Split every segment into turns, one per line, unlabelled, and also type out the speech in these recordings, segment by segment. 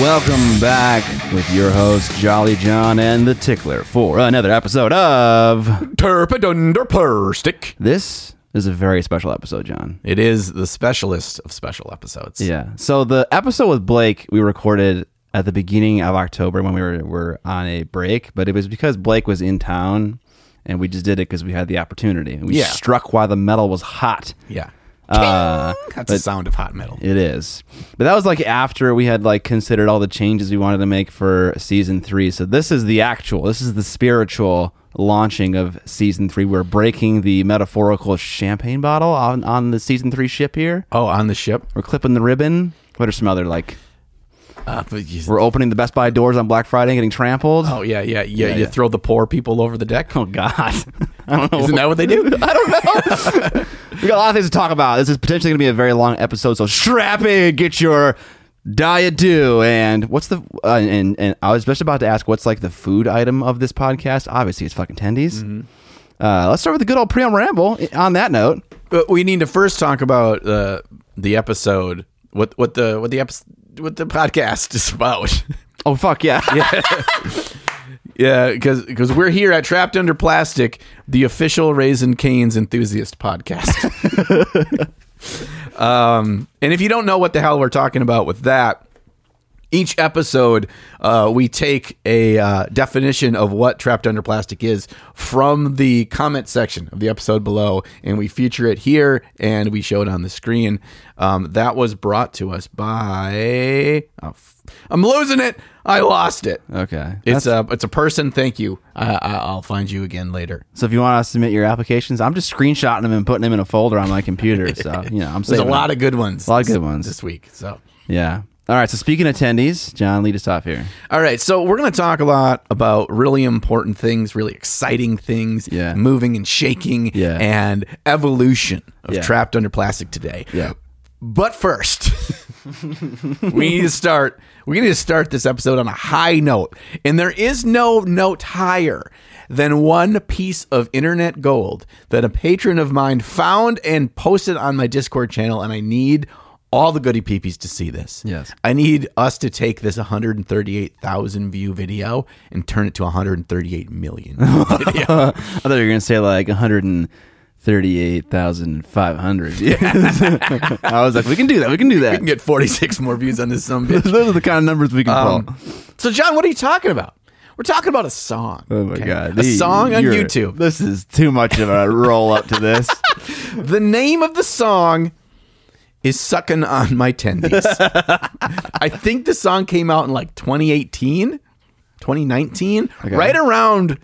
Welcome back with your host, Jolly John and the Tickler, for another episode of.
Turpadunder Plastic.
This is a very special episode, John.
It is the specialist of special episodes.
Yeah. So the episode with Blake we recorded at the beginning of October when we were, were on a break, but it was because Blake was in town and we just did it because we had the opportunity. We
Yeah.
struck while the metal was hot.
Yeah.
Uh,
That's the sound of hot metal.
It is. But that was like after we had like considered all the changes we wanted to make for season three. So this is the actual, this is the spiritual launching of season three. We're breaking the metaphorical champagne bottle on, on the season three ship here.
Oh, on the ship.
We're clipping the ribbon. What are some other like?
Uh, but you-
We're opening the Best Buy doors on Black Friday, and getting trampled.
oh, yeah, yeah, yeah.
Yeah,
you
yeah.
throw the poor people over the deck.
Oh, God, I don't know.
Isn't that what they do?
I don't know. we got a lot of things to talk about. This is potentially going to be a very long episode, so strap in, get your diet do, and what's the uh, and and I was just about to ask what's like the food item of this podcast. Obviously, it's fucking tendies.
Mm-hmm.
Uh, let's start with the good old preamble ramble. On that note,
But we need to first talk about uh, the episode. What what the what the episode what the podcast is about.
oh fuck yeah,
yeah, because we're here at Trapped Under Plastic, the official Raisin Canes enthusiast podcast. um, and if you don't know what the hell we're talking about with that, each episode uh, we take a uh, definition of what trapped under plastic is from the comment section of the episode below and we feature it here and we show it on the screen um, that was brought to us by oh, f- i'm losing it i lost it
okay.
it's a it's a person thank you I, I, i'll find you again later
so if you want to submit your applications, I'm just screenshotting them and putting them in a folder on my computer. So you know, I'm
there's
saving
a lot
them.
of good ones
A lot of
this-
good ones.
this week so
yeah. All right. So speaking of attendees, John, lead us off here.
All right, so we're going to talk a lot about really important things, really exciting things,
Yeah.
moving and shaking,
Yeah.
and evolution of
Yeah.
trapped under plastic today.
Yeah.
But first, we need to start. We need to start this episode on a high note, and there is no note higher than one piece of internet gold that a patron of mine found and posted on my Discord channel, and I need all the goody peepees to see this.
Yes.
I need us to take this 138,000 view video and turn it to 138 million. video.
I thought you were gonna say like 138,500. Yeah. I was like, we can do that. We can do that.
Get 46 more views on this some bitch.
Those are the kind of numbers we can pull.
Um, so, John, what are you talking about? We're talking about a song.
Oh my
okay?
god,
A
The-
song on
you're-
YouTube.
This is too much of a roll up to this.
The name of the song is Sucking on My Tendies. I think the song came out in like 2018, 2019, right around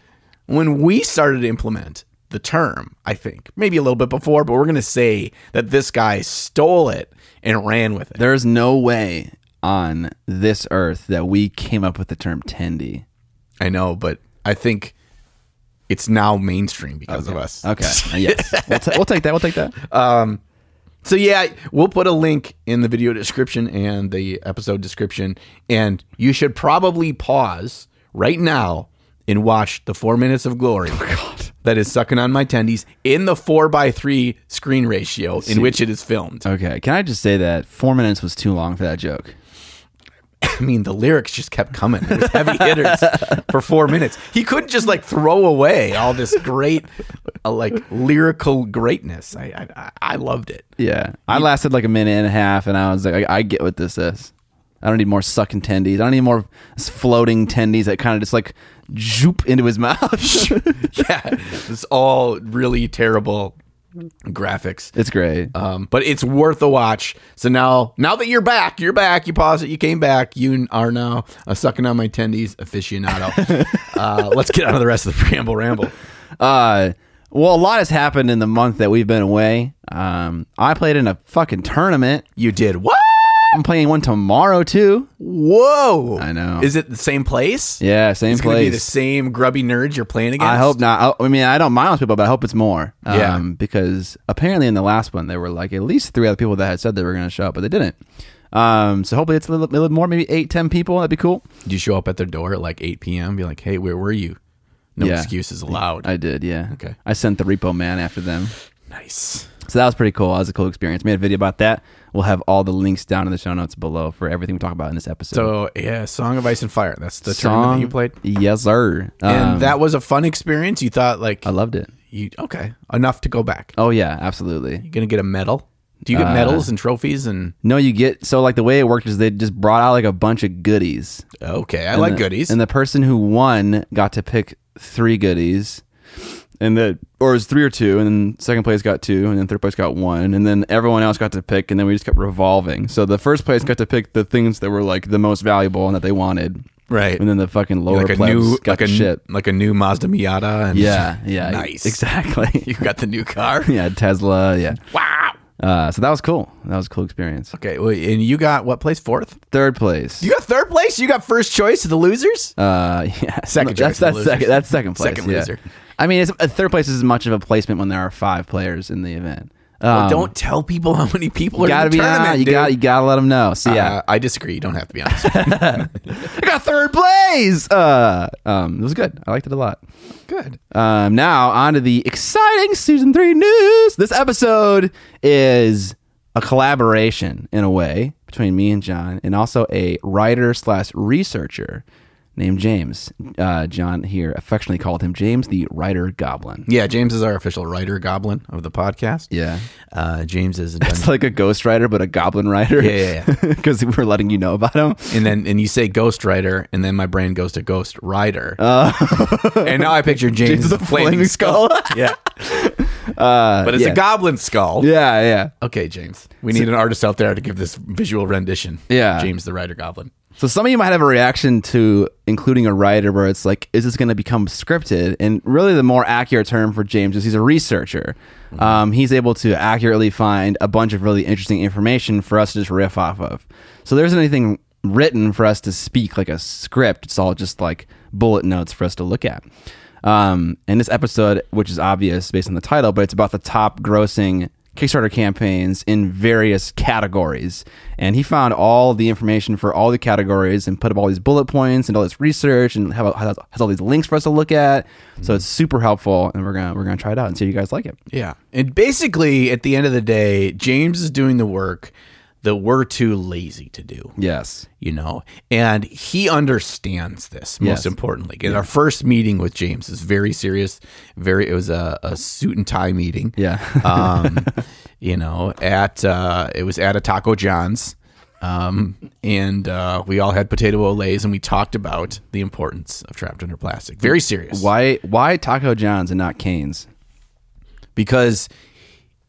when we started to implement the term, I think. Maybe a little bit before, but we're going to say that this guy stole it and ran with it.
there is no way on this earth that we came up with the term tendy.
I know, but I think it's now mainstream because of us.
Okay, uh, yes, we'll, ta- we'll take that. We'll take that.
So yeah, we'll put a link in the video description and the episode description, and you should probably pause right now and watch the four minutes of glory that is sucking on my tendies in the four by three screen ratio in which it is filmed.
Okay, can I just say that four minutes was too long for that joke?
I mean, the lyrics just kept coming. It was heavy hitters for four minutes. He couldn't just like throw away all this great, uh, like lyrical greatness. I I, I loved it.
Yeah, I lasted like a minute and a half, and I was like, I, I get what this is. I don't need more sucking tendies. I don't need more s- floating tendies that kind of just like zoop into his mouth.
yeah, it's all really terrible graphics.
it's great.
Um, but it's worth a watch. So now, now that you're back, you're back. You paused it. You came back. You are now a sucking on my tendies aficionado. uh, let's get on to the rest of the preamble ramble.
Uh, well, a lot has happened in the month that we've been away. Um, I played in a fucking tournament.
You did what?
I'm playing one tomorrow too.
Whoa!
I know.
Is it the same place?
Yeah, same
It's gonna be the
place.
same grubby nerds you're playing against.
I hope not. I, I mean, I don't mind those people, but I hope it's more. Um,
Yeah.
Because apparently in the last one, there were like at least three other people that had said they were going to show up, but they didn't. Um, so hopefully it's a little, little more, maybe eight, ten people. That'd be cool.
Did you show up at their door at like 8 p.m. Be like, hey, where were you? No
Yeah.
excuses allowed.
I did, yeah.
Okay.
I sent the repo man after them.
nice.
So that was pretty cool. That was a cool experience. Made a video about that. We'll have all the links down in the show notes below for everything we talk about in this episode.
So yeah, Song of Ice and Fire. That's the tournament that you played,
Yes, sir.
and
Um,
that was a fun experience. You thought like
I loved it.
you okay enough to go back.
Oh yeah, absolutely.
You gonna get a medal? Do
Uh,
you get medals and trophies and
No, you get so like the way it worked is they just brought out like a bunch of goodies.
okay? I like
the-
goodies.
And the person who won got to pick three goodies. And that, or it was three or two, and then second place got two, and then third place got one, and then everyone else got to pick, and then we just kept revolving. So the first place got to pick the things that were like the most valuable and that they wanted,
Right.
And then the fucking lower
like a
plebs
new
got
like a
the shit.
like a new Mazda Miata. And
Yeah, yeah,
Nice.
exactly.
You got the new car.
yeah, Tesla. Yeah.
wow.
Uh, so that was cool. That was a cool experience.
Okay. Well, and you got what place? Fourth.
Third place.
You got third place. You got first choice of the losers.
Uh, yeah,
Second
No,
choice
That's
for
that's
the losers.
second. That's second place.
Second
yeah.
loser.
I mean, it's, uh, third place is as much of a placement when there are five players in the event. Um,
Well, don't tell people how many people are
gotta
in the
be
tournament.
honest. You
dude.
got you gotta let them know. So yeah,
Uh, I disagree. You don't have to be honest. Uh-huh.
I got third place. Uh, um, it was good. I liked it a lot.
Good.
Um, now on to the exciting season three news. This episode is a collaboration in a way between me and John, and also a writer slash researcher named James. Uh, John here affectionately called him James the Writer Goblin.
Yeah, James is our official writer goblin of the podcast.
Yeah.
Uh, James is,
It's like a ghostwriter, but a goblin writer.
Yeah, yeah,
Because we're letting you know about him.
and then and you say ghost writer, and then my brain goes to ghost rider, and now I picture James, as a
Oh.
flaming,
flaming Uh,
skull. yeah, but it's
yeah.
a goblin skull.
Yeah, yeah.
Okay, James, we need an artist out there to give this visual rendition.
Yeah.
James the writer goblin.
So some of you might have a reaction to including a writer where it's like, is this going to become scripted? And really, the more accurate term for James is he's a researcher. Um, he's able to accurately find a bunch of really interesting information for us to just riff off of. So there isn't anything written for us to speak like a script. It's all just like bullet notes for us to look at. Um, and this episode, which is obvious based on the title, but it's about the top grossing Kickstarter campaigns in various categories. And he found all the information for all the categories and put up all these bullet points and all this research and have, has has all these links for us to look at. So it's super helpful, and we're gonna we're gonna try it out and see if you guys like it.
Yeah. And basically, at the end of the day, James is doing the work that we're too lazy to do.
Yes.
you know and he understands this most
Yes.
importantly and our first meeting with james is very serious very it was a, a suit and tie meeting
Yeah.
um you know at uh it was at a taco john's um and uh we all had potato olays and we talked about the importance of trapped under plastic very serious
Why why Taco John's and not Canes?
because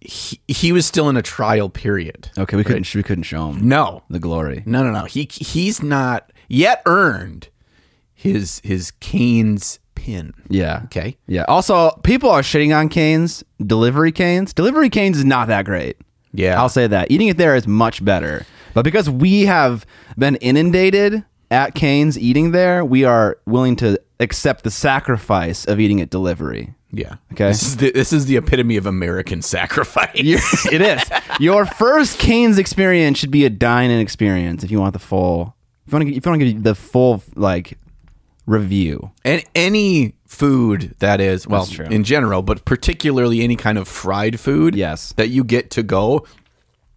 he, he was still in a trial period
Okay, we couldn't we couldn't show him
no
the glory.
No, no, no. He he's not yet earned his his Canes pin.
Yeah.
Okay.
Yeah. Also, people are shitting on Canes, delivery Canes. Delivery Canes is not that great.
Yeah.
I'll say that. Eating it there is much better. But because we have been inundated at Canes eating there, we are willing to accept the sacrifice of eating at delivery.
Yeah.
Okay.
This is the, this is the epitome of American sacrifice.
it is. Your first Canes experience should be a dine-in experience if you want the full if you want to if you want to get the full like review.
And any food that is well
That's true.
in general, but particularly any kind of fried food
Yes.
that you get to go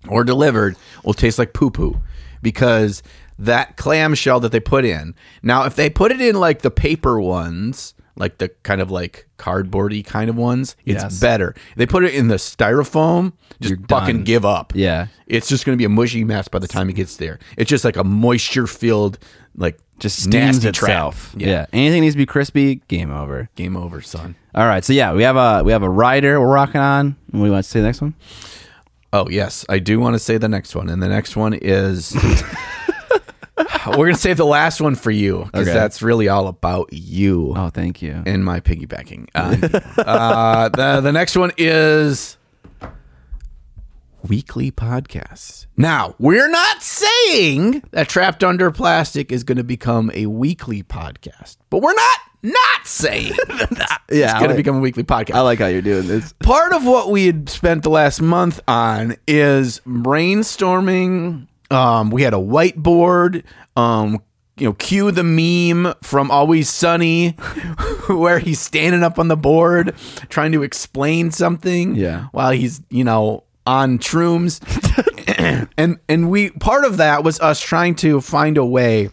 or delivered will taste like poo poo because that clam shell that they put in. Now, if they put it in like the paper ones, like the kind of like cardboardy kind of ones, it's
Yes.
better. They put it in the styrofoam, just fucking give up.
Yeah.
It's just going to be a mushy mess by the time it gets there. It's just like a moisture filled, like
Just steams
nasty trap.
itself. Yeah. Anything needs to be crispy, game over.
Game over, son.
All right. So yeah, we have a we have a rider we're rocking on. What do you want to say next one?
Oh yes, I do want to say the next one, and the next one is we're gonna save the last one for you because
Okay.
that's really all about you
Oh, thank you.
and my piggybacking. on you. uh, the the next one is weekly podcasts. Now we're not saying that Trapped Under Plastic is going to become a weekly podcast, but we're not not saying that
Yeah,
it's
I
going to
like-
become a weekly podcast
I like how you're doing this.
part of what we had spent the last month on is brainstorming. Um, we had a whiteboard. Um, you know, cue the meme from Always Sunny, where he's standing up on the board trying to explain something.
Yeah.
While he's you know on Trooms, and and we part of that was us trying to find a way.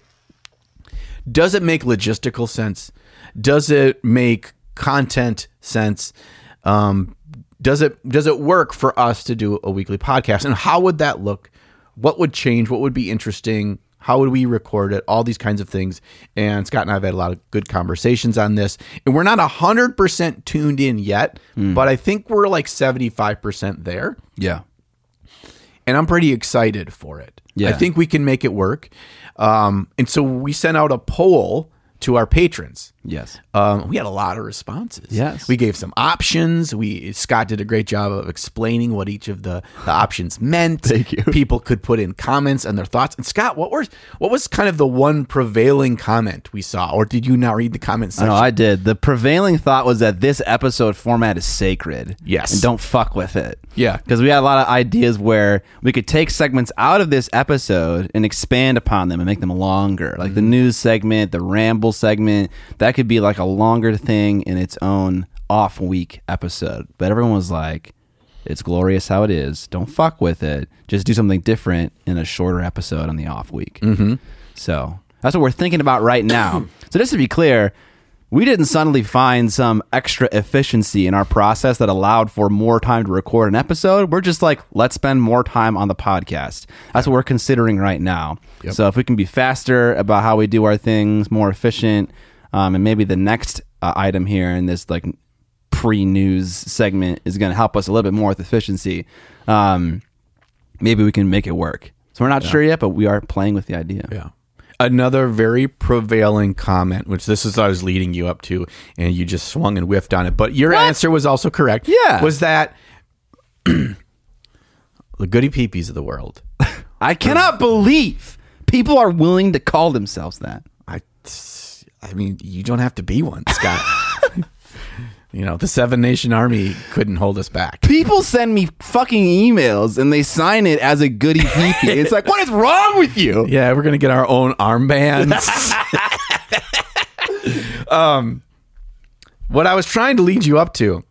Does it make logistical sense? Does it make content sense? Um, does it does it work for us to do a weekly podcast? And how would that look? What would change? What would be interesting? How would we record it? All these kinds of things. And Scott and I have had a lot of good conversations on this. And we're not 100% tuned in yet, but I think we're like 75% there
Yeah.
and I'm pretty excited for it.
Yeah.
I think we can make it work. Um, and so we sent out a poll to our patrons.
Yes.
Um, we had a lot of responses.
Yes.
we gave some options. We Scott did a great job of explaining what each of the, the options meant. Thank you. People could put in comments and their thoughts. And Scott, what were what was kind of the one prevailing comment we saw, or did you not read the comment section?
No, I did. The prevailing thought was that this episode format is sacred.
Yes.
And don't fuck with it.
Yeah.
Because we had a lot of ideas where we could take segments out of this episode and expand upon them and make them longer. Like the news segment, the ramble segment, that could be like a longer thing in its own off week episode. But everyone was like, it's glorious how it is. Don't fuck with it. Just do something different in a shorter episode on the off week. Mm-hmm. So that's what we're thinking about right now. so just to be clear, we didn't suddenly find some extra efficiency in our process that allowed for more time to record an episode. We're just like, let's spend more time on the podcast. That's what we're considering right now. So if we can be faster about how we do our things, more efficient, um, and maybe the next uh, item here in this like pre-news segment is going to help us a little bit more with efficiency. Um, maybe we can make it work. So we're not sure yet, but we are playing with the idea.
Yeah. Another very prevailing comment, which this is what I was leading you up to, and you just swung and whiffed on it. But your answer was also correct.
Yeah.
Was that the goody peepees of the world?
I cannot believe people are willing to call themselves that.
I, I mean, you don't have to be one, Scott. you know, the Seven Nation Army couldn't hold us back.
People send me fucking emails and they sign it as a goody peepee. it's like, what is wrong with you?
Yeah, we're gonna get our own armbands. um, what I was trying to lead you up to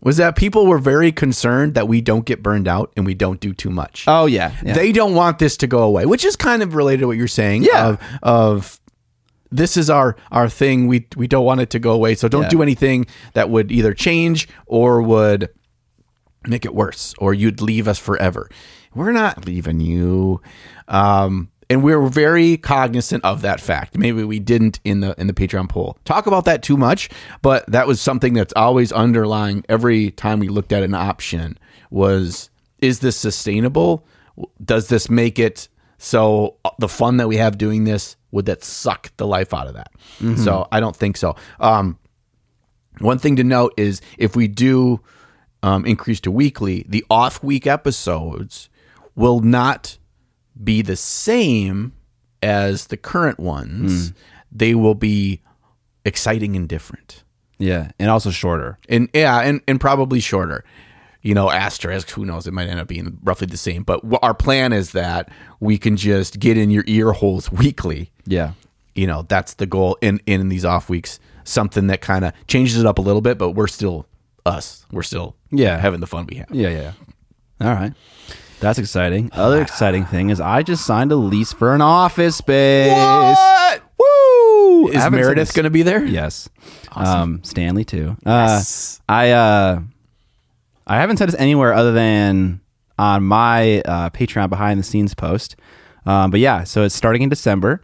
was that people were very concerned that we don't get burned out and we don't do too much.
Oh yeah, yeah.
They don't want this to go away, which is kind of related to what you're saying.
Yeah.
Of, of this is our our thing. We we don't want it to go away. So don't
Yeah.
do anything that would either change or would make it worse, or you'd leave us forever. We're not leaving you. Um, and we're very cognizant of that fact. Maybe we didn't in the in the Patreon poll talk about that too much, but that was something that's always underlying every time we looked at an option was is this sustainable? Does this make it so uh, the fun that we have doing this would that suck the life out of that? So I don't think so. Um, one thing to note is if we do um, increase to weekly, the off week episodes will not be the same as the current ones. They will be exciting and different.
yeah, and also shorter.
And yeah, and, and probably shorter. You know, asterisk, who knows? It might end up being roughly the same. But wh- our plan is that we can just get in your ear holes weekly
Yeah,
you know that's the goal in in these off weeks something that kind of changes it up a little bit but we're still us we're still
Yeah.
having the fun we have
yeah, yeah. All right, that's exciting. Other exciting thing is I just signed a lease for an office space.
what
I
woo is
haven't said
meredith
this-
gonna be there
Yes. Um, Stanley too. Uh, I uh, I haven't said this anywhere other than on my uh, Patreon behind the scenes post. Um, but yeah, so it's starting in December,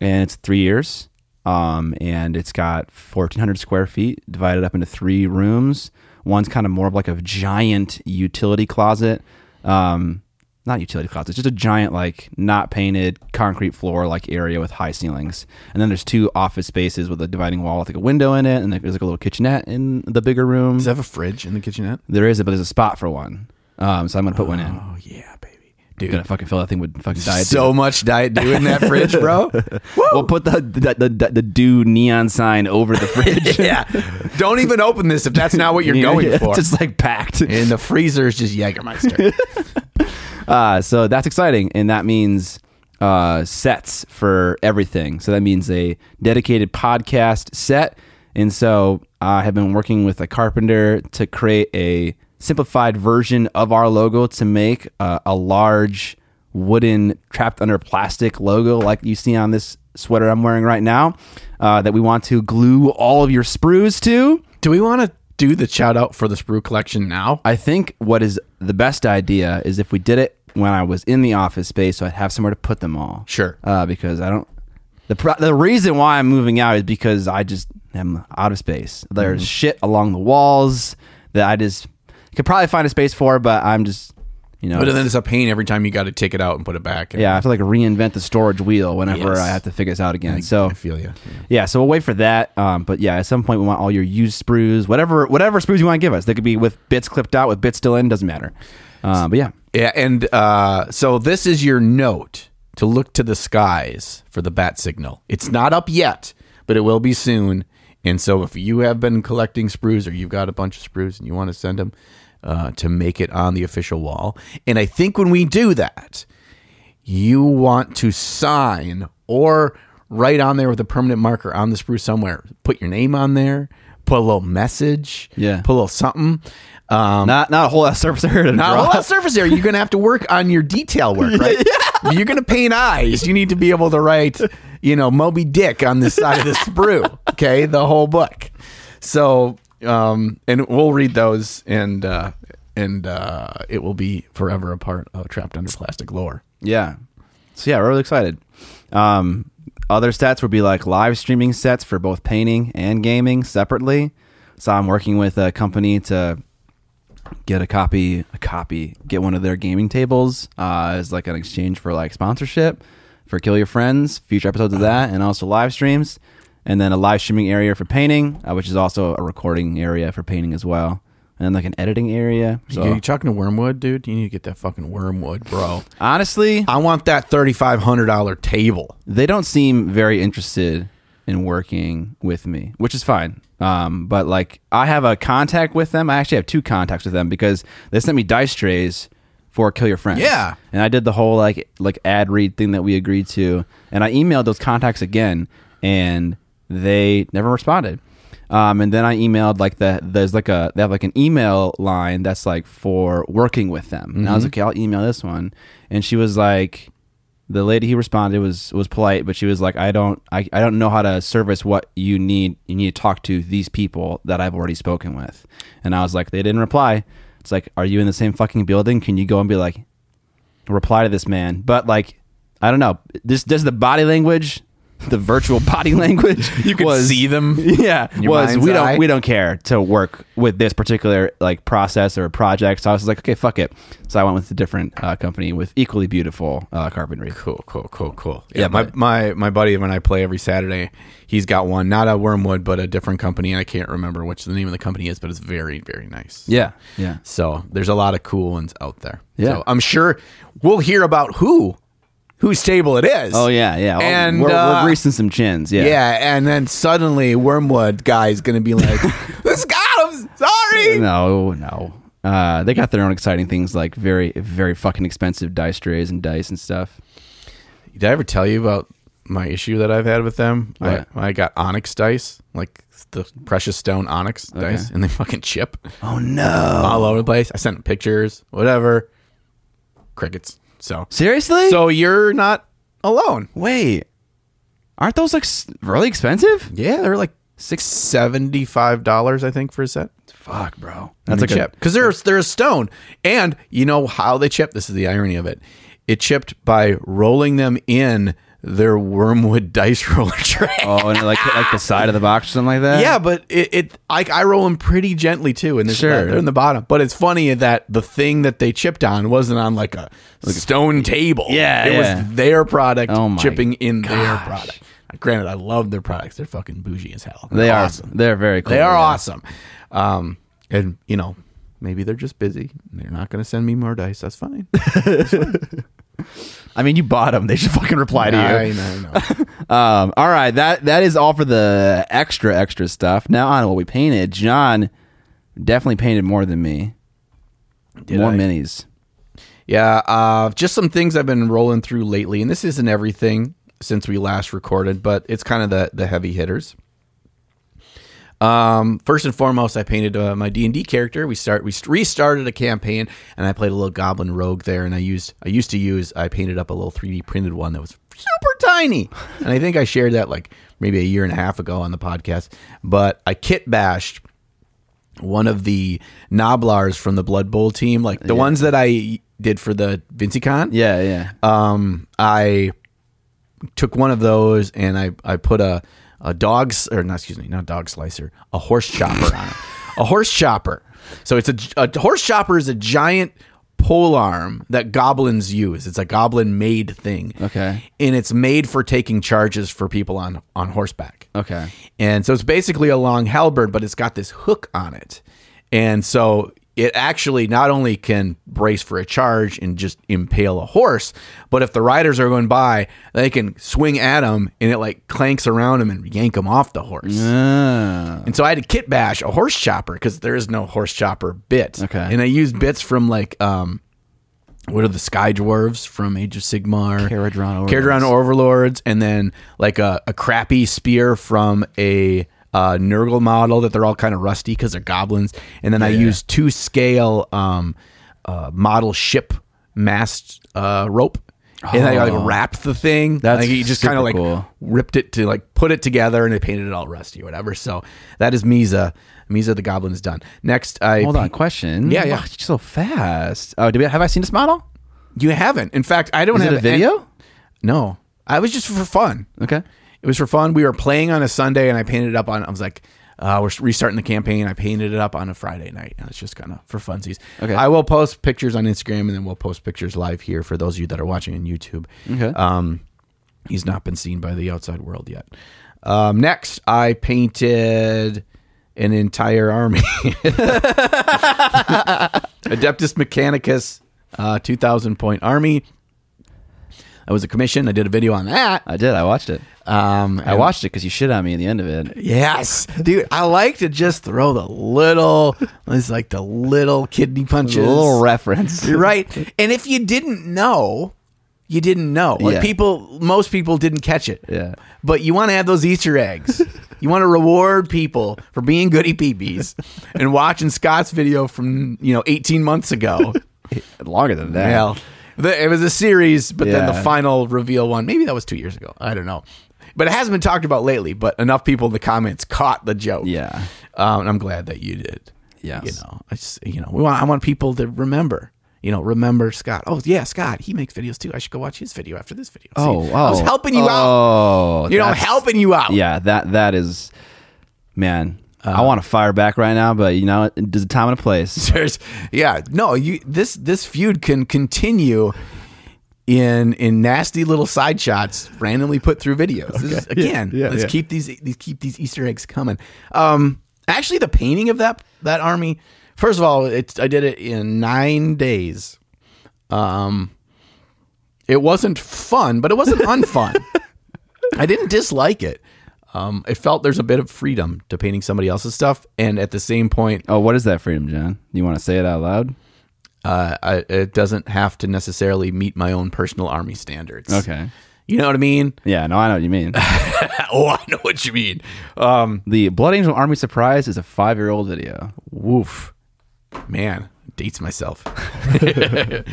and it's three years. Um, and it's got 1,400 square feet divided up into three rooms. One's kind of more of like a giant utility closet. Um, not utility closet, just a giant like not painted concrete floor like area with high ceilings. And then there's two office spaces with a dividing wall with like a window in it, and there's like a little kitchenette in the bigger room.
does it have a fridge in the kitchenette
there is, but there's a spot for one. Um, so I'm gonna put one in. I'm
oh yeah baby dude
gonna fucking fill that thing with fucking diet.
so much diet dew in that fridge bro
Dew. we'll put the the, the the do neon sign over the fridge.
yeah don't even open this if that's not what you're going
It's
for
just like packed.
and the freezer is just jaegermeister
Uh, so that's exciting, and that means uh, sets for everything. So that means a dedicated podcast set. And so I have been working with a carpenter to create a simplified version of our logo to make uh, a large wooden trapped under plastic logo like you see on this sweater I'm wearing right now uh, that we want to glue all of your sprues to.
Do we want to do the shout out for the sprue collection now?
I think what is the best idea is if we did it when I was in the office space, so I'd have somewhere to put them all.
Sure.
Uh, because I don't. The pro- the reason why I'm moving out is because I just am out of space. There's
Mm-hmm.
shit along the walls that I just could probably find a space for, but I'm just you know.
But then it's a pain every time you got to take it out and put it back.
yeah, I have to like reinvent the storage wheel whenever
Yes.
I have to figure this out again. so
I feel you.
yeah, so we'll wait for that. Um, but yeah, at some point we want all your used sprues, whatever whatever sprues you want to give us. They could be with bits clipped out, with bits still in, doesn't matter. Uh, but yeah,
Yeah, and uh, so this is your note to look to the skies for the bat signal. It's not up yet, but it will be soon. And so if you have been collecting sprues or you've got a bunch of sprues and you want to send them uh, to make it on the official wall, and I think when we do that, you want to sign or write on there with a permanent marker on the spruce somewhere. Put your name on there. Put a little message.
Yeah.
Put a little something. Um,
not not a whole lot of surface area to
not a
draw.
whole lot of Uh, surface area. You're gonna have to work on your detail work, right? If You're gonna paint eyes. You need to be able to write, you know, Moby Dick on the side of the sprue. Okay, the whole book. So, um, and we'll read those, and uh, and uh, it will be forever a part of trapped under plastic lore.
Yeah. So yeah, we're really excited. Um, other stats would be like live streaming sets for both painting and gaming separately. So I'm working with a company to get a copy, a copy, get one of their gaming tables uh, as like an exchange for like sponsorship for Kill Your Friends, future episodes of that, and also live streams, and then a live streaming area for painting, uh, which is also a recording area for painting as well, and like an editing area. So
You're talking to Wormwood, dude. You need to get that fucking Wormwood, bro.
honestly,
I want that thirty five hundred dollar table.
they don't seem very interested in working with me, which is fine. Um, but like I have a contact with them. I actually have two contacts with them because they sent me dice trays for Kill Your Friends.
Yeah.
And I did the whole like like ad read thing that we agreed to. And I emailed those contacts again and they never responded. Um, and then I emailed like the there's like a they have like an email line that's like for working with them. And I was like, okay, I'll email this one. And she was like, the lady who responded was was polite, but she was like, "I don't, I, I don't know how to service what you need. You need to talk to these people that I've already spoken with." And I was like, "They didn't reply." It's like, "Are you in the same fucking building? Can you go and be like, reply to this man?" But like, I don't know. This does the body language, the virtual body language. You
could see them
Yeah,
your
was
mind's
we don't
eye.
we don't care to work with this particular like process or project. So I was like, okay, fuck it. So I went with a different uh, company with equally beautiful uh, carpentry.
Cool, cool, cool, cool. Yeah,
Yeah,
my,
but-
my my buddy when I play every Saturday, he's got one, not a Wormwood, but a different company, and I can't remember which the name of the company is, but it's very, very nice.
Yeah, yeah.
So there's a lot of cool ones out there.
Yeah.
So I'm sure we'll hear about who whose table it is.
Oh yeah, yeah.
And,
we're,
uh,
we're greasing some chins. Yeah,
Yeah, and then suddenly Wormwood guy's gonna be like, This got him sorry.
No, no. Uh, they got their own exciting things like very, very fucking expensive dice trays and dice and stuff.
Did I ever tell you about my issue that I've had with them? I,
What?
I got onyx dice, like the precious stone onyx dice, and they fucking chip.
Oh no!
all over the place. I sent pictures, whatever. Crickets. So,
Seriously?
so you're not alone.
wait, aren't those like s- really expensive?
Yeah, they're like six seventy five dollars, I think, for a set.
Fuck, bro.
That's a chip because they're they're a stone, and you know how they chip. This is the irony of it. It chipped by rolling them in their wormwood dice roller tray.
Oh, and it, like hit, like the side of the box or something like that.
Yeah, but it, it I, I roll them pretty gently too, and
Sure.
sure. they're in the bottom. But it's funny that the thing that they chipped on wasn't on like a stone table.
Yeah,
it
yeah.
was their product
Oh my
chipping in their product. Granted, I love their products. They're fucking bougie as hell.
they
They're
are. Oh
awesome.
They're very cool.
They are
yeah.
awesome. Um, and you know, maybe they're just busy. They're not going to send me more dice. That's fine.
I mean, you bought them. They should fucking reply to you.
I know, I know.
Um, all right, that that is all for the extra extra stuff. Now on what we painted, John definitely painted more than me. more
I?
minis.
Yeah, uh, just some things I've been rolling through lately, and this isn't everything since we last recorded, but it's kind of the the heavy hitters. Um, first and foremost, I painted uh, my D and D character. We start we st- restarted a campaign, and I played a little goblin rogue there. And I used I used to use I painted up a little 3D printed one that was super tiny, and I think I shared that like maybe a year and a half ago on the podcast. But I kit bashed one of the Noblars from the Blood Bowl team, like the ones that I did for the VinciCon
Yeah, yeah.
um, I took one of those and I, I put a, a dog, s- or not, excuse me, not dog slicer, a horse chopper on it. A horse chopper. So it's a, gi- a horse chopper is a giant pole arm that goblins use. It's a goblin made thing.
Okay.
And it's made for taking charges for people on, on horseback.
Okay.
And so it's basically a long halberd, but it's got this hook on it. And so it actually not only can brace for a charge and just impale a horse, but if the riders are going by, they can swing at him and it like clanks around him and yank him off the horse.
Ah.
And so I had to kit bash a horse chopper because there is no horse chopper bit.
Okay.
And I used bits from like, um, what are the Sky Dwarves from Age of Sigmar?
Caradron Overlords.
Caradron Overlords, and then like a, a crappy spear from a uh, Nurgle model that they're all kind of rusty because they're goblins. And then I used two scale um, uh, model ship mast uh, rope. And I like wrapped the thing.
Oh. That's
like, you just kind of
super
like
cool.
ripped it to like put it together and they painted it all rusty or whatever. So that is Misa. Misa the Goblin is done. Next, I
Hold on. Question.
Yeah, yeah.
Wow, so fast. Oh, did we have I seen this model?
You haven't. In fact, I don't
Is it
have
a video?
no, I was just for fun.
Okay.
It was for fun. We were playing on a Sunday, and I painted it up on. I was like, uh, "We're restarting the campaign." I painted it up on a Friday night, and it's just kind of for funsies.
Okay.
I will post pictures on Instagram, and then we'll post pictures live here for those of you that are watching on YouTube.
Okay.
Um, he's not been seen by the outside world yet. Um, next, I painted an entire army. Adeptus Mechanicus, uh, two thousand point army. That was a commission. I did a video on that.
I did. I watched it.
Um,
I watched it because you shit on me in the end of it.
Yes, dude. I like to just throw the little, it's like the little kidney punches.
A little reference.
You're right. And if you didn't know, you didn't know. Like
Yeah.
people, most people didn't catch it.
Yeah.
But you want to have those Easter eggs. you want to reward people for being goody peepees and watching Scott's video from you know 18 months ago.
Longer than that.
Well, the, it was a series, but then the
Yeah.
final reveal one, maybe that was two years ago. I don't know. But it hasn't been talked about lately, but enough people in the comments caught the joke.
Yeah.
Um, and I'm glad that you did.
Yes.
You know, I just, you know, we want, I want people to remember, you know, remember Scott. Oh, yeah, Scott, he makes videos too. I should go watch his video after this video. See,
Oh, oh.
I was helping you out.
oh,
You know,
that's-
helping you out.
Yeah, that that is, man.
Uh-huh.
I want to fire back right now, but you know, there's a time and a place.
There's, yeah, no, you this this feud can continue in in nasty little side shots randomly put through videos. This is- again,
yeah,
let's
yeah.
keep these these keep these Easter eggs coming. Um, actually, the painting of that that army. First of all, it's I did it in nine days. Um, it wasn't fun, but it wasn't unfun. I didn't dislike it. Um, I felt there's a bit of freedom to painting somebody else's stuff, and at the same point,
Oh, what is that freedom, John? You want to say it out loud?
uh, I, it doesn't have to necessarily meet my own personal army standards.
Okay.
You know what I mean?
Yeah, no, I know what you mean.
oh, I know what you mean. Um,
the Blood Angel Army Surprise is a five-year-old video.
woof. Man, dates myself. um,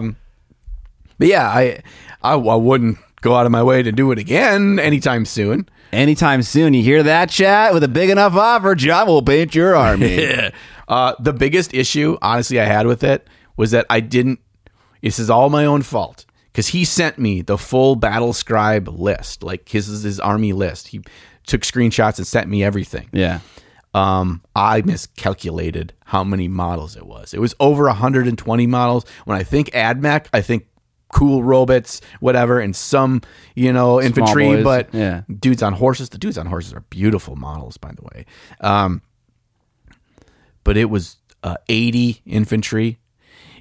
but yeah, I, I, I wouldn't go out of my way to do it again anytime soon.
Anytime soon, you hear that chat with a big enough offer, John will paint your army.
uh, the biggest issue, honestly, I had with it was that I didn't. This is all my own fault because he sent me the full battle scribe list, like his is his army list. He took screenshots and sent me everything.
yeah.
Um, I miscalculated how many models it was. It was over 120 models. When I think AdMac, I think cool robots, whatever, and some you know infantry,
boys,
but
yeah.
dudes on horses. The dudes on horses are beautiful models, by the way. Um, but it was uh, 80 infantry.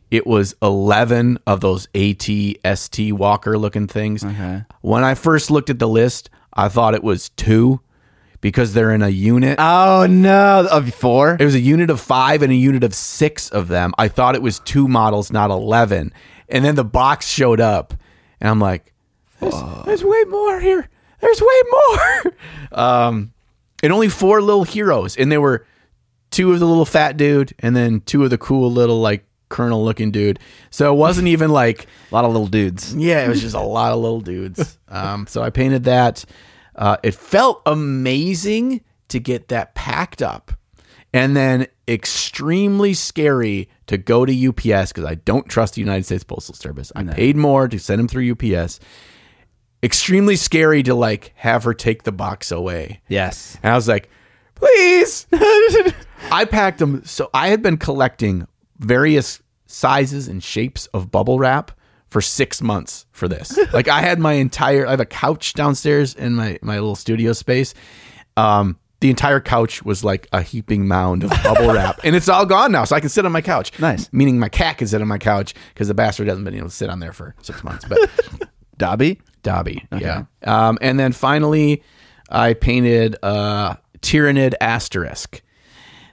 It was 11 of those AT-ST walker looking things. When I first looked at the list, I thought it was two because they're in a unit.
Oh no, of four.
It was a unit of five and a unit of six of them. I thought it was two models, not 11. And then the box showed up, and I'm like, there's, there's way more here. There's way more. um, and only four little heroes, and they were two of the little fat dude, and then two of the cool little like colonel looking dude. So it wasn't even like
A lot of little dudes.
yeah, it was just a lot of little dudes. Um, so I painted that. Uh, it felt amazing to get that packed up, and then extremely scary to go to UPS because I don't trust the United States Postal Service. I paid more to send them through UPS. Extremely scary to like have her take the box away.
Yes.
And I was like, please. I packed them. So I had been collecting various sizes and shapes of bubble wrap for six months for this. like I had my entire, I have a couch downstairs in my, my little studio space. Um, the entire couch was like a heaping mound of bubble wrap, and it's all gone now. So I can sit on my couch.
Nice.
Meaning my cat can sit on my couch because the bastard hasn't been able to sit on there for six months. But
Dobby?
Dobby. Yeah. Um, and then finally, I painted uh, Tyranid Asterisk.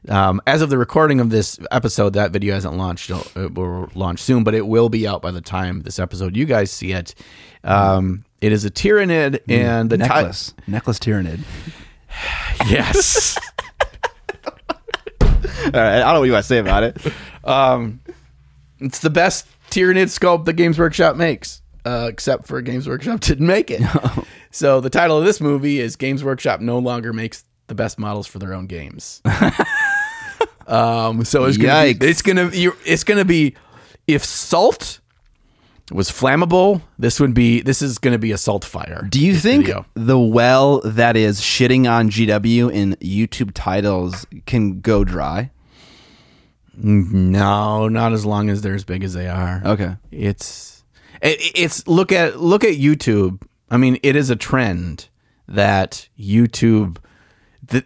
Um, as of the recording of this episode, that video hasn't launched. It'll- It will launch soon, but it will be out by the time this episode you guys see it. Um, it is a Tyranid, and the ti-
Necklace. Necklace Tyranid.
yes.
All right. I don't know what you want to say about it.
It's the best Tyranid sculpt that Games Workshop makes, uh, except for Games Workshop didn't make it. So the title of this movie is Games Workshop no longer makes the best models for their own games. um, so it's gonna
Yikes.
be, it's gonna you it's gonna be if salt was flammable, this would be this is gonna be a salt fire.
Do you think
video.
the well that is shitting on GW in YouTube titles can go dry?
no, not as long as they're as big as they are.
Okay.
it's it, it's look at look at YouTube. I mean, it is a trend that YouTube the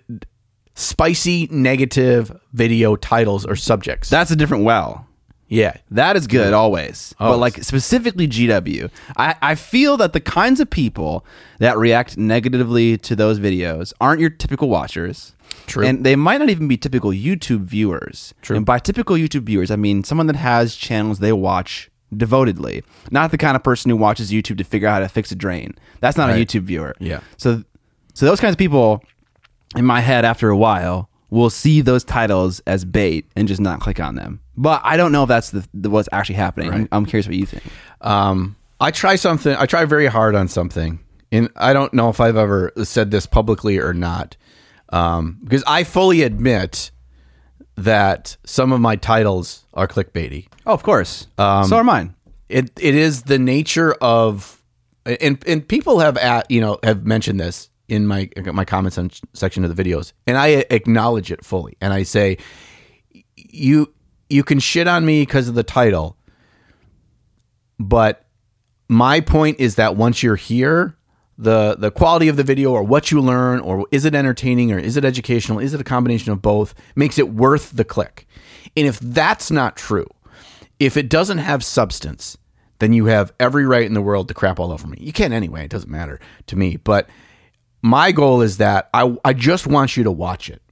spicy negative video titles or subjects.
That's a different well.
yeah.
That is good always. But like specifically GW, I, I feel that the kinds of people that react negatively to those videos aren't your typical watchers.
True.
And they might not even be typical YouTube viewers. True. And by typical YouTube viewers, I mean someone that has channels they watch devotedly, not the kind of person who watches YouTube to figure out how to fix a drain. That's not a
Right.
YouTube viewer.
Yeah.
So so those kinds of people in my head after a while will see those titles as bait and just not click on them. But I don't know if that's the, the what's actually happening. I'm, I'm curious what you think.
Um, I try something. I try very hard on something, and I don't know if I've ever said this publicly or not, um, because I fully admit that some of my titles are clickbaity.
Oh, of course. so are mine.
it it is the nature of and and people have at you know have mentioned this in my my comments on section of the videos and I acknowledge it fully and I say you you can shit on me because of the title but my point is that once you're here the the quality of the video or what you learn or is it entertaining or is it educational is it a combination of both makes it worth the click and if that's not true if it doesn't have substance then you have every right in the world to crap all over me you can anyway it doesn't matter to me but my goal is that i, I just want you to watch it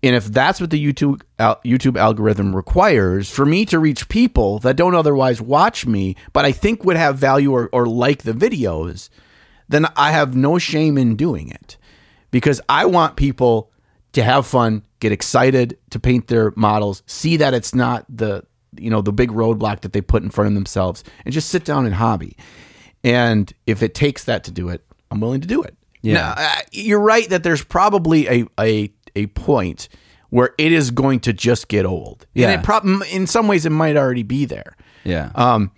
and if that's what the YouTube al- YouTube algorithm requires for me to reach people that don't otherwise watch me, but I think would have value or, or like the videos, then I have no shame in doing it because I want people to have fun, get excited to paint their models, see that it's not the you know the big roadblock that they put in front of themselves, and just sit down and hobby. And if it takes that to do it, I'm willing to do it. Yeah, uh, you're right that there's probably a a a point where it is going to just get old.
Yeah.
and it prob- in some ways it might already be there.
Yeah. Um,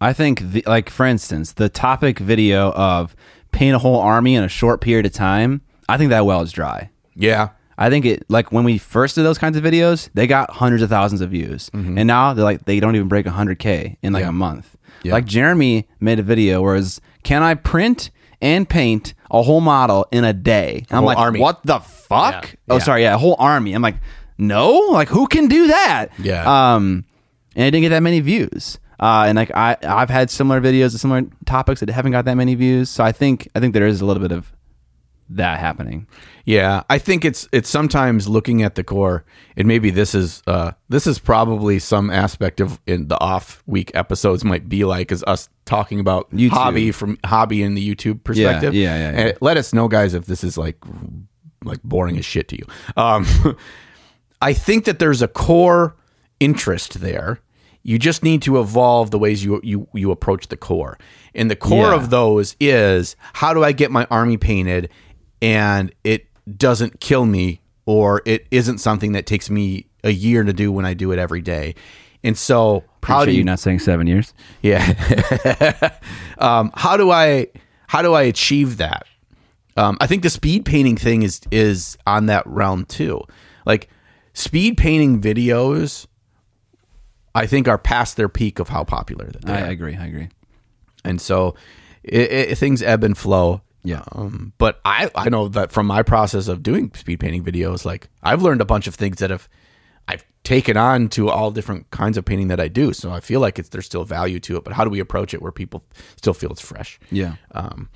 I think the, like for instance, the topic video of paint a whole army in a short period of time. I think that well is dry.
Yeah,
I think it like when we first did those kinds of videos, they got hundreds of thousands of views,
Mm-hmm.
and now they're like they don't even break 100k in like a month. Like Jeremy made a video where it's can I print and paint a whole model in a day? I'm
whole
like,
army.
what the fuck?
Yeah.
Oh, sorry, yeah, a whole army. I'm like, no, like who can do that?
Yeah.
Um, and I didn't get that many views. Uh, and like I, I've had similar videos and similar topics that haven't got that many views. So I think I think there is a little bit of that happening.
Yeah, I think it's it's sometimes looking at the core, and maybe this is uh, this is probably some aspect of in the off week episodes might be like is us talking about
YouTube.
hobby from hobby in the YouTube perspective.
yeah, yeah, yeah.
And let us know, guys, if this is like like boring as shit to you. Um, I think that there's a core interest there. You just need to evolve the ways you you you approach the core. And the core
Yeah.
of those is how do I get my army painted and it doesn't kill me or it isn't something that takes me a year to do when I do it every day. And so how do
Appreciate
you
you not saying seven years?
yeah. um, how do I how do I achieve that? Um, I think the speed painting thing is is on that realm too. Like speed painting videos, I think are past their peak of how popular that they
I
are,
agree. I agree.
and so it, it, things ebb and flow.
Yeah.
Um, but I I know that from my process of doing speed painting videos, like I've learned a bunch of things that have I've taken on to all different kinds of painting that I do. So I feel like it's there's still value to it. But how do we approach it where people still feel it's fresh?
Yeah.
Um,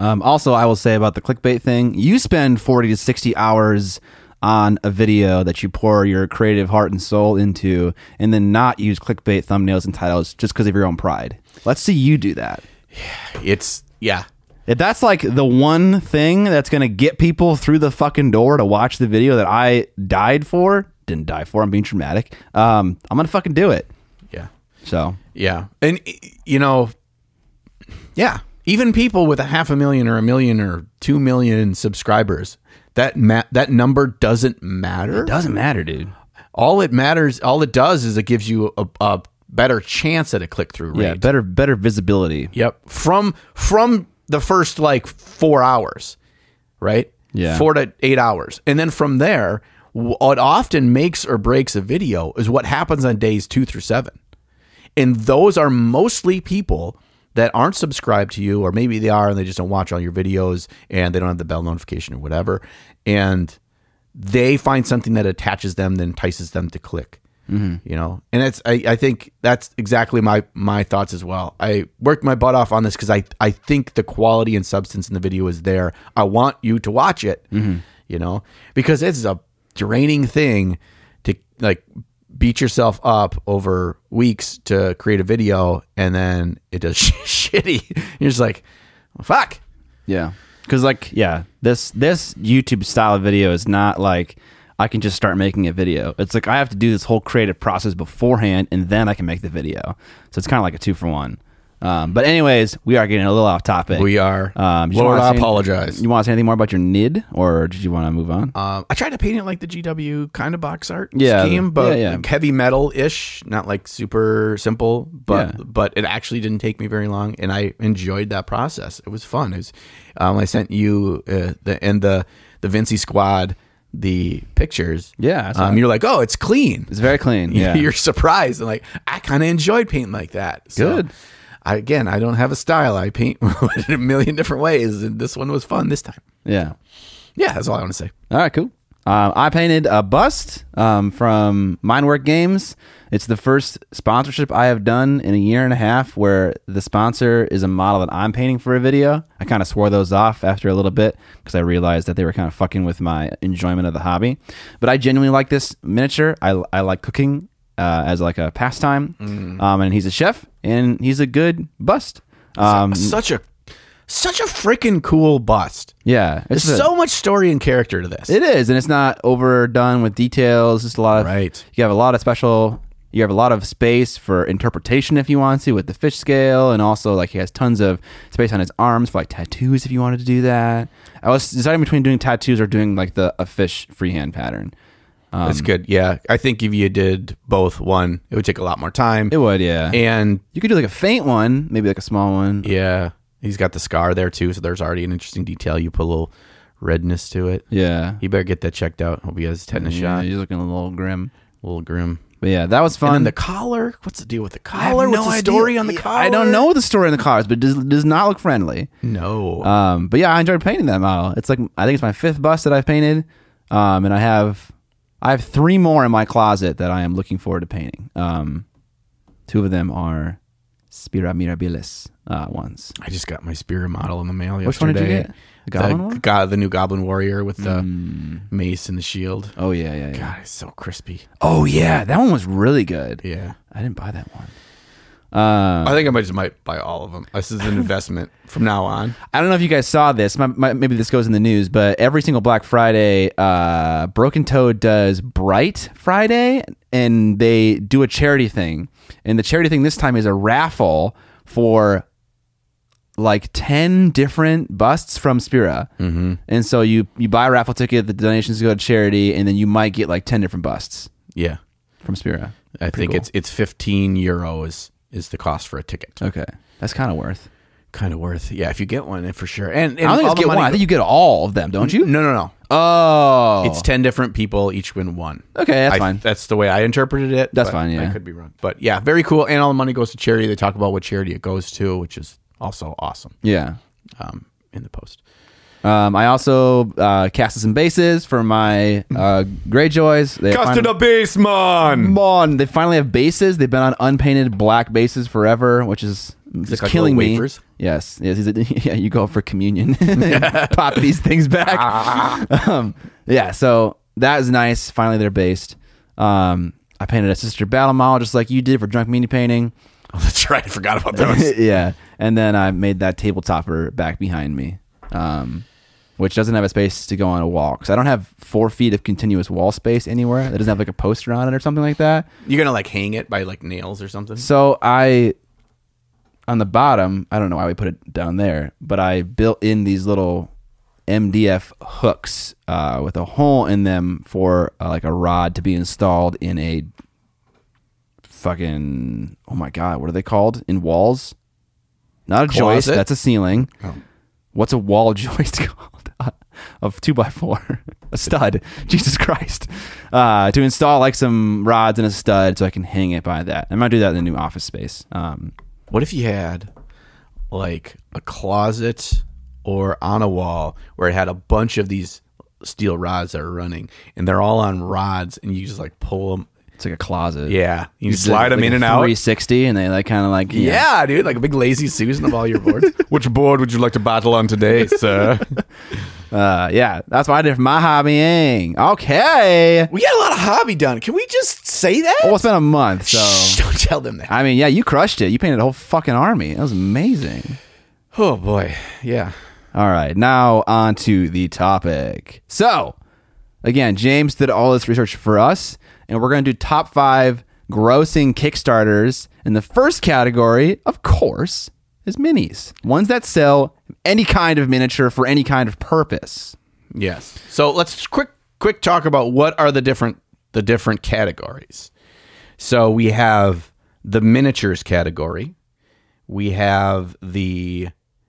Um, also, I will say about the clickbait thing, you spend 40 to 60 hours on a video that you pour your creative heart and soul into and then not use clickbait thumbnails and titles just because of your own pride. Let's see you do that.
it's yeah.
If that's like the one thing that's going to get people through the fucking door to watch the video that I died for, didn't die for, I'm being dramatic, um, I'm going to fucking do it.
Yeah.
So,
Yeah. And, y- you know, yeah, even people with a half a million or a million or two million subscribers, that ma- that number doesn't matter.
doesn't matter, dude.
All it matters, all it does is it gives you a, a better chance at a click through rate.
Yeah, better better visibility.
Yep. From from the first like four hours, right?
Yeah.
Four to eight hours, and then from there, wh- what often makes or breaks a video is what happens on days two through seven, and those are mostly people that aren't subscribed to you, or maybe they are and they just don't watch all your videos, and they don't have the bell notification or whatever, and they find something that attaches them that entices them to click you know and it's I, I think that's exactly my my thoughts as well i worked my butt off on this because i i think the quality and substance in the video is there i want you to watch it you know because it's a draining thing to like beat yourself up over weeks to create a video and then it does shitty you're just like fuck
Yeah. Cause like, yeah, this this YouTube style of video is not like I can just start making a video. It's like I have to do this whole creative process beforehand and then I can make the video. So it's kinda like a two for one. Um, but anyways, we are getting a little off topic.
we are
Um, you
lord
wanna
i
say-
apologize
You want to say anything more about your nid, or did you want to move on?
Um, I tried to paint it like the GW kind of box art
Yeah,
scheme, but
yeah, yeah.
like heavy metal ish, not like super simple. But
Yeah.
but it actually didn't take me very long, and I enjoyed that process. It was fun. It was, um, I sent you uh, the and the the Vinci squad the pictures.
Yeah, I saw
um, you're like, oh, it's clean.
it's very clean. Yeah,
you're surprised and like I kind of enjoyed painting like that. So,
Good.
I, again, I don't have a style. I paint in a million different ways, and this one was fun this time.
yeah.
Yeah, that's all I want to say.
All right, cool. Um, I painted a bust um, from Mindwork Games. It's the first sponsorship I have done in a year and a half where the sponsor is a model that I'm painting for a video. I kind of swore those off after a little bit because I realized that they were kind of fucking with my enjoyment of the hobby. But I genuinely like this miniature. I, I like cooking uh, as like a pastime. Um, and he's a chef and he's a good bust. Um,
such a such a freaking cool bust.
yeah.
There's
It's a-
so much story and character to this.
It is, and it's not overdone with details. Just a lot of
Right.
You have a lot of special. You have a lot of space for interpretation if you want to with the fish scale, and also like he has tons of space on his arms for like tattoos if you wanted to do that. I was deciding between doing tattoos or doing like the a fish freehand pattern.
That's good. Yeah, I think if you did both, one it would take a lot more time.
It would, yeah.
and
you could do like a faint one, maybe like a small one.
yeah, he's got the scar there too, so there's already an interesting detail. You put a little redness to it.
Yeah,
He better get that checked out. Hope he has tetanus
yeah.
shot.
He's looking a little grim,
A little grim.
but yeah, that was
And
fun.
the collar. What's the deal with the
I have
collar? What's
no
the
idea.
story on the
Yeah,
collar?
I don't know the story in the cars, but it does does not look friendly.
No.
Um, but yeah, I enjoyed painting that model. It's like I think it's my fifth bust that I've painted, um, and I have I have three more in my closet that I am looking forward to painting. Um, two of them are Spira Mirabilis uh, ones.
I just got my spear model in the mail yesterday.
Which one did you get? The goblin
the, Hmm.
one?
go- the new goblin warrior with the mace and the shield.
Oh yeah, yeah, yeah.
God, it's so crispy.
Oh yeah, that one was really good.
Yeah.
I didn't buy that one. Um,
I think I might just might buy all of them. This is an investment from now on.
I don't know if you guys saw this. My, my, maybe this goes in the news, but every single Black Friday, uh, Broken Toe does Bright Friday, and they do a charity thing. And the charity thing this time is a raffle for like 10 different busts from Spira. Mm-hmm. And so you, you buy a raffle ticket, the donations go to charity, and then you might get like 10 different busts
Yeah,
from Spira.
I think it's it's fifteen euros is the cost for a ticket.
Okay. That's kind of worth.
Kind of worth. Yeah, if you get one, and for sure. And, and
I don't think
all
it's
the
get one.
money
I think you get all of them, don't you?
No, no, no.
Oh.
It's ten different people. Each win one.
okay, that's
I-
fine.
That's the way I interpreted it.
That's
but
fine, yeah.
I could be wrong, but yeah, very cool. And all the money goes to charity. They talk about what charity it goes to, which is also awesome.
yeah.
Um, in the post.
Um, I also uh, casted some bases for my uh, Greyjoys. They finally,
basement.
Come on, they finally have bases. They've been on unpainted black bases forever, which is just
like
killing
little
me.
wafers?
Yes, yes. he's a- yeah, you go for communion, and pop these things back. um, yeah, so that is nice. Finally, they're based. Um, I painted a sister battle model just like you did for drunk meanie painting.
Oh, that's right. I forgot about those.
yeah, and then I made that table topper back behind me, um, which doesn't have a space to go on a wall because I don't have four feet of continuous wall space anywhere. That doesn't have like a poster on it or something like that.
You're gonna like hang it by like nails or something.
So I, on the bottom, I don't know why we put it down there, but I built in these little MDF hooks uh, with a hole in them for uh, like a rod to be installed in a fucking oh my god, what are they called in walls? Not a joist.
Closet? Oh.
That's a ceiling. What's a wall joist called? of two by four, a stud. Jesus Christ! Uh, to install like some rods and a stud, so I can hang it by that. I might do that in the new office space. Um,
What if you had like a closet or on a wall where it had a bunch of these steel rods that are running and they're all on rods and you just like pull them.
it's like a closet.
Yeah. You
It's
slide
like-
them
like
in
a
and out.
360, and they like kind of like you know,
Yeah, dude, like a big lazy Susan of all your boards. Which board would you like to battle on today, sir?
Uh, yeah, that's what I did for my hobbying. Okay.
we got a lot of hobby done. Can we just say that?
Well, it's been a month, so
Shh, don't tell them that.
I mean, yeah, you crushed it. You painted a whole fucking army. That was amazing.
Oh boy, yeah.
All right, now on to the topic. So, again, James did all this research for us, and we're going to do top five grossing Kickstarters. And the first category, of course, is minis ones that sell any kind of miniature for any kind of purpose.
Yes. So let's quick quick talk about what are the different the different categories. So we have the miniatures category. We have the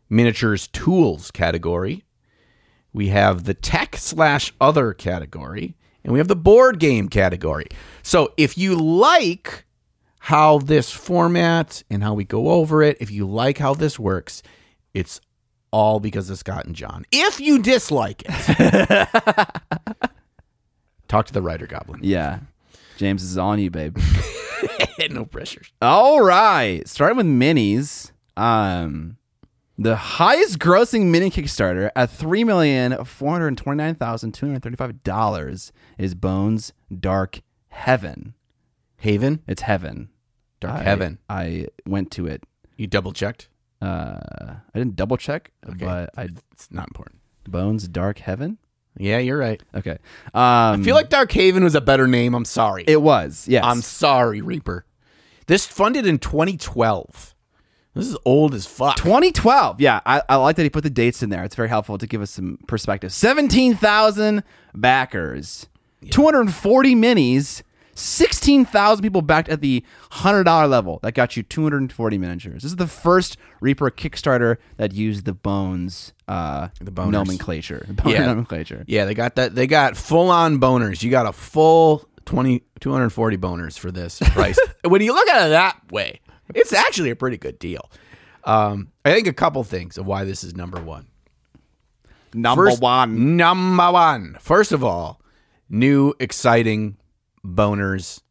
miniatures tools category. We have the tech slash other category, and we have the board game category. So if you like how this format and how we go over it, if you like how this works, it's all because of Scott and John. If you dislike it, talk to the writer goblin.
Yeah, James this is on you, babe.
no pressure.
All right. Starting with minis. Um the highest grossing mini Kickstarter at three million four hundred twenty nine thousand two hundred thirty five dollars is Bones Dark Heaven.
Haven,
It's heaven.
Dark
I-
Heaven.
I went to it.
You double checked.
Uh I didn't double check, but I
It's not important.
Bones Dark Heaven.
Yeah, you're right.
Okay. Um I
I feel like Dark Haven was a better name. I'm sorry.
it was, yes.
I'm sorry, Reaper. This funded in 2012. This is old as fuck.
2012. Yeah, I, I like that he put the dates in there. It's very helpful to give us some perspective. 17,000 backers, 240 minis, 16,000 people backed at the $100 level. That got you 240 miniatures. This is the first Reaper Kickstarter that used the bones uh, the
boners.
nomenclature. The boner
Yeah.
nomenclature.
Yeah, they got that. They got full on boners. You got a full 20, 240 boners for this price. when you look at it that way, it's actually a pretty good deal. Um, I think a couple things of why this is number one.
Number one.
Number one. First of all, new exciting boners.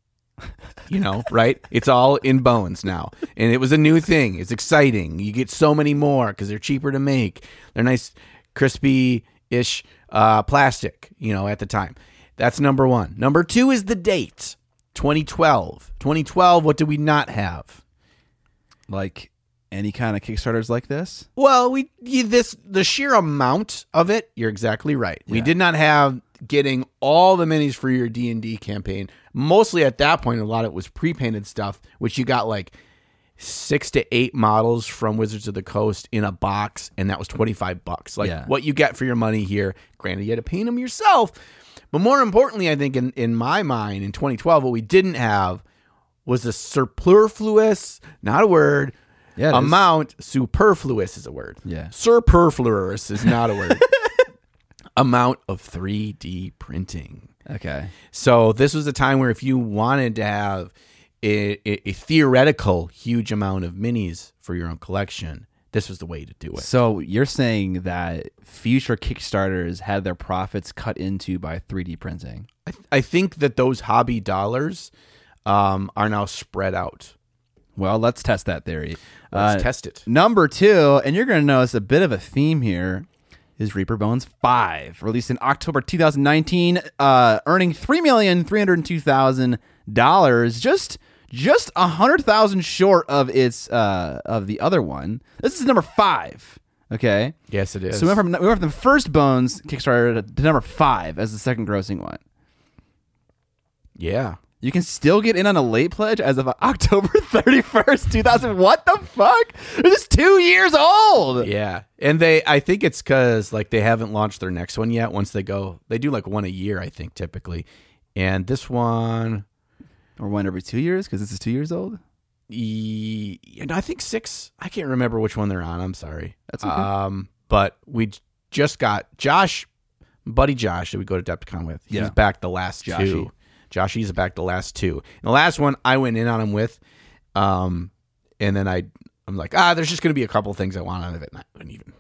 You know, right? It's all in bones now. And it was a new thing. It's exciting. You get so many more because they're cheaper to make. They're nice, crispy ish uh, plastic, you know, at the time. That's number one. Number two is the date 2012. 2012, what do we not have?
like any kind of Kickstarters like this.
Well, we you, this the sheer amount of it. You're exactly right. We did not have getting all the minis for your D and D campaign. Mostly at that point, a lot of it was pre-painted stuff, which you got like six to eight models from Wizards of the Coast in a box, and that was twenty five bucks. Like
Yeah.
what you get for your money here. Granted, you had to paint them yourself, but more importantly, I think in in my mind, in 2012, what we didn't have was the superfluous, not a word,
Yeah, it is.
amount superfluous is a word.
Yeah.
Superfluous is not a word. amount of 3D printing.
Okay.
So this was a time where if you wanted to have a, a, a theoretical huge amount of minis for your own collection, this was the way to do it.
So you're saying that future Kickstarters had their profits cut into by 3D printing.
I, th- I think that those hobby dollars um, are now spread out.
Well, let's test that theory.
Let's
Uh,
test it.
Number two, and you're going to notice a bit of a theme here, is Reaper Bones 5, released in October 2019, uh, earning $3,302,000, just just 100000 short of its uh, of the other one. This is number five, okay?
Yes, it is.
So we went, from, we went from the first Bones Kickstarter to, to number five as the second grossing one.
yeah.
You can still get in on a late pledge as of October 31st, 2000. What the fuck? This is two years old.
Yeah, and they I think it's because like they haven't launched their next one yet. Once they go, they do like one a year, I think typically, and this one,
or one every two years because this is two years old.
e- and I think six. I can't remember which one they're on. I'm sorry.
That's okay.
Um, but we j- just got Josh, buddy Josh, that we go to DeptCon with. He's
Yeah.
back the last
Joshy.
two. Joshy's back the last two. And the last one I went in on him with, um, and then I I'm like ah, there's just gonna be a couple things I want out of it, and I wouldn't even.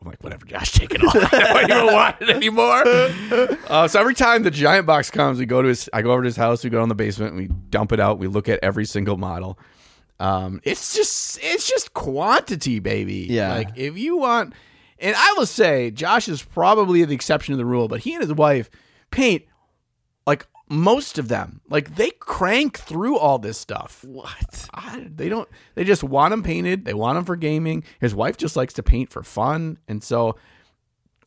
I'm like whatever, Josh, take it all. I don't even want it anymore. Uh, so every time the giant box comes, we go to his. I go over to his house. We go in the basement. We dump it out. We look at every single model. Um, it's just it's just quantity, baby.
Yeah.
Like if you want, and I will say, Josh is probably the exception to the rule, but he and his wife paint like most of them. Like they crank through all this stuff. What? I, they don't. They just want them painted. They want them for gaming. His wife just likes to paint for fun, and so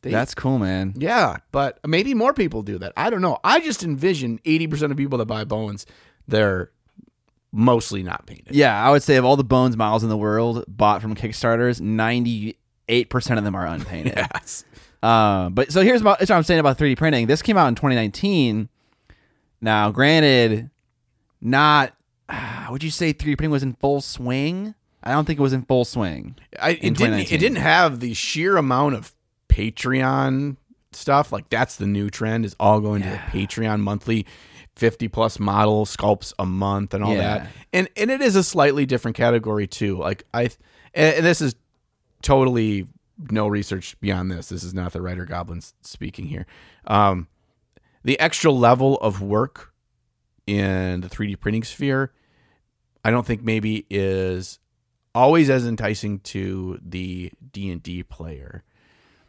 they-
That's cool, man.
yeah, but maybe more people do that. I don't know. I just envision 80% of people that buy Bowens, they're mostly not painted.
Yeah, I would say of all the bones models in the world bought from Kickstarters, ninety eight percent of them are unpainted.
Yes.
Uh, but so here's about, here's what I'm saying about 3D printing. This came out in 2019. Now, granted, not would you say 3D printing was in full swing? I don't think it was in full swing.
I, it,
In
didn't,
2019.
it didn't have the sheer amount of Patreon stuff. Like, that's the new trend is all going to the Patreon monthly 50 plus model sculpts a month and all
Yeah.
that. And, and it is a slightly different category, too. Like, I, and and this is totally no research beyond this. This is not the writer goblins speaking here. Um, the extra level of work in the 3D printing sphere, I don't think maybe is always as enticing to the D and D player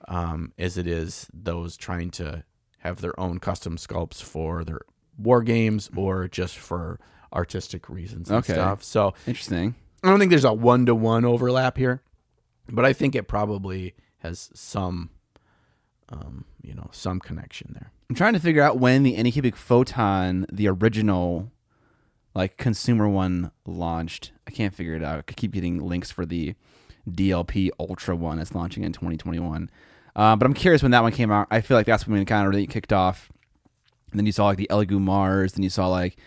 um, as it is those trying to have their own custom sculpts for their war games or just for artistic reasons and
Okay.
stuff. So
Interesting.
I don't think there's a one to one overlap here, but I think it probably has some, um, you know, some connection there.
I'm trying to figure out when the Anycubic Photon, the original, like consumer one, launched. I can't figure it out. I keep getting links for the DLP Ultra one that's launching in 2021. Uh, but I'm curious when that one came out. I feel like that's when it kind of really kicked off. And then you saw like the Elegoo Mars. Then you saw like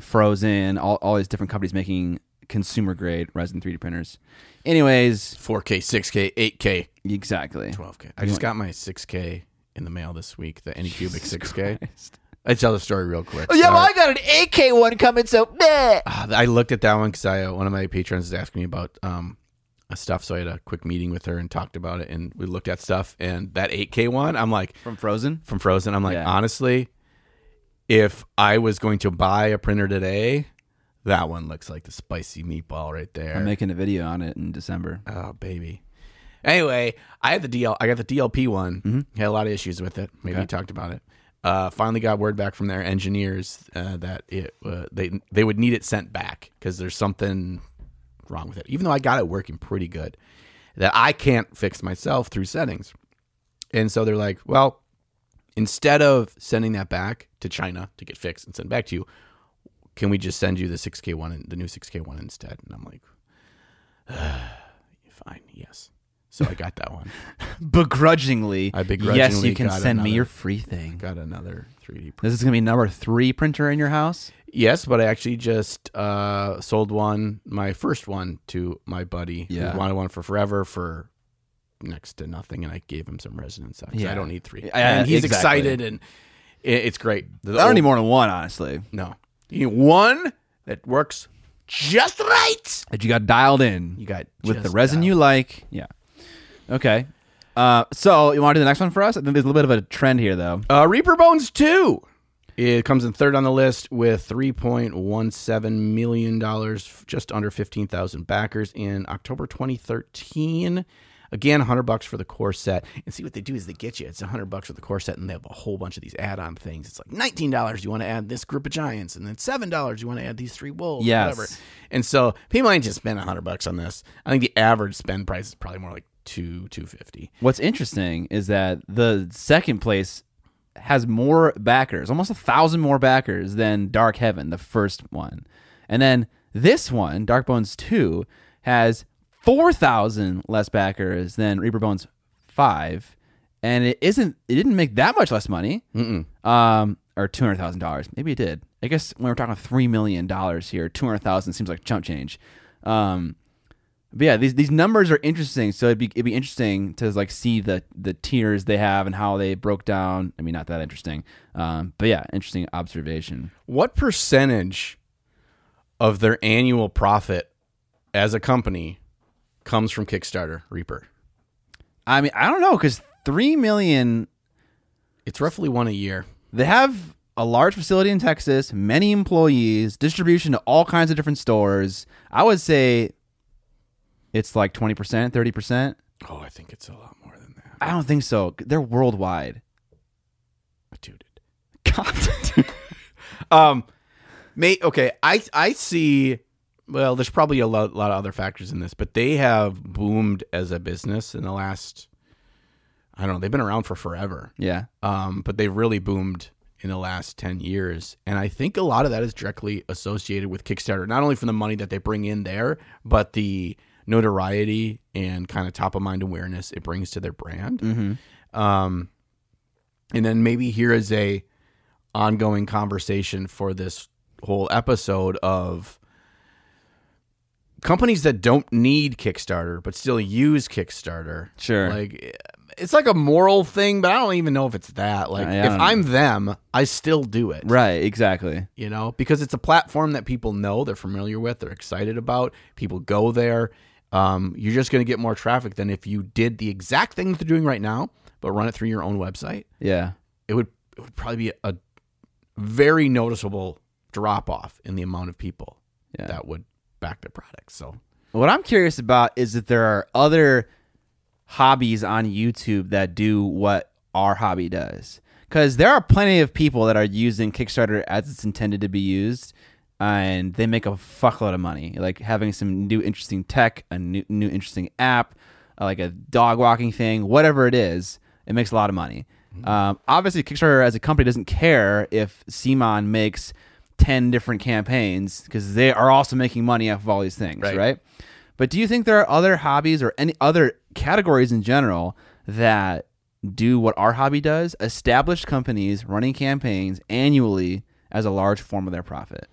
Frozen. All, all these different companies making consumer grade resin 3D printers. Anyways,
4K, 6K, 8K,
exactly.
12K. I just got my 6K in the mail this week, the Anycubic 6K. I tell the story real
Oh,
quick. Sorry.
got an AK one coming. So
Ah, I looked at that one because I uh, one of my patrons is asking me about um uh, stuff, so I had a quick meeting with her and talked about it, and we looked at stuff, and that 8K one, I'm like,
from Frozen.
from Frozen. I'm like,
Yeah.
honestly, if I was going to buy a printer today, that one looks like the spicy meatball right there.
I'm making a video on it in December.
oh baby. Anyway, I had the DL. I got the DLP one. Had a lot of issues with it. Maybe we talked about it. Uh, finally, got word back from their engineers uh, that it uh, they they would need it sent back because there's something wrong with it, even though I got it working pretty good, that I can't fix myself through settings. And so they're like, well, instead of sending that back to China to get fixed and sent back to you, can we just send you the 6K one, and the new 6K one instead? And I'm like, fine, yes. So I got that one.
Begrudgingly,
I begrudgingly
yes, you can
got
send me
another-
your free thing.
Got another 3D printer.
This is gonna be number three printer in your house.
Yes, but I actually just uh, sold one, my first one, to my buddy
Yeah.
who wanted one for forever for next to nothing, and I gave him some resonance. because
Yeah.
I don't need three.
yeah,
and he's
exactly.
excited, and i- it's great. The
I don't
old-
need more than one, honestly.
No, you need one that works just right.
That you got dialed in.
You got
with the
just
resin
that.
you like. Yeah. Okay. Uh, so you want to do the next one for us? I think there's a little bit of a trend here, though.
Uh, Reaper Bones 2. It comes in third on the list with $3.17 million, f- just under 15,000 backers in October 2013. Again, 100 bucks for the core set. And see what they do is they get you. It's 100 bucks for the core set, and they have a whole bunch of these add on things. It's like $19 you want to add this group of giants, and then $7 you want to add these three wolves,
Yes.
whatever. And so people ain't just spend 100 bucks on this. I think the average spend price is probably more like two 250
What's interesting is that the second place has more backers, almost a thousand more backers than Dark Heaven, the first one, and then this one, Dark Bones Two, has four thousand less backers than Reaper Bones Five, and it isn't. It didn't make that much less money. Mm-mm. um, or two hundred thousand dollars. Maybe it did. I guess when we're talking three million dollars here, two hundred thousand seems like chump change. Um, but yeah, these these numbers are interesting. So it'd be it'd be interesting to like see the the tiers they have and how they broke down. I mean, not that interesting. Um, but yeah, interesting observation.
what percentage of their annual profit as a company comes from Kickstarter Reaper?
I mean, I don't know because three million.
It's roughly one a year.
They have a large facility in Texas, many employees, distribution to all kinds of different stores. I would say it's like twenty percent, thirty percent.
Oh, I think it's a lot more than that.
I don't think so. They're worldwide.
Dude.
God.
Um, mate. Okay, I I see. Well, there's probably a lot, lot of other factors in this, but they have boomed as a business in the last. I don't know. They've been around for forever.
yeah.
um, but they've really boomed in the last 10 years. And I think a lot of that is directly associated with Kickstarter, not only from the money that they bring in there, but the notoriety and kind of top of mind awareness it brings to their brand.
Mm-hmm.
Um, and then maybe here is a ongoing conversation for this whole episode of companies that don't need Kickstarter but still use Kickstarter.
Sure.
Like it's like a moral thing, but I don't even know if it's that. Like
I- I
if
don't
I'm them, I still do it.
Right. Exactly.
You know, because it's a platform that people know, they're familiar with, they're excited about. People go there. Um, you're just going to get more traffic than if you did the exact thing that they're doing right now, but run it through your own website
Yeah.
it would it would probably be a very noticeable drop off in the amount of people
Yeah.
that would back their product. So
What I'm curious about is that there are other hobbies on YouTube that do what our hobby does. Because there are plenty of people that are using Kickstarter as it's intended to be used, and they make a fuckload of money. Like having some new interesting tech, a new, new interesting app, uh, like a dog walking thing, whatever it is, it makes a lot of money. Um, obviously, Kickstarter as a company doesn't care if Simon makes 10 different campaigns because they are also making money off of all these things,
Right.
right? But do you think there are other hobbies or any other categories in general that do what our hobby does? Established companies running campaigns annually as a large form of their profit.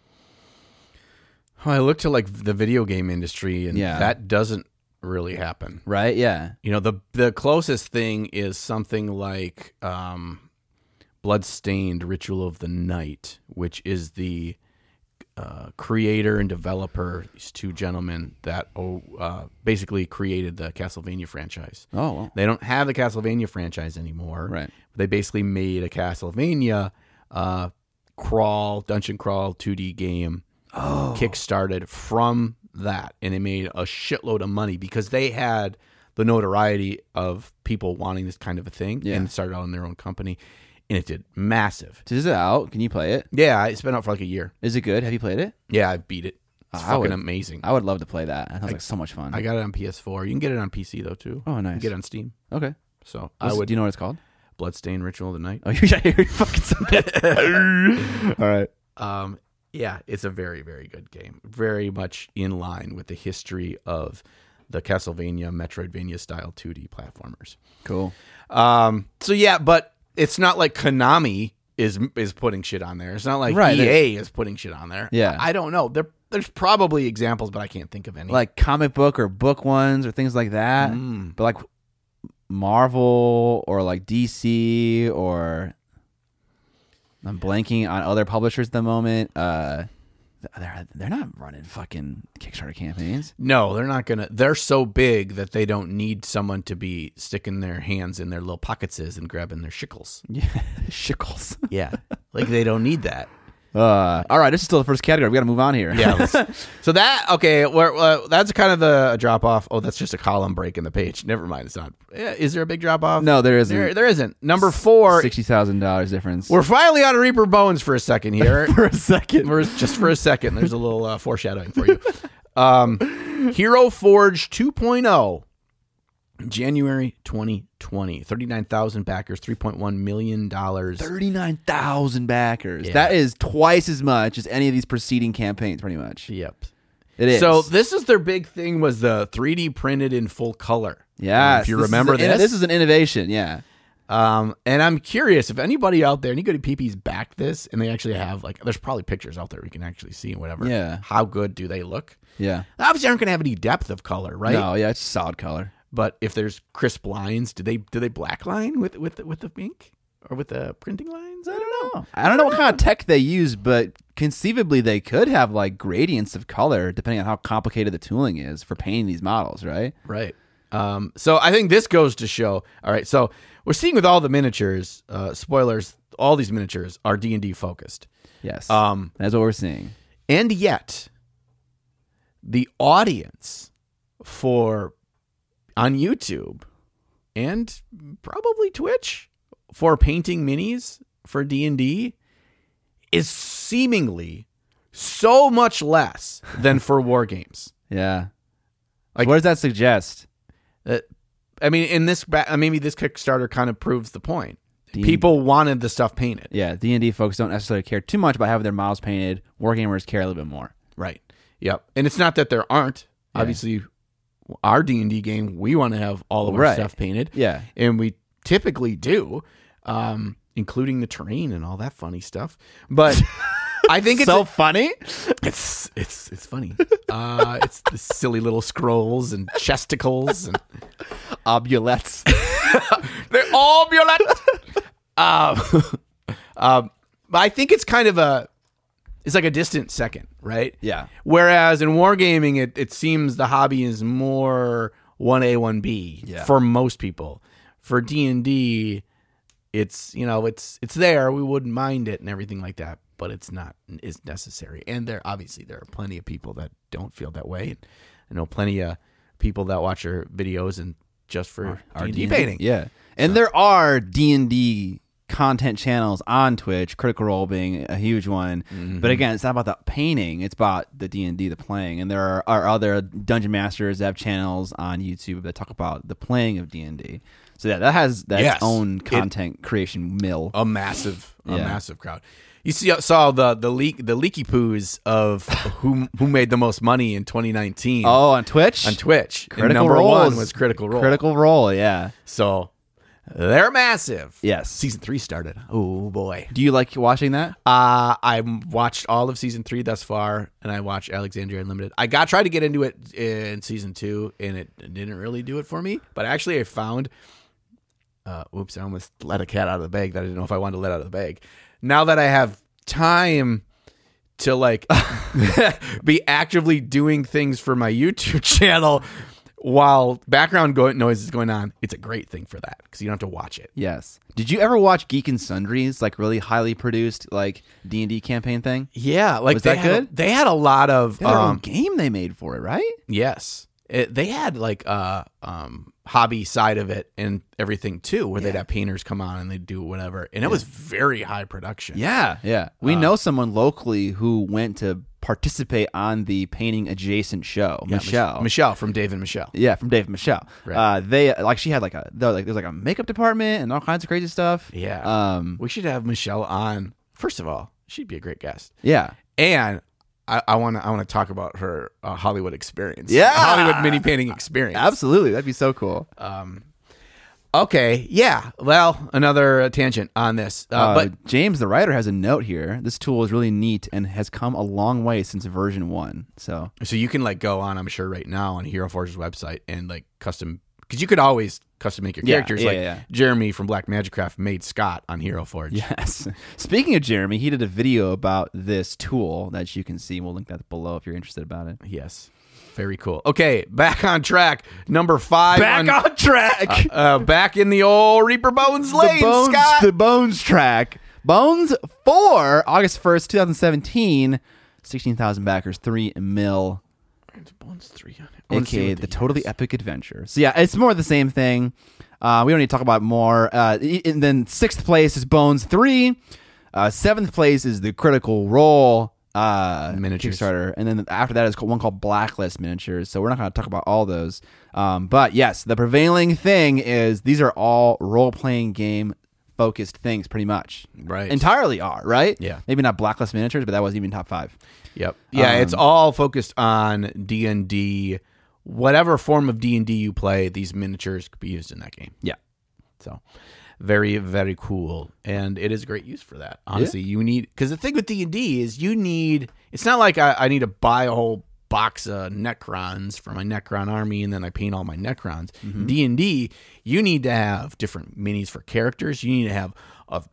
I look to like the video game industry, and
Yeah.
that doesn't really happen.
Right? Yeah.
You know, the the closest thing is something like um, Bloodstained Ritual of the Night, which is the uh, creator and developer, these two gentlemen that oh, uh, basically created the Castlevania franchise.
Oh, well.
They don't have the Castlevania franchise anymore.
Right.
They basically made a Castlevania uh, crawl, dungeon crawl 2D game
Oh.
kickstarted from that. And it made a shitload of money because they had the notoriety of people wanting this kind of a thing
Yeah.
and started out in their own company. And it did massive.
So is it out? Can you play it?
Yeah, it's been out for like a year.
Is it good? Have you played it?
Yeah, I beat it. It's
I
fucking
would-
amazing. I,
I would love to play that. That sounds like so much fun.
got it on PS4. You can get it on PC though too.
Oh, nice.
You can get it on Steam.
okay.
So I
What's-
would
Do you know what it's called?
Bloodstain Ritual of the Night.
Oh, you you fucking said All right.
Um, yeah, it's a very very good game. Very much in line with the history of the Castlevania Metroidvania style 2D platformers.
Cool.
Um, so yeah, but it's not like Konami is is putting shit on there. It's not like
Right,
EA is putting shit on there.
Yeah.
I don't know. There, there's probably examples, but I can't think of any. Hmm.
Like comic book or book ones or things like that.
Mm.
But like Marvel or like DC or I'm blanking on other publishers at the moment. Uh they're they're not running fucking Kickstarter campaigns.
no, they're not gonna. They're so big that they don't need someone to be sticking their hands in their little pockets and grabbing their shickles.
Yeah. Shickles.
Yeah, like they don't need that.
Uh, all right, this is still the first category. We got to move on here.
Yeah. let's- so that okay, where, uh, that's kind of the drop off. Oh, that's just a column break in the page. Never mind. It's not. Yeah, is there a big drop off?
No, there isn't.
There, there isn't. Number four.
Sixty thousand dollars difference.
We're finally on Reaper Bones for a second here.
for a second.
We're- just for a second, there's a little uh, foreshadowing for you. Um, Hero Forge 2.0, January 2020. 39,000 backers, $3.1 million.
Thirty-nine thousand backers. That is twice as much as any of these preceding campaigns, pretty much.
Yep.
It is.
So this is their big thing was the 3D printed in full color.
yeah,
If you remember this.
this is an innovation. Yeah,
Um, and I'm curious if anybody out there, and you go to PP's back this, and they actually have like, there's probably pictures out there we can actually see and whatever.
Yeah.
How good do they look?
yeah.
Obviously, aren't going to have any depth of color, right?
No, yeah, it's solid color.
But if there's crisp lines, do they do they black line with with the, with the ink or with the printing lines? I don't know.
Oh, I don't know what kind of tech they use, but conceivably they could have like gradients of color depending on how complicated the tooling is for painting these models, right?
Right. Um, so I think this goes to show. All right. So we're seeing with all the miniatures. Uh, spoilers. All these miniatures are D and D focused.
Yes,
Um,
Uh, that's what we're seeing.
and yet, the audience for on YouTube and probably Twitch for painting minis for D&D is seemingly so much less than for war games.
Yeah.
Like-
what does that suggest?
Uh, I mean, in this ba- uh, maybe this Kickstarter kind of proves the point.
D-
People wanted the stuff painted.
Yeah, D and D folks don't necessarily care too much about having their models painted. Wargamers care a little bit more.
Right. Yep. And it's not that there aren't.
Yeah.
Obviously, our D and D game, we want to have all of our
Right.
stuff painted,
Yeah,
and we typically do, um, including the terrain and all that funny stuff. But I think it's
funny.
it's it's it's funny. Uh, it's the silly little scrolls and chesticles, and
Obulettes.
they're all Bjorn. um, um, but I think it's kind of a it's like a distant second, right?
yeah.
Whereas in wargaming, it, it seems the hobby is more one A one B for most people. For D and D, it's you know it's it's there. We wouldn't mind it and everything like that, but it's not is necessary. And there obviously there are plenty of people that don't feel that way. And I know plenty of people that watch our videos and just for D and D painting.
Yeah, and there are D and D content channels on Twitch. Critical Role being a huge one,
Mm-hmm.
but again, it's not about the painting; it's about the D and D, the playing. And there are, are other dungeon masters that have channels on YouTube that talk about the playing of D and D. So yeah, that has that
Yes.
own
It- Oh,
content creation mill.
a massive, a
Yeah.
massive crowd. You see, uh, saw the the leak, the leaky poos of who who made the most money in 2019
Oh, on Twitch.
on Twitch. And
Critical
number
Role's-
one was Critical Role.
Critical Role. Yeah.
so they're massive.
Yes.
season three started. Oh boy.
Do you like watching that?
Uh, I watched all of season three thus far, and I watched Alexandria Unlimited. I got tried to get into it in season two, and it didn't really do it for me. But actually, I found, uh, oops, I almost let a cat out of the bag that I didn't know if I wanted to let out of the bag. Now that I have time to like be actively doing things for my YouTube channel while background go- noise is going on, it's a great thing for that because you don't have to watch it.
Yes. Did you ever watch Geek and Sundries, like really highly produced, like D and D campaign thing?
Yeah, like
Was
they
that
had a-
good?
they had a lot of
They had their own
um,
game they made for it, right?
Yes. It, they had like a um, hobby side of it and everything too, where they'd have painters come on and they'd do whatever. And it was very high production.
Uh, Yeah, yeah. We know someone locally who went to participate on the painting adjacent show, Michelle.
Michelle from Dave and Michelle.
yeah, from Dave and Michelle.
Right.
Uh, they like she had like a there was like there's like a makeup department and all kinds of crazy stuff.
Yeah.
Um.
we should have Michelle on. First of all, she'd be a great guest.
Yeah.
And I, I want to I want to talk about her uh, Hollywood experience.
Yeah.
Hollywood mini painting experience. Um,
Absolutely. That'd be so cool.
Okay, yeah. Well, another uh, tangent on this, uh,
Uh,
but
but James, the writer, has a note here. This tool is really neat and has come a long way since version one. So
so you can like go on, I'm sure, right now on Hero Forge's website and like custom because you could always custom make your
Yeah,
characters.
yeah,
like
yeah.
Jeremy from Black Magicraft made Scott on Hero Forge.
Yes. Speaking of Jeremy, he did a video about this tool that you can see. We'll link that below if you're interested about it.
Yes, very cool. Okay, back on track. Number five. on,
track.
uh, back in the old Reaper Bones
the
Lane,
bones,
Scott.
the bones track. Bones four, August first, two thousand seventeen. Sixteen thousand backers, three mil,
Bones three on it. I wanna see
aka
what
the, totally epic adventure. So yeah, it's more of the same thing. Uh, we don't need to talk about more. Uh, e- and then sixth place is Bones three. Uh, seventh place is the Critical Role uh,
Miniatures.
Kickstarter, and then after that is one called Blacklist Miniatures. So we're not going to talk about all those. Um, but yes, the prevailing thing is these are all role playing game focused things, pretty much.
Right.
Entirely are right.
Yeah.
Maybe not Blacklist Miniatures, but that wasn't even top five.
Yep. Yeah, it's
Um,
all focused on D and D. Whatever form of D and D you play, these miniatures could be used in that game.
Yeah.
So, very very cool, and it is a great use for that. Honestly, you need because the thing with D and D is you need. It's not like I, I need to buy a whole box of Necrons for my Necron army, and then I paint all my Necrons.
Mm-hmm.
D and D, you need to have different minis for characters. You need to have a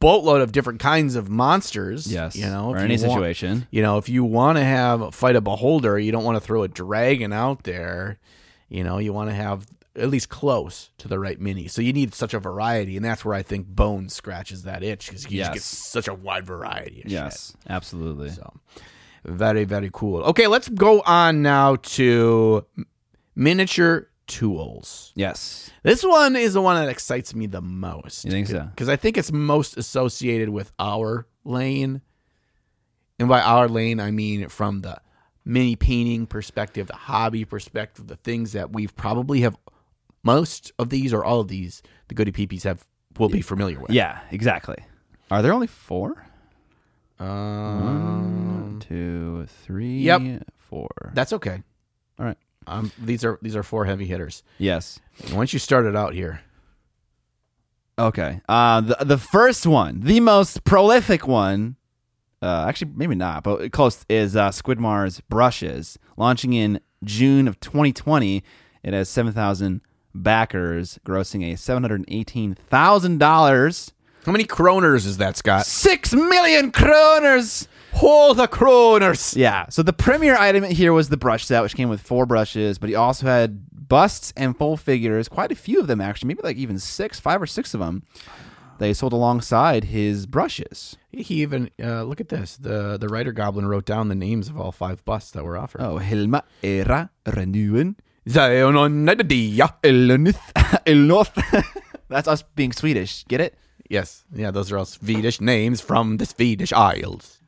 boatload of different kinds of monsters.
Yes.
you know,
Or
if
any
you want-
situation.
you know, if you want to have fight a beholder, you don't want to throw a dragon out there. You know, you want to have at least close to the right mini. So you need such a variety, and that's where I think Bone scratches that itch because you just
Yes.
get such a wide variety. Of
Yes. Absolutely.
shit. So very very cool. Okay, let's go on now to miniature tools.
Yes.
This one is the one that excites me the most.
You think so?
Because I think it's most associated with our lane. And by our lane, I mean from the mini painting perspective, the hobby perspective, the things that we've probably have most of these or all of these, the goody peepees have will be familiar with.
Yeah. Exactly. Are there only four?
Uh,
Mm-hmm.
Um,
One, two, three,
Yep.
four.
that's okay.
All right.
Um, these are these are four heavy hitters.
Yes.
And once you start it out here,
Okay. Uh, the the first one, the most prolific one, uh, actually maybe not, but close is uh, Squidmar's Brushes, launching in June of 2020. It has 7,000 backers, grossing a $718,000,
how many kroners is that, Scott?
six million kroners.
All the kroners.
Yeah. So the premier item here was the brush set, which came with four brushes, but he also had busts and full figures, quite a few of them actually, maybe like even six, five or six of them. They sold alongside his brushes.
He even uh, look at this. The the writer goblin wrote down the names of all five busts that were offered.
Oh, Hilma Era Renuen
Ziononadadia.
Elnuth Elnuth. That's us being Swedish. Get it?
Yes, yeah, those are all Swedish names from the Swedish Isles.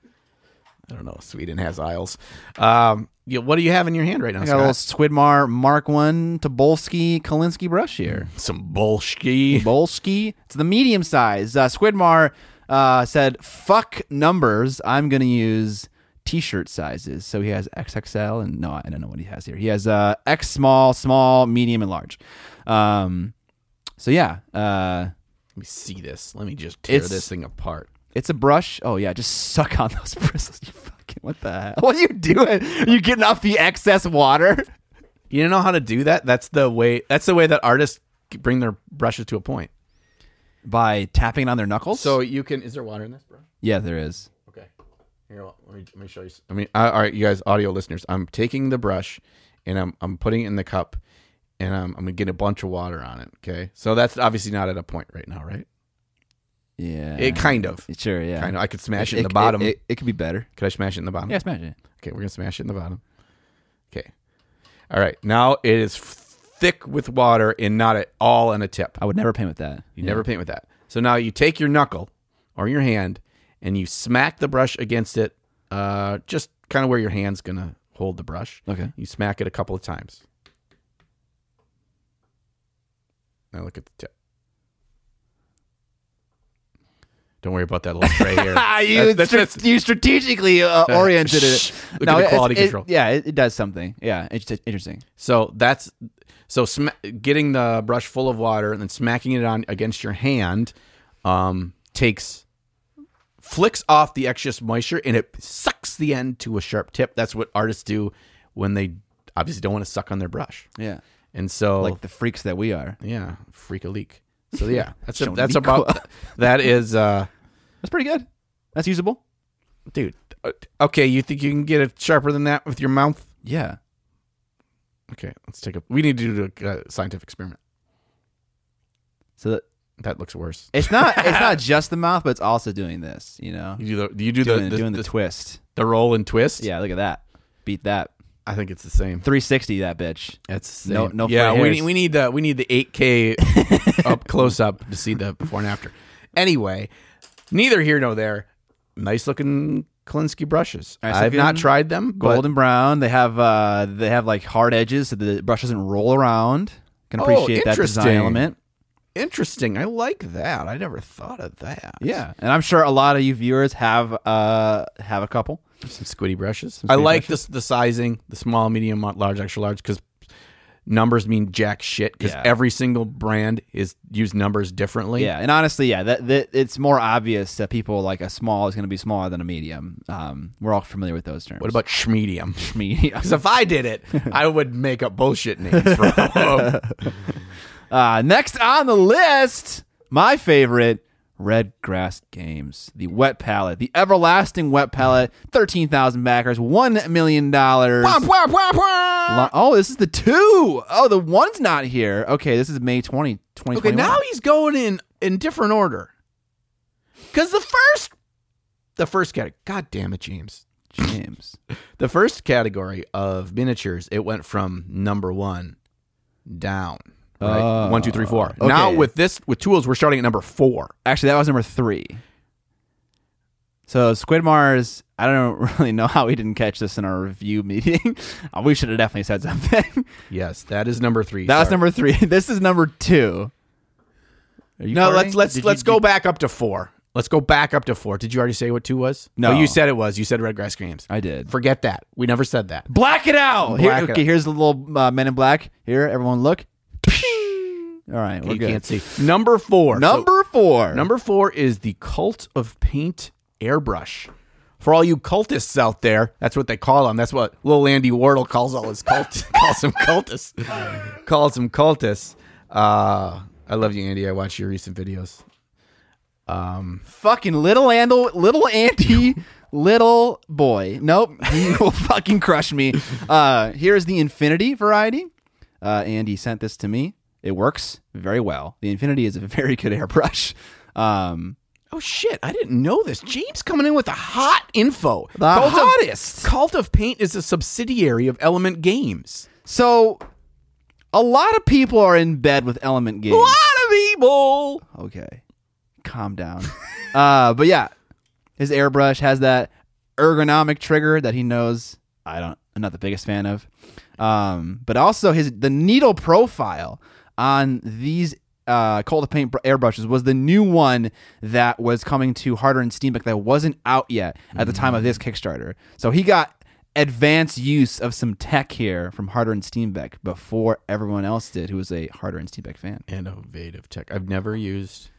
I don't know. Sweden has Isles. Um, yeah, what do you have in your hand right now,
I got a little
Scott?
Squidmar Mark One Tobolsky Kalinsky brush here.
Some bolshki.
Bolsky. It's the medium size. Uh, Squidmar uh, said, "Fuck numbers. I'm gonna use t-shirt sizes." So he has XXL, and no, I don't know what he has here. He has uh, X small, small, medium, and large. Um, so yeah, uh,
Let me see this. Let me just tear
It's-
this thing apart.
it's a brush. Oh yeah, just suck on those bristles. You fucking what the hell? What are you doing? Are you getting off the excess water?
You don't know how to do that? That's the way. That's the way that artists bring their brushes to a point.
By tapping on their knuckles?
So you can. Is there water in this, bro?
yeah, there is.
Okay. Here, well, let me let me show you. s- I mean, I- all right, you guys, audio listeners, I'm taking the brush, and I'm I'm putting it in the cup, and I'm I'm gonna get a bunch of water on it. Okay, so that's obviously not at a point right now, right?
Yeah,
It kind of,
sure. Yeah,
kind of. I could smash
It-
it, in the bottom. Um,
It, it, it could be better.
could I smash it in the bottom?
Yeah, smash it.
Okay, we're gonna smash it in the bottom. Okay. All right. Now it is thick with water and not at all on a tip.
I would never paint with that.
You never paint with that. So now you take your knuckle or your hand and you smack the brush against it uh, just kind of where your hand's gonna hold the brush.
Okay.
You smack it a couple of times. Now look at the tip. Don't worry about that little tray here.
Ah, you,
That's-
stra-
that's-
you strategically uh, oriented it.
Shh. Look at the
it's-
quality
it-
control.
yeah, it, it does something. Yeah, it's it's interesting.
So that's so sma getting the brush full of water and then smacking it on against your hand um, takes flicks off the excess moisture and it sucks the end to a sharp tip. That's what artists do when they obviously don't want to suck on their brush.
Yeah,
And so
like the freaks that we are.
yeah, freak a leak. So yeah, that's a,
Don't
that's
leak.
about that is uh
That's pretty good. That's usable.
dude. uh, Okay, you think you can get it sharper than that with your mouth?
Yeah.
Okay, let's take a we need to do a uh, scientific experiment.
So that,
That looks worse.
it's not it's not just the mouth, but it's also doing this. You know,
You do the you do
doing
the,
the,
the,
doing the,
the
twist.
The roll and twist.
Yeah, look at that. Beat that.
I think it's the same.
360 that bitch.
That's
the same. No- no
Yeah,
fray
we
hairs.
need, we need the we need the eight K up close up to see the before and after. Anyway, neither here nor there. Nice looking Klinsky brushes.
Nice
I've
looking
not tried them. but-
Golden brown. They have uh they have like hard edges so the brush doesn't roll around. Can
Oh,
appreciate that design
interesting.
element.
Interesting. I like that. I never thought of that.
Yeah, and I'm sure a lot of you viewers have uh have a couple.
Some squiddy brushes.
squiddy
I like this the sizing, the small, medium, large, extra large, because numbers mean jack shit. Because
Yeah.
every single brand is use numbers differently.
Yeah, and honestly, yeah, that, that it's more obvious that people like a small is going to be smaller than a medium. Um, we're all familiar with those terms.
What about schmedium?
medium?
Because if I did it, I would make up bullshit names for all of them.
Uh, next on the list, my favorite, Red Grass Games, the wet palette, the everlasting wet palette, thirteen thousand backers, one million dollars. Lo- Oh, this is the two. Oh, the one's not here. Okay, this is May 20, 2021.
Okay, now he's going in in different order. Because the first, the first category, god damn it, James.
James.
The first category of miniatures, it went from number one down. Right?
Oh,
one, two, three, four. Now
okay.
with this, with tools, we're starting at number four.
Actually, that was number three. So Squid Mars, I don't really know how we didn't catch this in our review meeting. Uh, we should have definitely said something.
Yes, that is number three.
that was
Sorry.
number three. This is number two. Are you
No,
farting?
let's let's
Did you-
let's
did-
go back up to four. Let's go back up to four. Did you already say what two was?
No.
Oh, you said it was. You said Red Grass Games.
I did.
Forget that. We never said that.
Black it out. Here-
Black it
okay,
out.
here's the little uh, Men in Black. Here, everyone, look. All right, we're
you
good.
can't see. Number four.
Number four.
So, number four is the Cult of Paint Airbrush. For all you cultists out there, that's what they call them. That's what little Andy Wardle calls all his cult calls them cultists. calls them cultists. Uh, I love you, Andy. I watch your recent videos.
fucking little Andel, little Andy, little boy. Nope, he will fucking crush me. Uh, here's the Infinity variety. Uh, Andy sent this to me. It works very well. The Infinity is a very good airbrush. Um,
Oh shit! I didn't know this. James coming in with the hot info. The
hottest.
Of, Cult of Paint is a subsidiary of Element Games.
so, a lot of people are in bed with Element Games.
A lot of people.
Okay, calm down. uh, but yeah, his airbrush has that ergonomic trigger that he knows. I don't. I'm not the biggest fan of. Um, but also his the needle profile on these uh, coal to paint br- airbrushes was the new one that was coming to Harder and Steamback that wasn't out yet at the time of this Kickstarter. So he got advanced use of some tech here from Harder and Steambeck before everyone else did who was a Harder and Steambeck fan.
Innovative tech. I've never used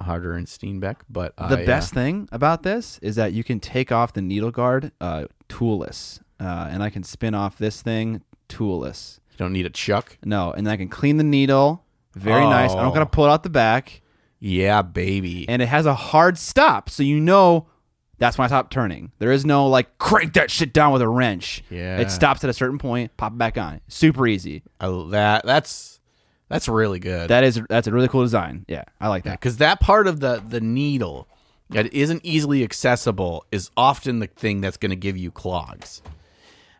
Harder and Steenbeck, but
The
I, uh,
best thing about this is that you can take off the needle guard uh, toolless, uh, and I can spin off this thing toolless.
you don't need a chuck.
No, and I can clean the needle. Very nice. I
Oh.
don't gotta pull it out the back,
Yeah, baby.
and it has a hard stop, so you know that's when I stop turning. There is no like crank that shit down with a wrench.
Yeah.
it stops at a certain point, pop it back on. Super easy.
I- that that's that's really good.
That is that's a really cool design. Yeah, I like that.
because that part of the the needle that isn't easily accessible is often the thing that's going to give you clogs.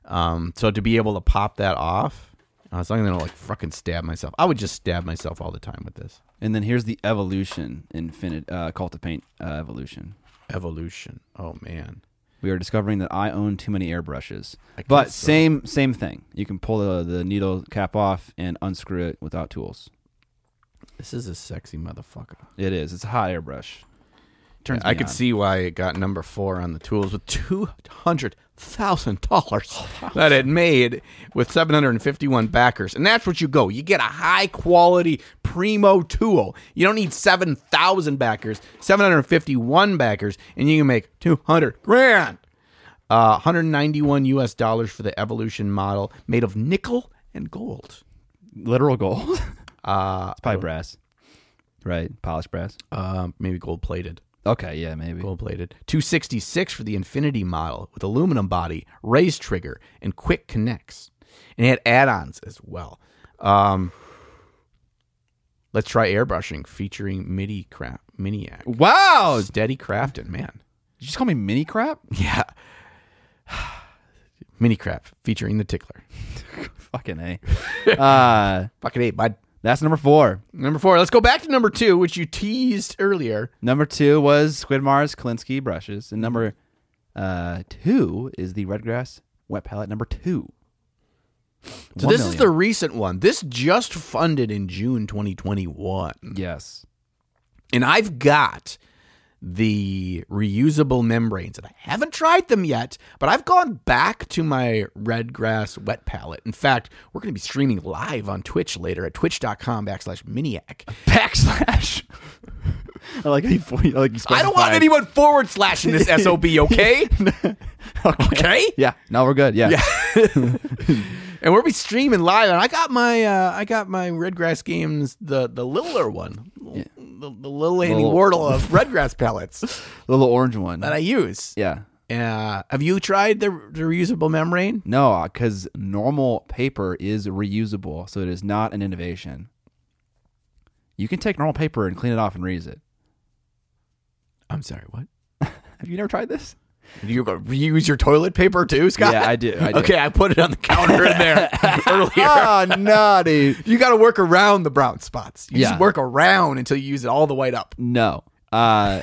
Um, so to be able to pop that off, uh, so I'm going to like fucking stab myself. I would just stab myself all the time with this
And then here's the evolution infinite uh, call to paint uh, evolution.
evolution. Oh man,
we are discovering that I own too many airbrushes.
guess
But
so.
same same thing. You can pull the, the needle cap off and unscrew it without tools.
This is a sexy motherfucker.
It is. It's a hot airbrush. Turns
I
me
could
on.
see why it got number four on the tools with two hundred thousand dollars that it made with seven hundred and fifty-one backers, and that's what you go. You get a high-quality primo tool. You don't need seven thousand backers, seven hundred fifty-one backers, and you can make two hundred grand. Uh, one hundred ninety-one U.S. dollars for the Evolution model, made of nickel and gold.
literal gold. Uh, it's probably brass, right? Polished brass.
Um, maybe gold-plated.
Okay, yeah, maybe.
gold plated. 266 for the Infinity model with aluminum body, raised trigger, and quick connects. And it had add ons as well. Um, let's try airbrushing featuring MIDI crap. Miniac.
Wow! Did
Steady crafting, man.
you just call me mini crap?
Yeah. Mini crap featuring the tickler.
Fucking a. uh,
Fucking eight, bud.
that's number four.
Number four. Let's go back to number two, which you teased earlier.
Number two was Squidmar's Klinsky brushes, and number uh, two is the Redgrass wet palette. Number two.
So
One
this is
million.
the recent one. This just funded in June 2021.
yes.
And I've got the reusable membranes, and I haven't tried them yet, but I've gone back to my red grass wet palette. In fact, we're going to be streaming live on Twitch later at twitch.com backslash miniac.
Backslash. I like how you, I like you
I don't want
specified.
anyone forward slashing this SOB, okay? okay?
Yeah. No, we're good. Yeah.
And we'll be streaming live, and I got my uh, I got my Redgrass Games the the littler one, the, the little Annie
Little-
Wardle of Redgrass palettes
the little orange one.
that I use.
yeah.
Uh, have you tried the, the reusable membrane?
No, because normal paper is reusable, so it is not an innovation. You can take normal paper and clean it off and reuse it.
I'm sorry, what?
Have you never tried this?
Do you go reuse your toilet paper too, Scott?
Yeah, I do, I do.
Okay, I put it on the counter in there earlier.
Oh, no, dude.
You got to work around the brown spots. You
Yeah.
just work around until you use it all the way up.
No. Uh,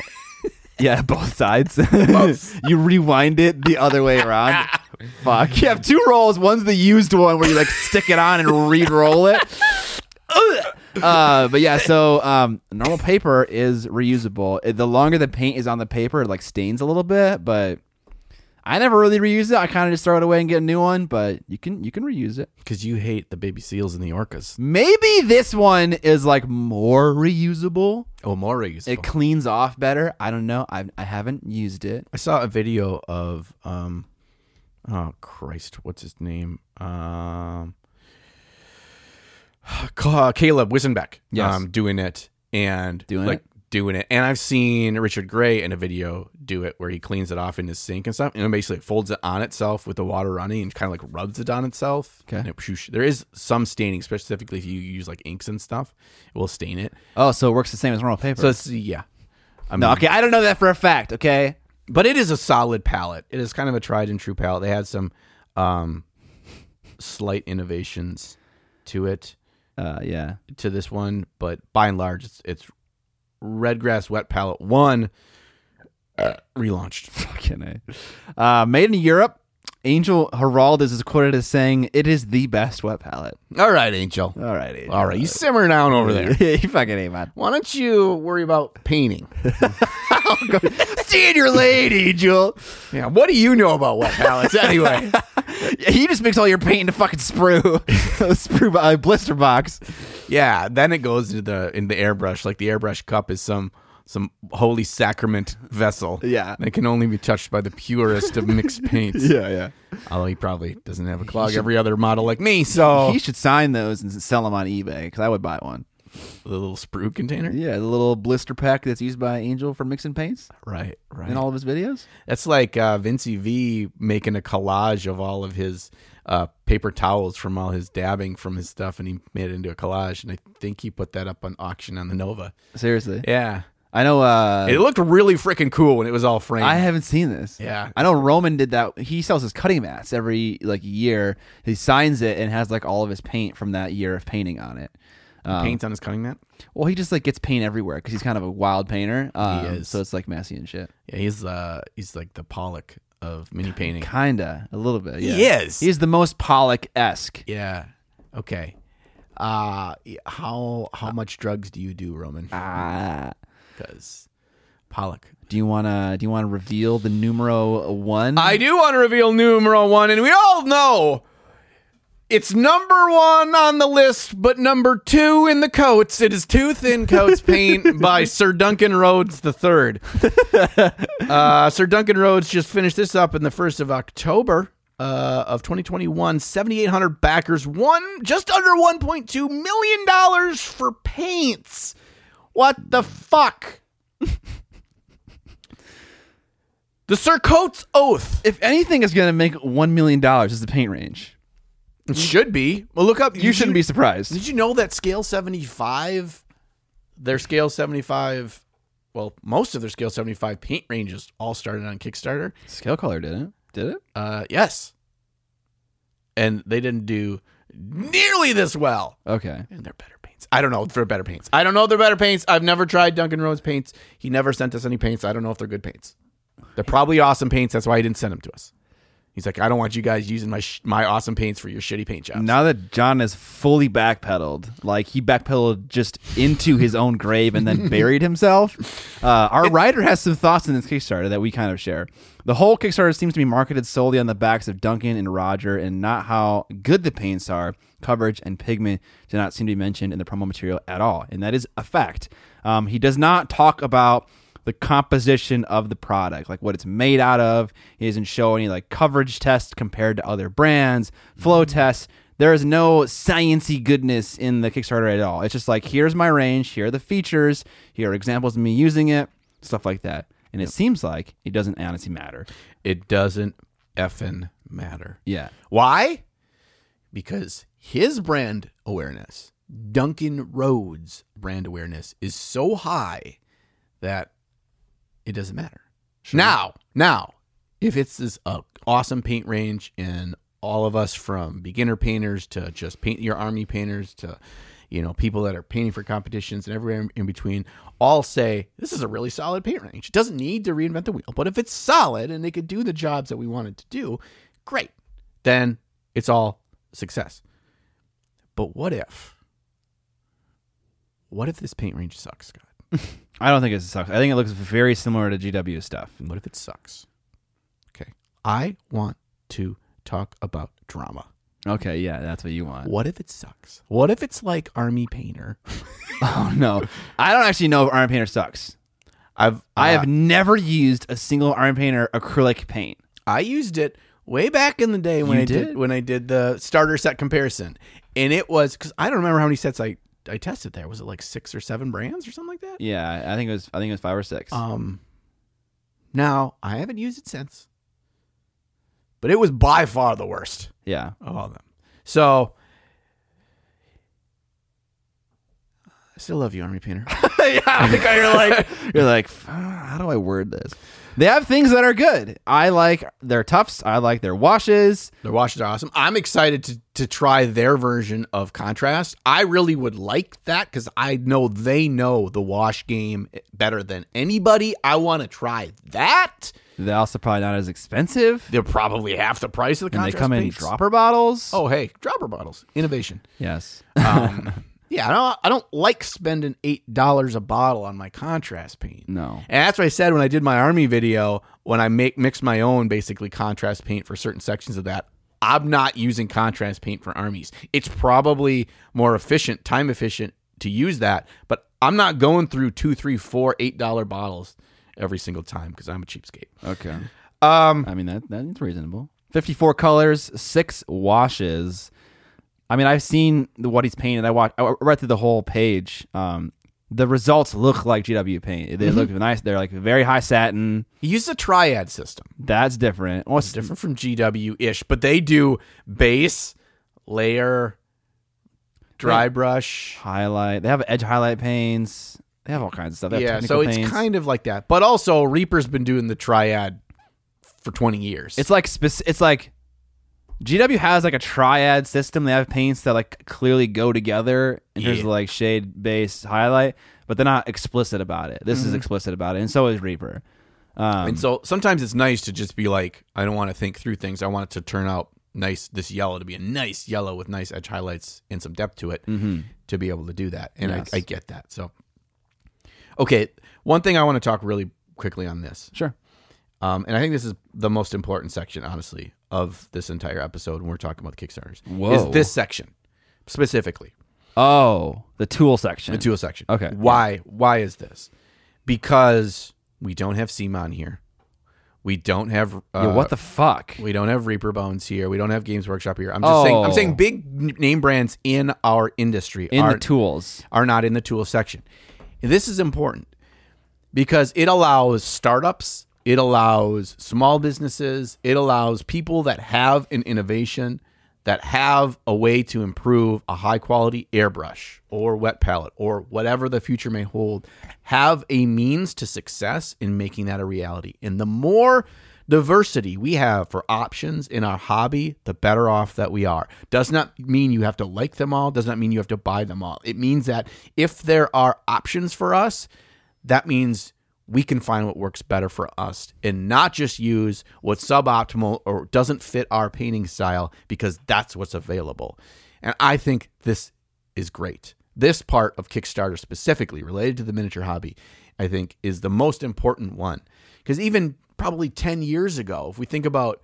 yeah, both sides.
Both.
you rewind it the other way around. Fuck. You have two rolls. One's the used one where you like stick it on and re-roll it. uh, but yeah, so um, normal paper is reusable. It- The longer the paint is on the paper, it like stains a little bit, but I never really reuse it. I kind of just throw it away and get a new one, but you can you can reuse it.
Because you hate the baby seals and the orcas.
Maybe this one is like more reusable.
Oh, more reusable.
It cleans off better. I don't know. I I haven't used it.
I saw a video of um oh Christ, what's his name? Um Ca- uh, Caleb Wisenbeck
Yes.
um doing it and
Doing
like doing it. And I've seen Richard Gray in a video do it where he cleans it off in his sink and stuff and it basically folds it on itself with the water running and kind of like rubs it on itself.
Okay.
And it whoosh. there is some staining, specifically if you use like inks and stuff, it will stain it.
Oh, so it works the same as normal paper.
So it's yeah. I mean,
no, okay. I don't know that for a fact. Okay.
but it is a solid palette. It is kind of a tried and true palette. They had some um, slight innovations to it
Uh, yeah.
to this one, but by and large, it's it's Redgrass Wet Palette One uh, relaunched.
Fucking A. Uh, made in Europe. Angel Heraldus is quoted as saying, "It is the best wet palette."
All right, Angel.
All right, Angel.
All right, you simmer down over there.
you fucking ain't man.
Why don't you worry about painting?
Stand your lady, Angel.
Yeah, what do you know about wet palettes anyway?
He just makes all your paint into fucking sprue, sprue bo- uh, blister box.
Yeah, then it goes into the in the airbrush. Like the airbrush cup is some some holy sacrament vessel.
Yeah.
that can only be touched by the purest of mixed paints.
yeah.
Although he probably doesn't have a clog every other model like me. So
He should sign those and sell them on eBay because I would buy one.
the little sprue container.
Yeah, the little blister pack that's used by Angel for mixing paints
Right, right.
in all of his videos.
That's like uh, Vinci V making a collage of all of his uh, paper towels from all his dabbing from his stuff, and he made it into a collage. And I think he put that up on auction on the Nova.
Seriously,
Yeah,
I know. Uh,
it looked really freaking cool when it was all framed.
I haven't seen this.
Yeah.
I know Roman did that. He sells his cutting mats every like year. He signs it and has like all of his paint from that year of painting on it. Um,
Paints on his cutting mat.
well, he just like gets paint everywhere because he's kind of a wild painter. Um,
is.
So it's like messy and shit.
Yeah, he's uh he's like the Pollock of mini painting.
Kinda, a little bit. Yeah.
He is.
He's the most Pollock esque.
Yeah. Okay. Uh y- how how much drugs do you do, Roman?
Ah.
Because Pollock.
Do you wanna do you wanna reveal the numero one?
I do want to reveal numero one, and we all know it's number one on the list, but number two in the coats. It is Two Thin Coats Paint by Sir Duncan Rhodes the Third. Uh, Sir Duncan Rhodes just finished this up in the first of October uh, of 2021. 7,800 backers, one just under 1.2 million dollars for paints. What the fuck? the Sir Coates Oath.
if anything is gonna make one million dollars is the paint range.
It should be. Well, look up.
You shouldn't be surprised.
Did you know that scale seventy five? Their scale seventy five. Well, most of their scale seventy five paint ranges all started on Kickstarter.
Scale color did it. Did it?
Uh, yes, and they didn't do nearly this well.
Okay.
And they're better paints. I don't know if they're better paints. I don't know if they're better paints. I've never tried Duncan Rhodes paints. He never sent us any paints. I don't know if they're good paints. They're probably awesome paints. That's why he didn't send them to us. He's like, I don't want you guys using my sh- my awesome paints for your shitty paint jobs.
Now that John is fully backpedaled, like he backpedaled just into his own grave and then buried himself, uh, our writer has some thoughts on this Kickstarter that we kind of share. The whole Kickstarter seems to be marketed solely on the backs of Duncan and Roger and not how good the paints are. Coverage and pigment do not seem to be mentioned in the promo material at all, and that is a fact. Um, he does not talk about the composition of the product, like what it's made out of. He doesn't show any like coverage tests compared to other brands, flow tests. There is no sciency goodness in the Kickstarter at all. It's just like here's my range, here are the features, here are examples of me using it, stuff like that. And it seems like it doesn't honestly matter.
It doesn't effing matter.
Yeah.
Why? Because his brand awareness, Duncan Rhodes' brand awareness, is so high that it doesn't matter. Now, now, if it's this uh, awesome paint range and all of us from beginner painters to just paint your army painters to you know people that are painting for competitions and everywhere in- in between all say this is a really solid paint range it doesn't need to reinvent the wheel but if it's solid and they could do the jobs that we wanted to do great then it's all success but what if what if this paint range sucks scott
I don't think it sucks. I think it looks very similar to GW stuff.
and what if it sucks? Okay. I want to talk about drama.
Okay, yeah, that's what you want.
What if it sucks? What if it's like Army Painter?
Oh no. I don't actually know if Iron Painter sucks.
I've uh,
I have never used a single Iron Painter acrylic paint.
I used it way back in the day when
You
I did?
did?
when I did the starter set comparison, and it was because I don't remember how many sets I I tested there. Was it like six or seven brands or something like that?
Yeah, I think it was. I think it was five or six.
Um, now I haven't used it since, but it was by far the worst.
yeah,
of all of them. So I still love you, Army Painter.
yeah. I think you're like you're like, "F- how do I word this? They have things that are good. I like their tufts. I like their washes.
Their washes are awesome. I'm excited to to try their version of contrast. I really would like that because I know they know the wash game better than anybody. I want to try that.
They're also probably not as expensive.
They're probably half the price of the
and they
contrast.
come in
paints.
dropper bottles.
Oh, hey, dropper bottles, innovation.
yes.
Um, yeah, I don't, I don't like spending eight dollars a bottle on my contrast paint.
No.
And that's what I said when I did my army video. When I make mix my own basically contrast paint for certain sections of that, I'm not using contrast paint for armies. It's probably more efficient, time efficient to use that, but I'm not going through two, three, four, eight dollar bottles every single time because I'm a cheapskate.
Okay.
Um,
I mean that that's reasonable. Fifty-four colors, six washes. I mean, I've seen the- what he's painted. I watched. I read through the whole page. Um, the results look like GW paint. They look nice. They're like very high satin.
he used a triad system.
That's different. What's
different from GW ish, but they do base, layer, dry brush.
highlight. They have edge highlight panes. They have all kinds of stuff. They have
Yeah,
technical
so it's
panes.
kind of like that. But also, Reaper's been doing the triad for 20 years.
it's like spec- it's like GW has like a triad system. They have paints that like clearly go together in terms of
Yeah.
like
Mm-hmm.
shade, base, highlight, but they're not explicit about it. This is explicit about it, and so is Reaper. Um,
And so sometimes it's nice to just be like, I don't want to think through things. I want it to turn out nice. This yellow to be a nice yellow with nice edge highlights and some depth to it to be able to do that. And
Mm-hmm. Yes.
I, I get that. So, okay, one thing I want to talk really quickly on this,
sure.
um, and I think this is the most important section, honestly, of this entire episode when we're talking about the Kickstarters.
Whoa.
Is this section specifically?
Oh, the tool section.
The tool section.
Okay.
Why? Why is this? Because we don't have Seamon here. We don't have uh,
Yeah, what the fuck?
we don't have Reaper Bones here. We don't have Games Workshop here. I'm just saying. I'm
Oh.
saying big n- name brands in our industry
In
are
the tools.
are not in the tool section. This is important because it allows startups, it allows small businesses, it allows people that have an innovation, that have a way to improve a high quality airbrush or wet palette or whatever the future may hold, have a means to success in making that a reality. And the more diversity we have for options in our hobby, the better off that we are. Does not mean you have to like them all, does not mean you have to buy them all. It means that if there are options for us, that means we can find what works better for us and not just use what's suboptimal or doesn't fit our painting style because that's what's available. And I think this is great. This part of Kickstarter, specifically related to the miniature hobby, I think is the most important one. Because even probably 10 years ago, if we think about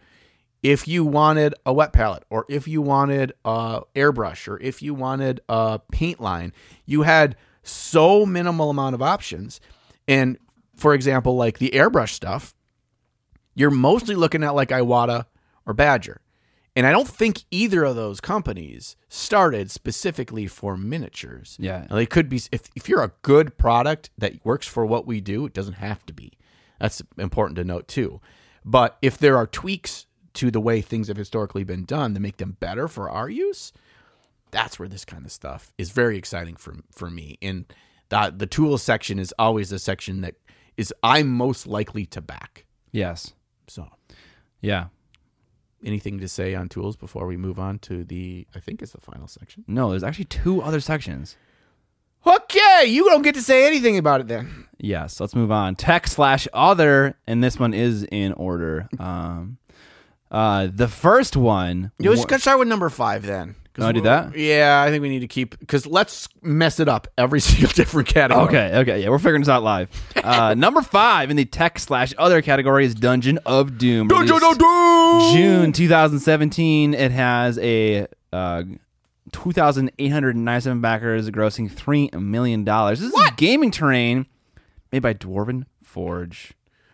if you wanted a wet palette or if you wanted a airbrush or if you wanted a paint line you had so minimal amount of options and for example like the airbrush stuff you're mostly looking at like iwata or badger and i don't think either of those companies started specifically for miniatures
Yeah.
now, they could be if, if you're a good product that works for what we do, it doesn't have to be. That's important to note too. But if there are tweaks to the way things have historically been done to make them better for our use, that's where this kind of stuff is very exciting for for me. And the the tools section is always the section that is I'm most likely to back.
Yes.
So
Yeah.
anything to say on tools before we move on to the I think it's the final section.
No, there's actually two other sections.
Okay, you don't get to say anything about it then.
Yes, let's move on. Tech slash other, and this one is in order. Um, uh, the first one.
You just gotta start with number five then.
Wanna do that?
Yeah, I think we need to keep because let's mess it up every single different category.
Okay, okay, yeah, we're figuring this out live. Uh, number five in the tech slash other category is Dungeon of Doom.
Dungeon
released
of Doom.
June 2017. It has a uh, 2,897 backers, grossing $3 million. This is gaming terrain made by Dwarven Forge.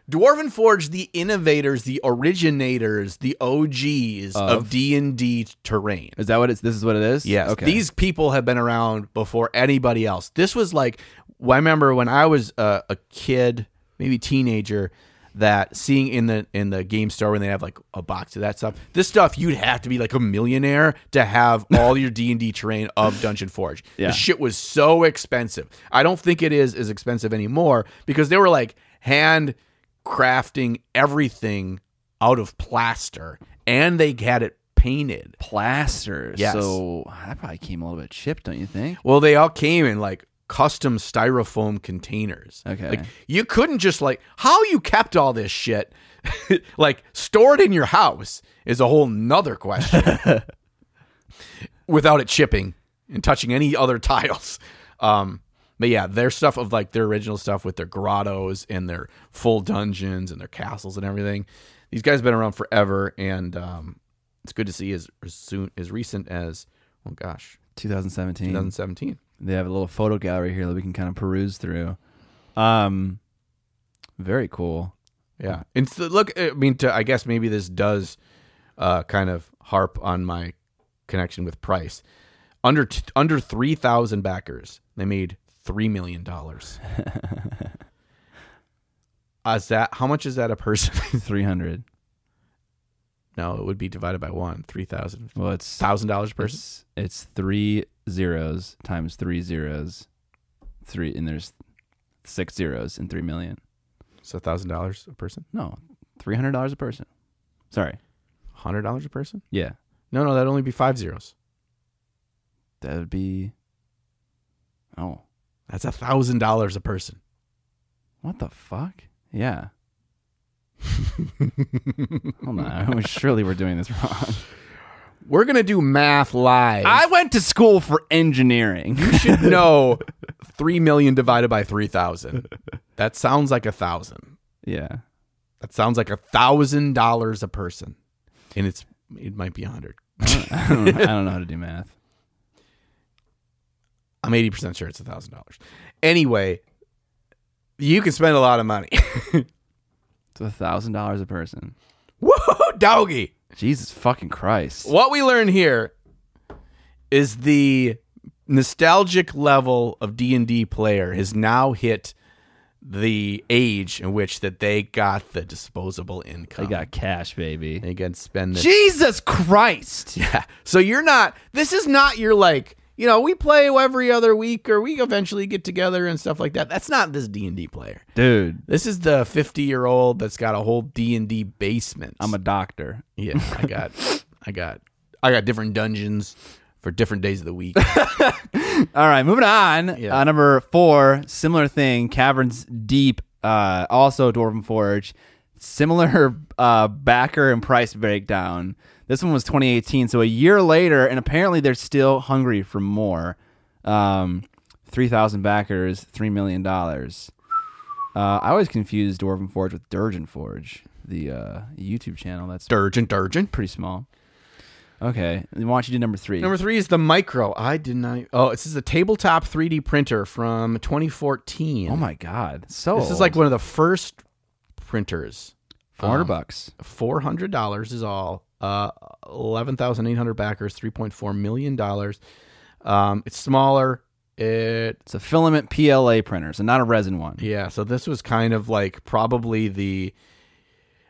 Dwarven Forge, the innovators, the originators, the OGs of D and D terrain.
Is that what it's? This is what it is.
Yes.
Okay.
These people have been around before anybody else. This was like, well, I remember when I was a, a kid, maybe teenager, that seeing in the in the game store when they have like a box of that stuff. This stuff you'd have to be like a millionaire to have all your D and D terrain of Dungeon Forge.
Yeah.
The shit was so expensive. I don't think it is as expensive anymore because they were like hand crafting everything out of plaster and they had it painted
plasters.
Yes.
So that probably came a little bit chipped, don't you think?
Well, they all came in like custom styrofoam containers.
Okay.
Like you couldn't just like how you kept all this shit like stored in your house is a whole nother question. Without it chipping and touching any other tiles. Um but yeah, their stuff of like their original stuff with their grottos and their full dungeons and their castles and everything. These guys have been around forever and um it's good to see as, as soon as recent as oh gosh,
2017.
2017.
They have a little photo gallery here that we can kind of peruse through. Um, very cool.
Yeah, and so look, I mean, to, I guess maybe this does uh, kind of harp on my connection with price. Under t- under three thousand backers, they made three million dollars. is that how much is that a
Hmm.
person?
300.
no, it would be divided by one. Three thousand
Well, it's
thousand dollars
Mm-hmm.
per person.
it's, it's three zeros times three zeros, three, and there's six zeros in three million.
So thousand dollars a person,
No, three hundred dollars a person. Sorry.
hundred dollars a person.
Yeah,
No, no, that'd only be five zeros.
that would be. Oh,
That's a thousand dollars a person.
what the fuck? Yeah, Hold on. I was surely we're doing this wrong.
We're gonna do math live.
I went to school for engineering.
should know three million divided by three thousand. That sounds like a thousand.
yeah.
That sounds like a thousand dollars a person, and it's it might be a hundred.
I don't, I don't know how to do math.
I'm eighty percent sure it's a thousand dollars. Anyway, you can spend a lot of money.
It's a thousand dollars a person.
Woo doggy!
Jesus fucking Christ.
What we learn here is the nostalgic level of D and D player has now hit the age in which that they got the disposable income.
They got cash, baby.
they can spend this.
Jesus Christ.
Yeah. So you're not. This is not your like. You know, we play every other week, or we eventually get together and stuff like that. That's not this D and D player.
Dude,
This is the 50 year old that's got a whole D and D basement.
I'm a doctor.
yeah. I got, I got, I got different dungeons for different days of the week.
All right, moving on.
Yeah.
Uh, number four, similar thing. Caverns Deep, uh, also Dwarven Forge. Similar uh, backer and price breakdown. This one was 2018, so a year later, and apparently they're still hungry for more. Um, 3,000 backers, $3 million. Uh, I always confuse Dwarven Forge with Durgeon Forge, the uh, YouTube channel. That's
Durgeon, Durgeon.
pretty small. Okay, why don't you do number three?
Number three is the micro. I did not. Oh, this is a tabletop 3D printer from 2014.
oh my God, so
This is like one of the first printers.
400 bucks.
four hundred dollars is all. Uh, eleven thousand eight hundred backers, three point four million dollars. Um, it's smaller. It
It's a filament PLA printer, so not a resin one.
yeah. So this was kind of like probably the.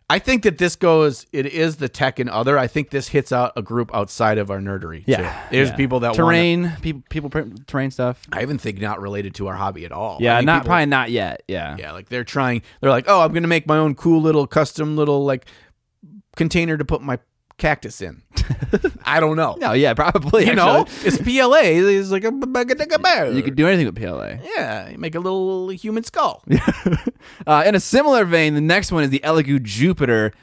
I think that this goes. It is the tech and other. I think this hits out a group outside of our nerdery.
Yeah,
too. there's
yeah.
people that Wanna,
terrain people people print terrain stuff.
I even think not related to our hobby at all.
Yeah,
I think
not
people-
probably not yet. Yeah.
Yeah, like they're trying. They're like, oh, I'm gonna make my own cool little custom little like container to put my cactus in. I don't know.
No, yeah, probably.
you know, it's PLA. It's like a bear.
actually. you could do anything with PLA.
yeah, you make a little human skull.
Uh, in a similar vein, the next one is the Elegoo Jupiter.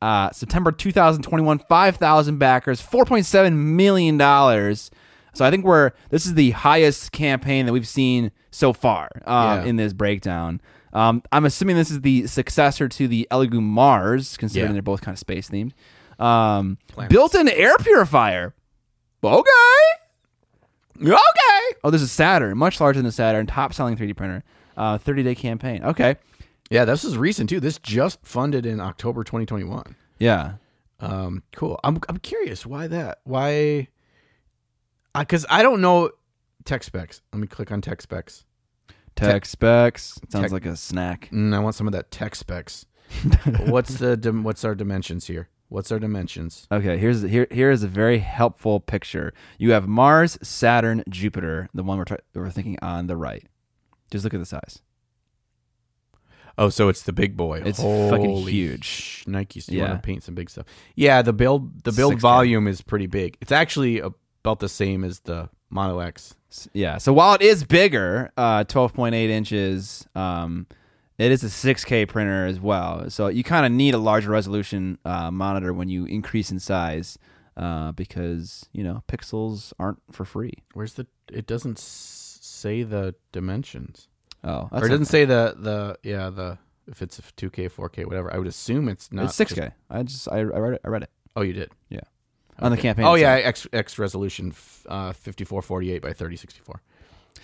Uh, September 2021, 5,000 backers, $4.7 million. So I think we're, this is the highest campaign that we've seen so far uh,
Yeah.
in this breakdown. Um, I'm assuming this is the successor to the Elegoo Mars, considering
Yeah.
they're both kind of space themed. Um,
Planets.
built in air purifier.
Okay. Okay.
Oh, this is Saturn, much larger than the Saturn, top selling 3D printer. Uh, 30 day campaign. Okay.
Yeah, this is recent too. This just funded in October 2021.
Yeah.
Um, cool. I'm I'm curious why that why, because I don't know tech specs. Let me click on tech specs.
Tech specs. Sounds
Tech-
like a snack.
Mm, I want some of that tech specs. what's the dim, what's our dimensions here? What's our dimensions?
Okay, here's here here is a very helpful picture. You have Mars, Saturn, Jupiter, the one we're try- we're thinking on the right. Just look at the size.
Oh, so it's the big boy.
It's fucking
Holy
huge.
sh- Nike's you
Yeah.
want to paint some big stuff. Yeah, the build the build
6K.
volume is pretty big. It's actually about the same as the Mono X.
S- Yeah. So while it is bigger, uh, twelve point eight inches, um, it is a six K printer as well. So you kind of need a larger resolution uh, monitor when you increase in size, uh, because you know pixels aren't for free.
Where's the? It doesn't s- say the dimensions,
Oh,
or it doesn't say the the yeah the if it's two K, four K, whatever. I would assume it's not
it's six
just-
K. I just I, I read it. I read it
oh, you did.
on the campaign.
Oh
itself.
yeah, X X resolution f- uh, fifty four forty eight by thirty sixty four.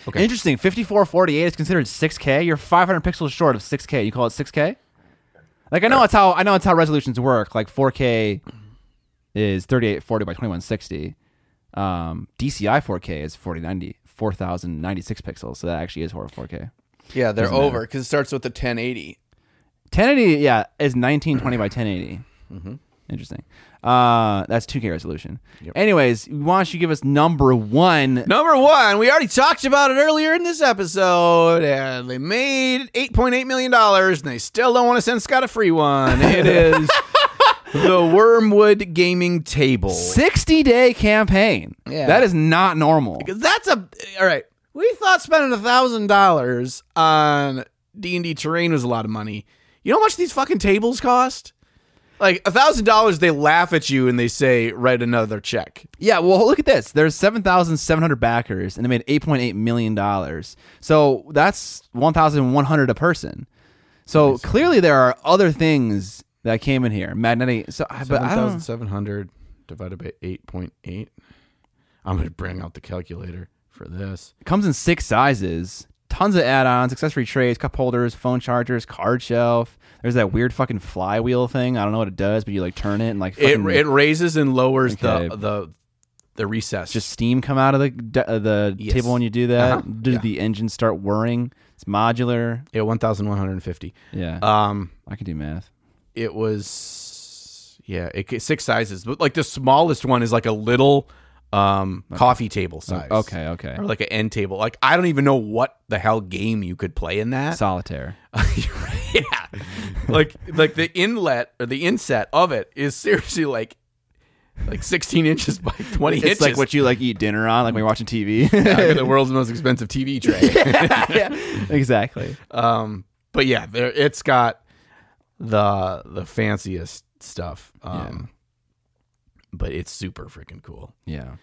Okay.
Interesting. 5448 is considered 6K. You're 500 pixels short of 6K. You call it 6K? Like I know it's how I know it's how resolutions work. Like 4K is 3840 by 2160. Um, DCI 4K is 4090 4096 pixels. So that actually is over 4K.
Yeah, they're over because it starts with the ten eighty.
1080 yeah is 1920 by 1080 Mm-hmm. interesting uh that's 2k resolution anyways why don't you give us number one
Number one, we already talked about it earlier in this episode, and they made eight point eight million dollars, and they still don't want to send Scott a free one. It is the Wormwood Gaming Table.
60 day campaign
Yeah.
that is not normal
'Cause That's a all right. We thought spending a thousand dollars on D and D terrain was a lot of money. You know how much these fucking tables cost? Like a thousand dollars, they laugh at you and they say, "Write another check."
Yeah, well, look at this. There's 7,700 backers, and they made 8.8 million dollars. So that's 1,100 a person. So clearly, there are other things that came in here. Magnetic. So, I- but I don't.
seven hundred divided by eight point eight. I'm gonna bring out the calculator for this.
It comes in six sizes. Tons of add-ons, accessory trays, cup holders, phone chargers, card shelf. There's that weird fucking flywheel thing. I don't know what it does, but you like turn it and like
It,
fucking
it raises and lowers
Okay.
the the the recess.
just steam come out of the d- uh, the
Yes.
table when you do that.
Uh-huh.
Does
Yeah.
the engine start whirring? It's modular.
yeah, one thousand one hundred and fifty.
Yeah,
Um,
I can do math.
it was yeah, it ca- six sizes, but like the smallest one is like a little um coffee table size.
Okay, okay.
Or like an end table. Like I don't even know what the hell game you could play in that.
Solitaire.
yeah. Like like the inlet or the inset of it is seriously like like 16 inches by 20
It's
inches.
like what you like eat dinner on, like when you're watching TV.
Yeah, the world's most expensive TV tray.
exactly.
um but yeah, there it's got the the fanciest stuff. Um but it's super freaking cool.
Yeah.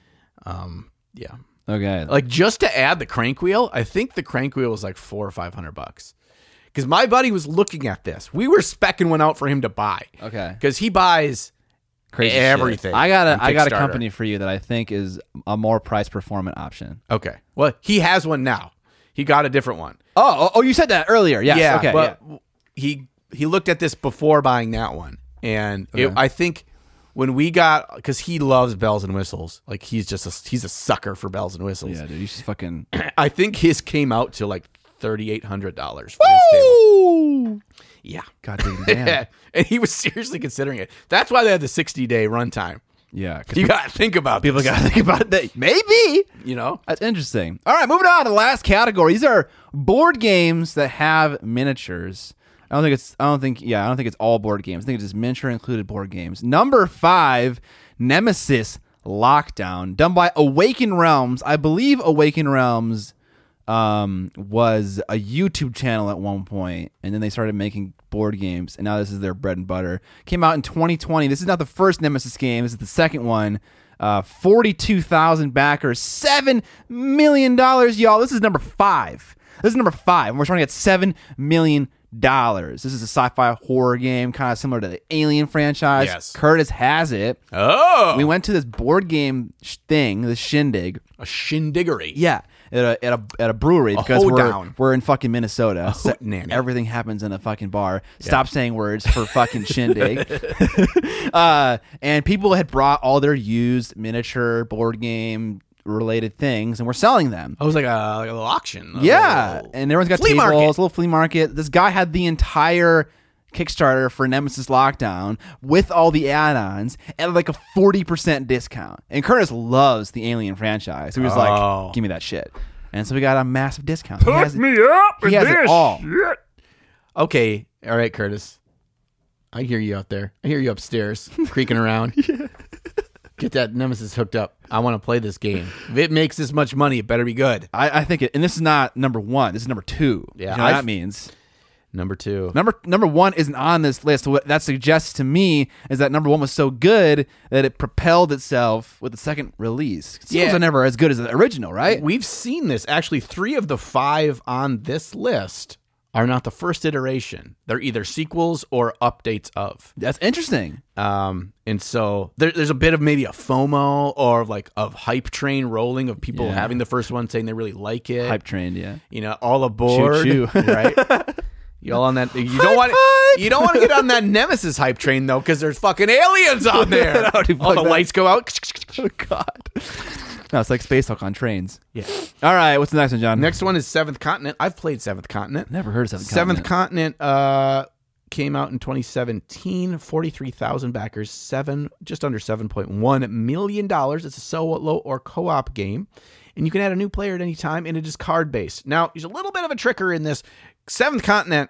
Um yeah.
Okay.
Like just to add the crank wheel, I think the crank wheel was like 4 or 500 bucks. Cuz my buddy was looking at this. We were specking one out for him to buy.
Okay.
because he buys
Crazy.
everything
Shit. I got
on
a I got a
Kickstarter.
company for you that I think is a more price performant option.
okay well he has one now he got a different one
Oh, oh, oh, you said that earlier. Yes.
yeah
okay.
but he he looked at this before buying that one and it, i think when we got because he loves bells and whistles like he's just a, he's a sucker for bells and whistles
yeah. yeah, dude, you should fucking
i think his came out to like $3800 for his table yeah
God damn.
yeah. and he was seriously considering it that's why they had the 60 day runtime
Yeah. 'cause
you gotta think about
People
this,
got to think about that. Maybe.
you know
That's interesting. All right, moving on to the last category. These are board games that have miniatures. I don't think it's. I don't think. Yeah, I don't think it's all board games. I think it's just miniature included board games. Number five, Nemesis Lockdown, done by Awaken Realms. I believe Awaken Realms um, was a YouTube channel at one point, and then they started making board games, and now this is their bread and butter. Came out in 2020. This is not the first Nemesis game. This is the second one. Uh, 42,000 backers, seven million dollars, y'all. This is number five. This is number five, and we're trying to get seven million dollars. This is a sci-fi horror game, kind of similar to the Alien franchise.
Yes.
Curtis has it.
oh
We went to this board game sh- thing, the shindig.
a shindiggery
Yeah, at a at a, at a brewery because we're
hoedown.
we're in fucking Minnesota. So
hootenanny.
everything happens in a fucking bar. Stop saying words for fucking shindig. uh, and people had brought all their used miniature board game related things, and we're selling them.
I was like a, like a little auction. a
Yeah,
little-
and everyone's got
Oh. Flea
tables,
market.
a little flea market. This guy had the entire Kickstarter for Nemesis Lockdown with all the add-ons at like a forty percent discount. And Curtis loves the Alien franchise. So he was
Oh.
like, "Give me that shit." And so we got a massive discount. He has,
up
he has it all.
Okay, all right, Curtis. I hear you out there. I hear you upstairs creaking around. Get that nemesis hooked up. I want to play this game. If it makes this much money, it better be good.
I, I think it, and this is not number one. This is number two.
Yeah,
you know what
I've-
that means.
Number two.
Number number one isn't on this list. What that suggests to me is that number one was so good that it propelled itself with the second release. Sequels
Yeah.
are never as good as the original, right?
We've seen this. Actually, three of the five on this list are not the first iteration. They're either sequels or updates of.
That's interesting.
Um, and so there, there's a bit of maybe a FOMO or like of hype train rolling of people having the first one saying they really like it.
Hype trained, yeah.
You know, all aboard,
Choo choo.
right? You all on that? You don't want
hype!
you don't want to get on that Nemesis hype train though, because there's fucking aliens on there.
No, dude,
all
fuck
the
that.
lights go out.
Oh God. No, it's like Space Hulk on trains.
Yeah.
All right, what's the next one, John?
Next one is Seventh Continent. I've played Seventh Continent.
never heard of Seventh.
Seventh
Continent.
Continent uh, came out in 2017, 43,000 backers, seven just under 7.1 million dollars. It's a solo or co-op game, and you can add a new player at any time, and it is card based. Now, there's a little bit of a tricker in this. Seventh Continent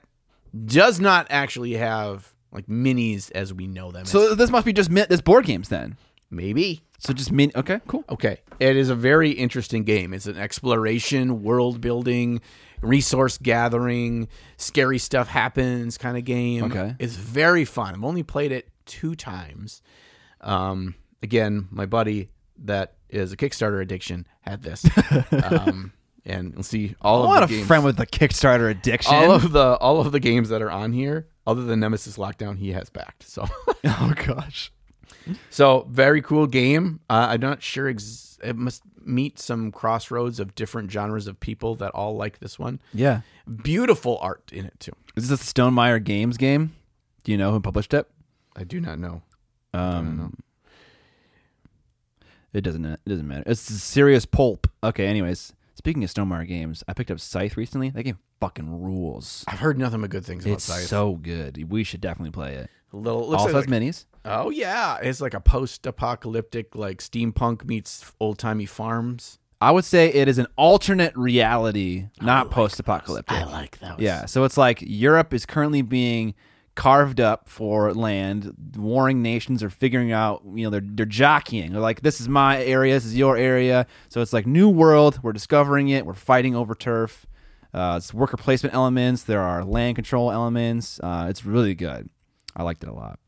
does not actually have like minis as we know them.
so this must be just mi- this board games then.
maybe
So just mean. Okay, cool.
Okay. It is a very interesting game. It's an exploration, world building, resource gathering, scary stuff happens kind of game.
Okay.
It's very fun. I've only played it two times. Um, again, my buddy that is a Kickstarter addiction had this. um, and we'll see all of
What
the
a
games.
friend with a Kickstarter addiction.
all of the all of the games that are on here, other than Nemesis Lockdown, he has backed. So
oh gosh.
So very cool game. Uh, I'm not sure ex- it must meet some crossroads of different genres of people that all like this one.
Yeah.
Beautiful art in it too.
Is this a Stonemeyer Games game? Do you know who published it?
I do not know.
Um, it doesn't. It doesn't matter. It's serious pulp. Okay. Anyways, speaking of Stonemeyer Games, I picked up Scythe recently. That game fucking rules.
I've heard nothing but good things about
It's
Scythe.
so good. We should definitely play it.
A little looks
Also has
like,
minis.
oh yeah, it's like a post-apocalyptic, like steampunk meets old-timey farms.
I would say it is an alternate reality, not post-apocalyptic.
like those.
Yeah, so it's like Europe is currently being carved up for land. Warring nations are figuring out, you know, they're they're jockeying. They're like, this is my area, this is your area. So it's like new world. We're discovering it. We're fighting over turf. Uh, it's worker placement elements. There are land control elements. Uh, it's really good. I liked it a lot.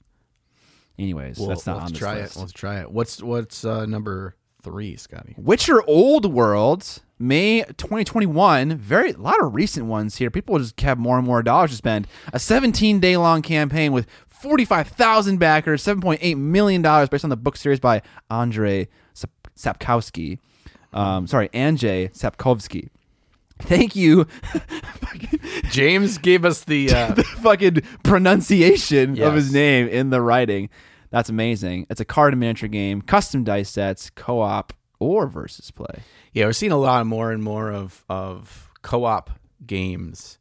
Anyways,
We'll,
that's not
we'll
on this
try
list.
it. Let's try it. What's what's uh, number three, Scotty?
Witcher Old World, May 2021. Very a lot of recent ones here. People just have more and more dollars to spend. A 17 day long campaign with 45,000 backers, 7.8 million dollars, based on the book series by Andre Sap- Sapkowski. Um, sorry, Andrzej Sapkowski. Thank you. Fucking-
James gave us the uh,
the fucking pronunciation of
Yes.
his name in the writing. That's amazing. It's a card and miniature game, custom dice sets, co-op or versus play.
Yeah, we're seeing a lot more and more of of co-op games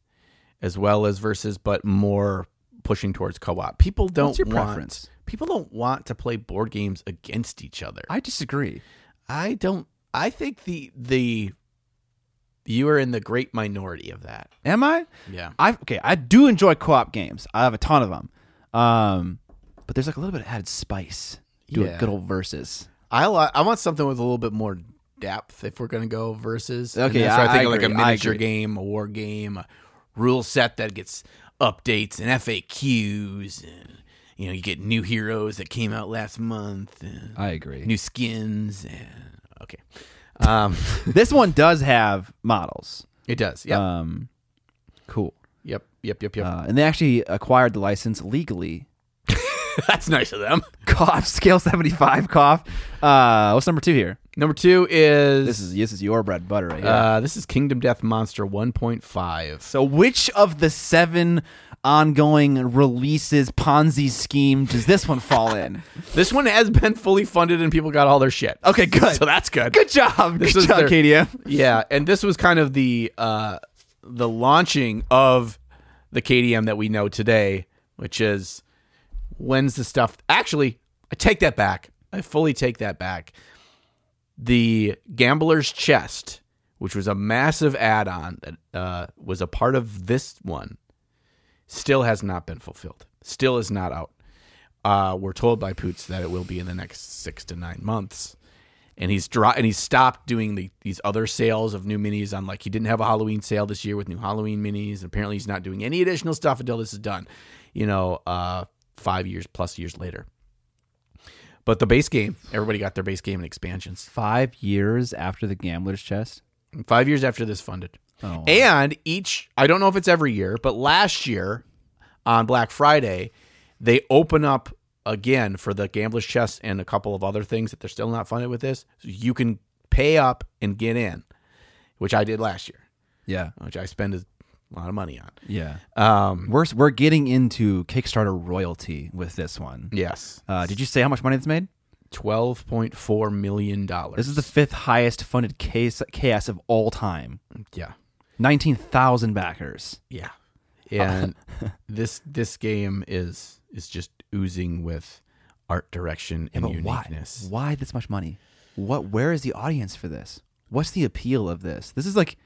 as well as versus, but more pushing towards co-op. People don't
your
want
preference?
people don't want to play board games against each other. I,
I disagree.
don't. I think the the you are in the great minority of that.
Am I?
Yeah,
I okay. I do enjoy co-op games. I have a ton of them. Um, but there's like a little bit of added spice. Do
Yeah.
a good old versus.
I li- I want something with a little bit more depth if we're gonna go versus. And
Okay,
that's where
I-
I think
I
like a
agree, I
miniature
agree.
game, a war game, a rule set that gets updates and FAQs, and you know you get new heroes that came out last month, and
I agree.
new skins, and okay, um,
this one does have models.
it does. Yep,
Um, cool.
yep, yep, yep, yep.
Uh, and they actually acquired the license legally.
that's nice of them.
Cough scale seventy five. Cough. Uh, what's number two here?
Number two is
This is this is your bread and butter right here.
uh, this is Kingdom Death Monster 1.5.
so which of the seven ongoing releases Ponzi scheme does this one fall in?
This one has been fully funded and people got all their shit.
Okay, good.
So that's good.
Good job. Good
is
job,
their-
KDM.
yeah and this was kind of the uh the launching of the kdm that we know today which is when's the stuff actually i take that back i fully take that back the gambler's chest which was a massive add-on that uh, was a part of this one still has not been fulfilled still is not out uh, we're told by Poots that it will be in the next six to nine months. And he's dro- and he's stopped doing the, these other sales of new minis on like he didn't have a Halloween sale this year with new Halloween minis. Apparently he's not doing any additional stuff until this is done, you know, uh, five years plus years later. But the base game, everybody got their base game and expansions.
five years after the gambler's chest.
Five years after this funded.
Oh,
And each, I don't know if it's every year, but last year on Black Friday, they open up again for the gambler's chest and a couple of other things that they're still not funded with this. So you can pay up and get in, which I did last year,
yeah,
which I spend a lot of money on.
yeah.
Um,
We're we're getting into Kickstarter royalty with this one.
yes,
Uh, did you say how much money it's made?
$12.4 million.
This is the fifth highest funded case, chaos of all time.
yeah.
Nineteen thousand backers.
Yeah. And this this game is is just oozing with art direction and uniqueness.
Why? Why this much money? What? Where is the audience for this? What's the appeal of this? This is like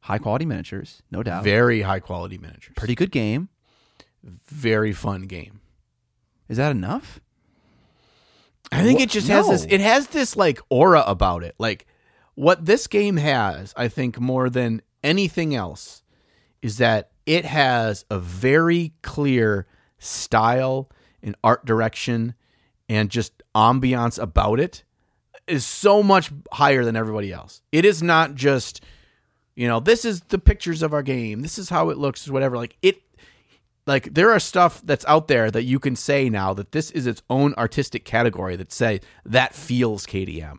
high quality miniatures, no doubt.
Very high quality miniatures.
Pretty good game.
Very fun game.
Is that enough?
I think
Wha-
it just has this
no.
it has this like aura about it. Like what this game has, I think more than anything else is that it has a very clear style and art direction and just ambiance about it is so much higher than everybody else. It is not just you know, this is the pictures of our game. This is how it looks, whatever. Like it like there are stuff that's out there that you can say now that this is its own artistic category that say that feels KDM.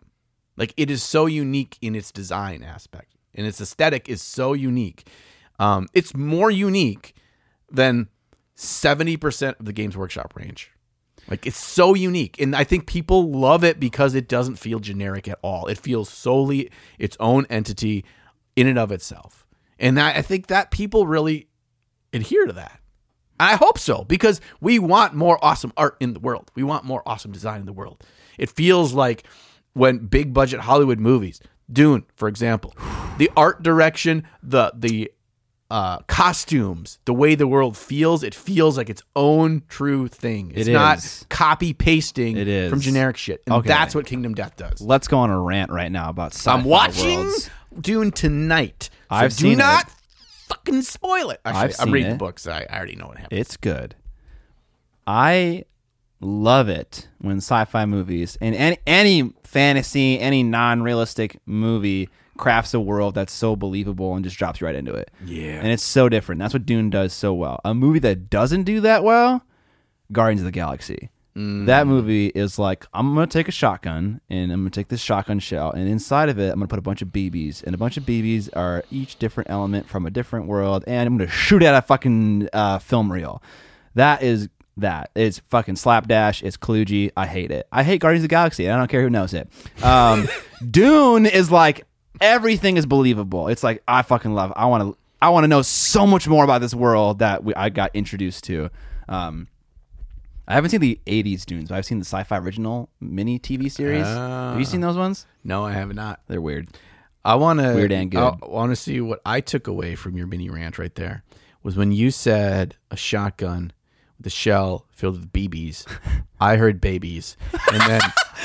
Like it is so unique in its design aspect and its aesthetic is so unique. Um, it's more unique than 70% of the Games Workshop range. Like it's so unique. And I think people love it because it doesn't feel generic at all. It feels solely its own entity in and of itself. And that, I think that people really adhere to that. I hope so because we want more awesome art in the world. We want more awesome design in the world. It feels like when big budget Hollywood movies, Dune, for example, the art direction, the the uh, costumes, the way the world feels, it feels like its own true thing. It's
It
not
is.
copy pasting
It is.
from generic shit. And
Okay.
that's what Kingdom Death does.
Let's go on a rant right now about sci-fi
I'm watching
worlds.
Dune tonight. So
I've
do
seen it.
not fucking spoil it. Actually,
I've
I'm
seen
reading
it.
books. I, I already know what happens.
It's good. I love it when sci-fi movies and any, any fantasy, any non-realistic movie crafts a world that's so believable and just drops you right into it.
Yeah.
And it's so different. That's what Dune does so well. A movie that doesn't do that well, Guardians of the Galaxy. That movie is like I'm gonna take a shotgun and I'm gonna take this shotgun shell and inside of it I'm gonna put a bunch of BBs and a bunch of BBs are each different element from a different world and I'm gonna shoot at a fucking uh, film reel. That is that. It's fucking slapdash. It's kludgy. I hate it. I hate Guardians of the Galaxy. And I don't care who knows it. Um, Dune is like everything is believable. It's like I fucking love. It. I want to. I want to know so much more about this world that we, I got introduced to. Um, I haven't seen the '80s Dunes, but I've seen the sci-fi original mini TV series. Have you seen those ones?
no, I have not.
They're weird.
I want to
Weird and good.
I want to see what I took away from your mini rant right there was when you said a shotgun with a shell filled with BBs. I heard babies, and then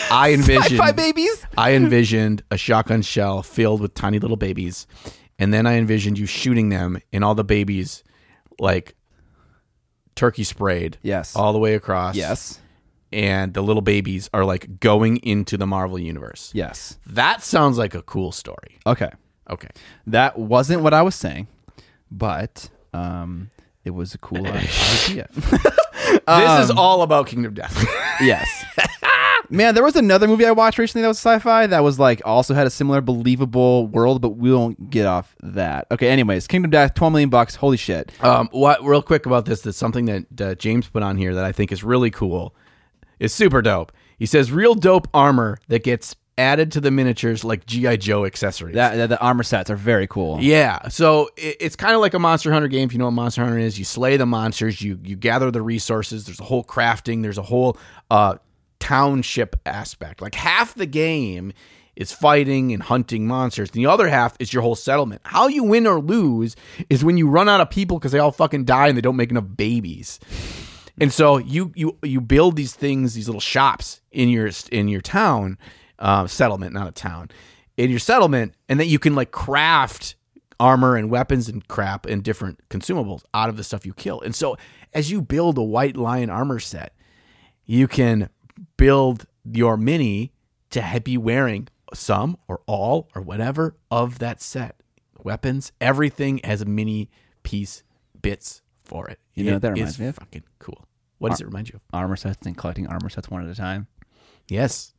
I envisioned
Sci-fi babies?
I envisioned a shotgun shell filled with tiny little babies, and then I envisioned you shooting them, and all the babies like turkey sprayed.
Yes.
all the way across.
Yes.
and the little babies are like going into the Marvel universe.
Yes.
That sounds like a cool story.
Okay.
Okay.
That wasn't what I was saying, but um, it was a cool idea.
this is all about Kingdom Death.
Yes. Man, there was another movie I watched recently that was sci-fi that was like also had a similar believable world, but we won't get off that. Okay, anyways, Kingdom Death, twelve million bucks. Holy shit.
um, what real quick about this? That's something that uh, James put on here that I think is really cool. It's super dope. He says real dope armor that gets added to the miniatures like GI Joe accessories.
That, that the armor sets are very cool.
yeah, so it, it's kind of like a Monster Hunter game. If you know what Monster Hunter is, you slay the monsters, you you gather the resources. There's a whole crafting. There's a whole uh, township aspect. Like half the game is fighting and hunting monsters. The other half is your whole settlement. How you win or lose is when you run out of people because they all fucking die and they don't make enough babies. And so you you you build these things, these little shops in your in your town uh, settlement, not a town, in your settlement, and then you can like craft armor and weapons and crap and different consumables out of the stuff you kill. And so as you build a white lion armor set, you can build your mini to ha- be wearing some or all or whatever of that set. Weapons, everything has a mini piece bits for it.
You know what that reminds
is
me of?
Fucking cool. What does it remind you of?
Armor sets and collecting armor sets one at a time.
Yes.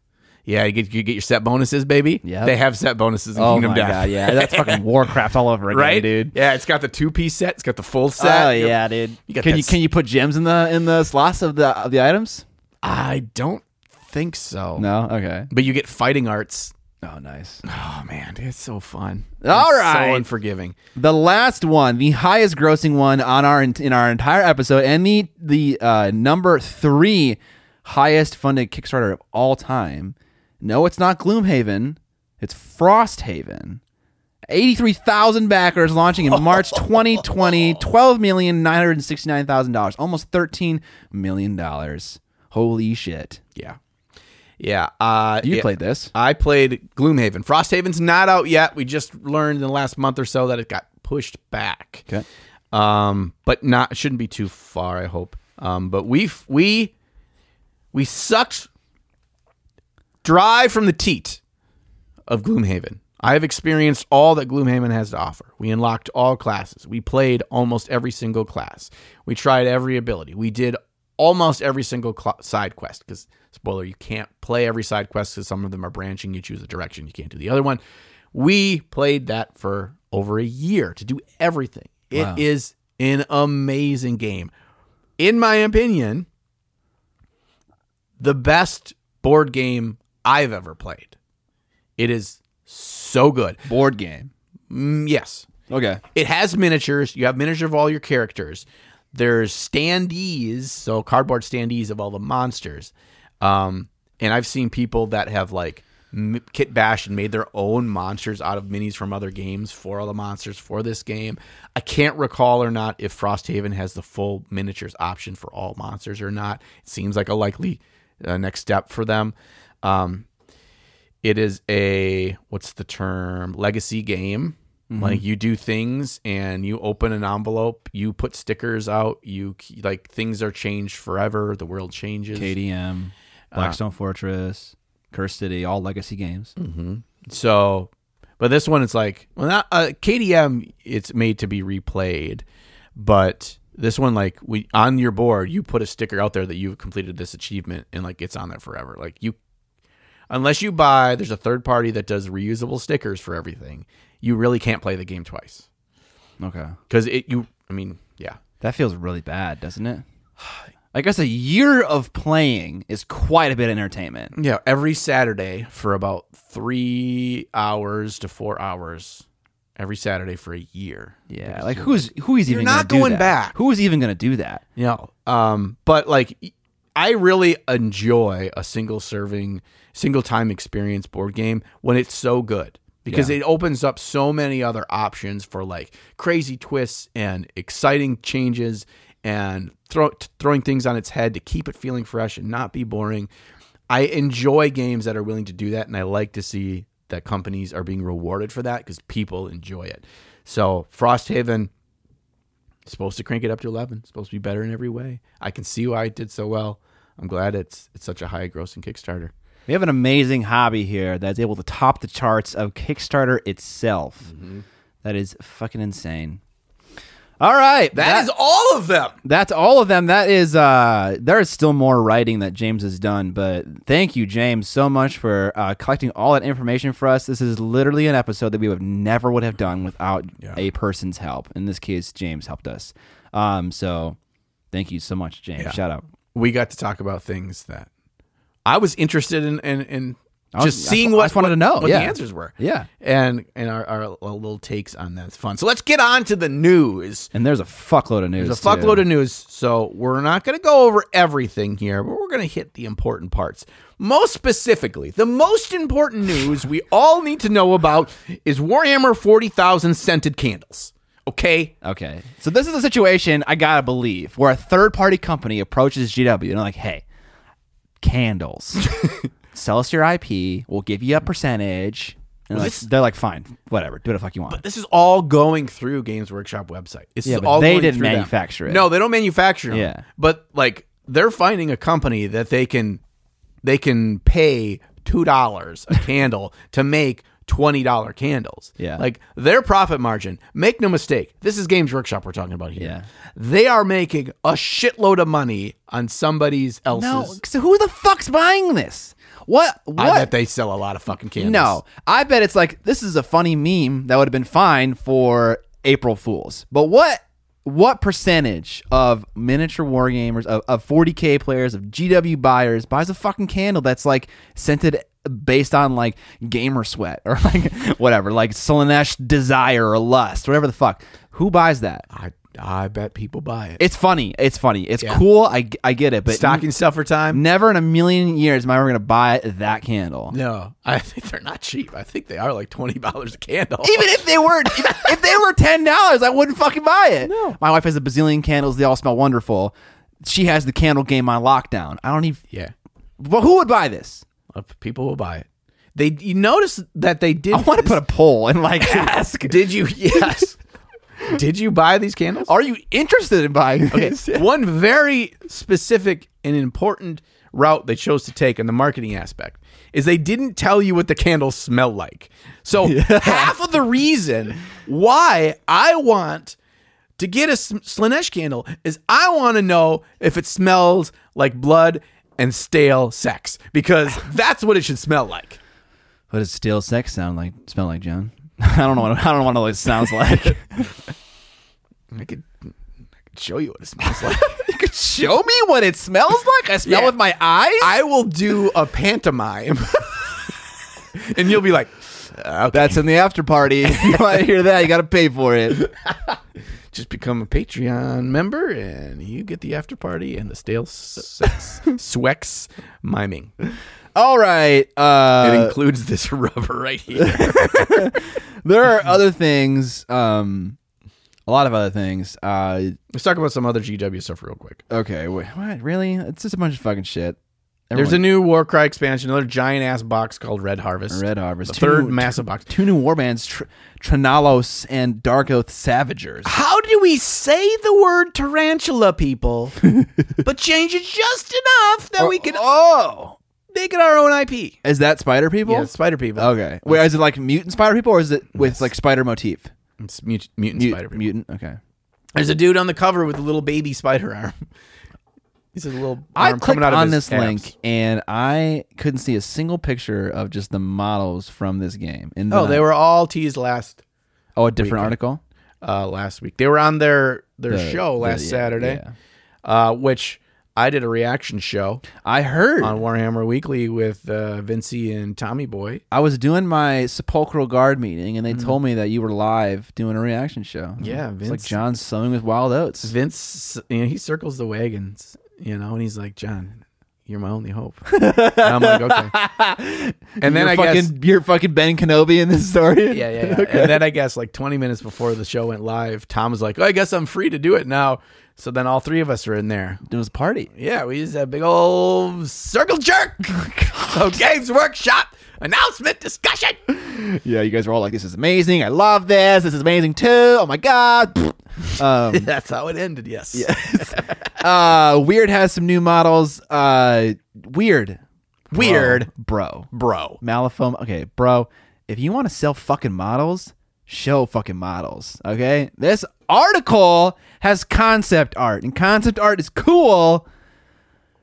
Yeah, you get, you get your set bonuses, baby.
Yep.
They have set bonuses in
Oh
Kingdom
my
Death.
god, yeah. That's fucking Warcraft all over again,
Right?
dude.
Yeah, it's got the two piece set, it's got the full set.
Oh yeah, dude.
you got
can
that
you
s-
can you put gems in the in the slots of the of the items?
I don't think so.
No? Okay.
But you get fighting arts.
Oh nice.
Oh man, it's so fun.
All
It's
right.
So unforgiving.
The last one, the highest grossing one on our in our entire episode, and the the uh, number three highest funded Kickstarter of all time. No, it's not Gloomhaven. It's Frosthaven. 83,000 backers launching in March 2020, $12,969,000, almost $13 million. Holy shit.
Yeah. Yeah. Uh,
You
yeah.
played this.
I played Gloomhaven. Frosthaven's not out yet. We just learned in the last month or so that it got pushed back.
Okay.
Um, but not shouldn't be too far. I hope. Um, but we f- we we sucked dry from the teat of Gloomhaven. I have experienced all that Gloomhaven has to offer. We unlocked all classes. We played almost every single class. We tried every ability. We did almost every single cl- side quest because, spoiler, you can't play every side quest because some of them are branching. You choose a direction, you can't do the other one. We played that for over a year to do everything. It
Wow.
is an amazing game. In my opinion, the best board game I've ever played. It is so good.
Board game.
Mm, yes.
Okay.
It has miniatures. You have miniature of all your characters. There's standees, so cardboard standees of all the monsters. Um, and I've seen people that have like m- kit bash and made their own monsters out of minis from other games for all the monsters for this game. I can't recall or not if Frosthaven has the full miniatures option for all monsters or not. It seems like a likely uh, next step for them. Um, it is a what's the term legacy game like you do things and you open an envelope you put stickers out you k- like things are changed forever the world changes
KDM, Blackstone Fortress, Curse City, all legacy games.
so but this one it's like well not uh, kdm it's made to be replayed but this one like we on your board you put a sticker out there that you've completed this achievement and like it's on there forever like you unless you buy there's a third party that does reusable stickers for everything you really can't play the game twice
Okay.
because it you i mean yeah
That feels really bad, doesn't it? I guess a year of playing is quite a bit of entertainment.
yeah every saturday for about three hours to four hours every saturday for a year
Yeah, like who's who is even
not
gonna do
going
that?
back.
Who is even going to do that?
you know um but like i really enjoy a single serving single time experience board game when it's so good because it opens up so many other options for like crazy twists and exciting changes and throw, throwing things on its head to keep it feeling fresh and not be boring i enjoy games that are willing to do that and i like to see that companies are being rewarded for that because people enjoy it so frosthaven supposed to crank it up to 11 supposed to be better in every way i can see why it did so well i'm glad it's it's such a high grossing kickstarter
We have an amazing hobby here that's able to top the charts of Kickstarter itself. That is fucking insane. All right,
that is all of them
that's all of them. That is uh there is still more writing that James has done, but thank you James so much for uh, collecting all that information for us. This is literally an episode that we would never would have done without a person's help. In this case, James helped us. Um so thank you so much James. Shout out.
we got to talk about things that i was interested in in, in
I was-
just
I
seeing
just
what
wanted to know,
what
yeah.
the answers were
Yeah.
and and our, our little takes on that it's fun so let's get on to the news
And there's a fuckload of news.
There's a fuckload of news, so we're not going to go over everything here, but we're going to hit the important parts. Most specifically, the most important news we all need to know about is Warhammer 40,000 scented candles. Okay?
Okay. So this is a situation I gotta believe where a third party company approaches GW and they're like, hey, candles. Sell us your IP, we'll give you a percentage. And like,
this-
they're like, fine, whatever, do what the fuck you want.
This is all going through Games Workshop website. It's
Yeah, but
all
they
going
didn't
through them.
manufacture it.
No, they don't manufacture them.
Yeah.
But like they're finding a company that they can they can pay $2 a candle to make $20 candles.
Yeah.
Like their profit margin, make no mistake, this is Games Workshop we're talking about here.
Yeah.
They are making a shitload of money on somebody's else's.
no, so who the fuck's buying this? What? What?
I bet they sell a lot of fucking candles.
No, I bet it's like this is a funny meme that would have been fine for April Fools. But what what percentage of miniature wargamers of, of 40k players of GW buyers buys a fucking candle that's like scented based on like gamer sweat or like whatever, like Solanesh desire or lust, whatever the fuck. Who buys that?
I I bet people buy it.
It's funny. It's funny. It's cool. I, I get it, but
Stocking stuffer time.
never in a million years am I ever going to buy that candle.
No, I think they're not cheap. I think they are like twenty dollars a candle.
Even if they weren't, if, if they were ten dollars, I wouldn't fucking buy it. No. My wife has a bazillion candles; they all smell wonderful. She has the candle game on lockdown. I don't even.
yeah,
But who would buy this?
If People will buy it. They you notice that they did.
I want to put a poll and like ask,
Did you? Yes. did you buy these candles?
are you interested in buying
Okay.
these?
One very specific and important route they chose to take in the marketing aspect is they didn't tell you what the candles smell like. So half of the reason why I want to get a S- Slanesh candle is I want to know if it smells like blood and stale sex because that's what it should smell like.
What does stale sex sound like? Smell like John? I don't know. What, I don't know what it sounds like. you
I could, I could show you what it smells like.
could show me what it smells like. I smell
Yeah.
with my eyes.
I will do a pantomime, and you'll be like, uh, okay.
That's in the after party. If you want to hear that? You got to pay for it.
just become a Patreon member and you get the after party and the stale sex swex miming.
All right.
It
Uh,
includes this rubber right here.
there are other things. Um, a lot of other things. Uh,
Let's talk about some other GW stuff real quick.
okay. Wait, what? Really? It's just a bunch of fucking shit.
There's a new Warcry expansion, another giant ass box called Red Harvest.
Red Harvest.
the third
Two-
massive box.
two new warbands, Tr- Trinalos and Dark Oath Savagers.
How do we say the word tarantula, people, but change it just enough that we can
Oh,
make it our own IP?
is that spider people?
Yeah, spider people.
Okay. Wait, is it like mutant spider people, or is it with like spider motif?
It's mut- mutant
Mu-
spider people.
Mutant. Okay.
There's a dude on the cover with a little baby spider arm. He's a little
I
arm
clicked
coming out of
on this
his
link
abs.
and I couldn't see a single picture of just the models from this game. And
Oh,
then
they
I-
were all teased last
oh a different article.
uh, last week. They were on their their
The-
show
the-
last
yeah,
Saturday,
yeah.
uh, which I did a reaction show
I heard.
on Warhammer Weekly with uh, Vinci and Tommy Boy.
I was doing my sepulchral guard meeting and they told me that you were live doing a reaction show.
Yeah,
It's like
Vince.
John sewing with wild oats.
Vince, you know, he circles the wagons, you know, and he's like, John, you're my only hope. and I'm like, okay. And then
you're
I
fucking,
guess
you're fucking Ben Kenobi in this story.
Yeah, yeah, yeah. And then I guess like 20 minutes before the show went live, Tom was like, oh, I guess I'm free to do it now. So then all three of us were in there.
It was a party.
Yeah, we used that big old circle jerk.
Oh
so games workshop announcement discussion.
Yeah, you guys were all like, "This is amazing! I love this! This is amazing too! Oh my god!" um,
That's how it ended. Yes. Yeah.
uh, Weird has some new models. Uh, Weird,
Weird.
bro, bro.
Bro.
Malifaux. Okay, bro, if you want to sell fucking models, show fucking models. Okay, this article has concept art, and concept art is cool.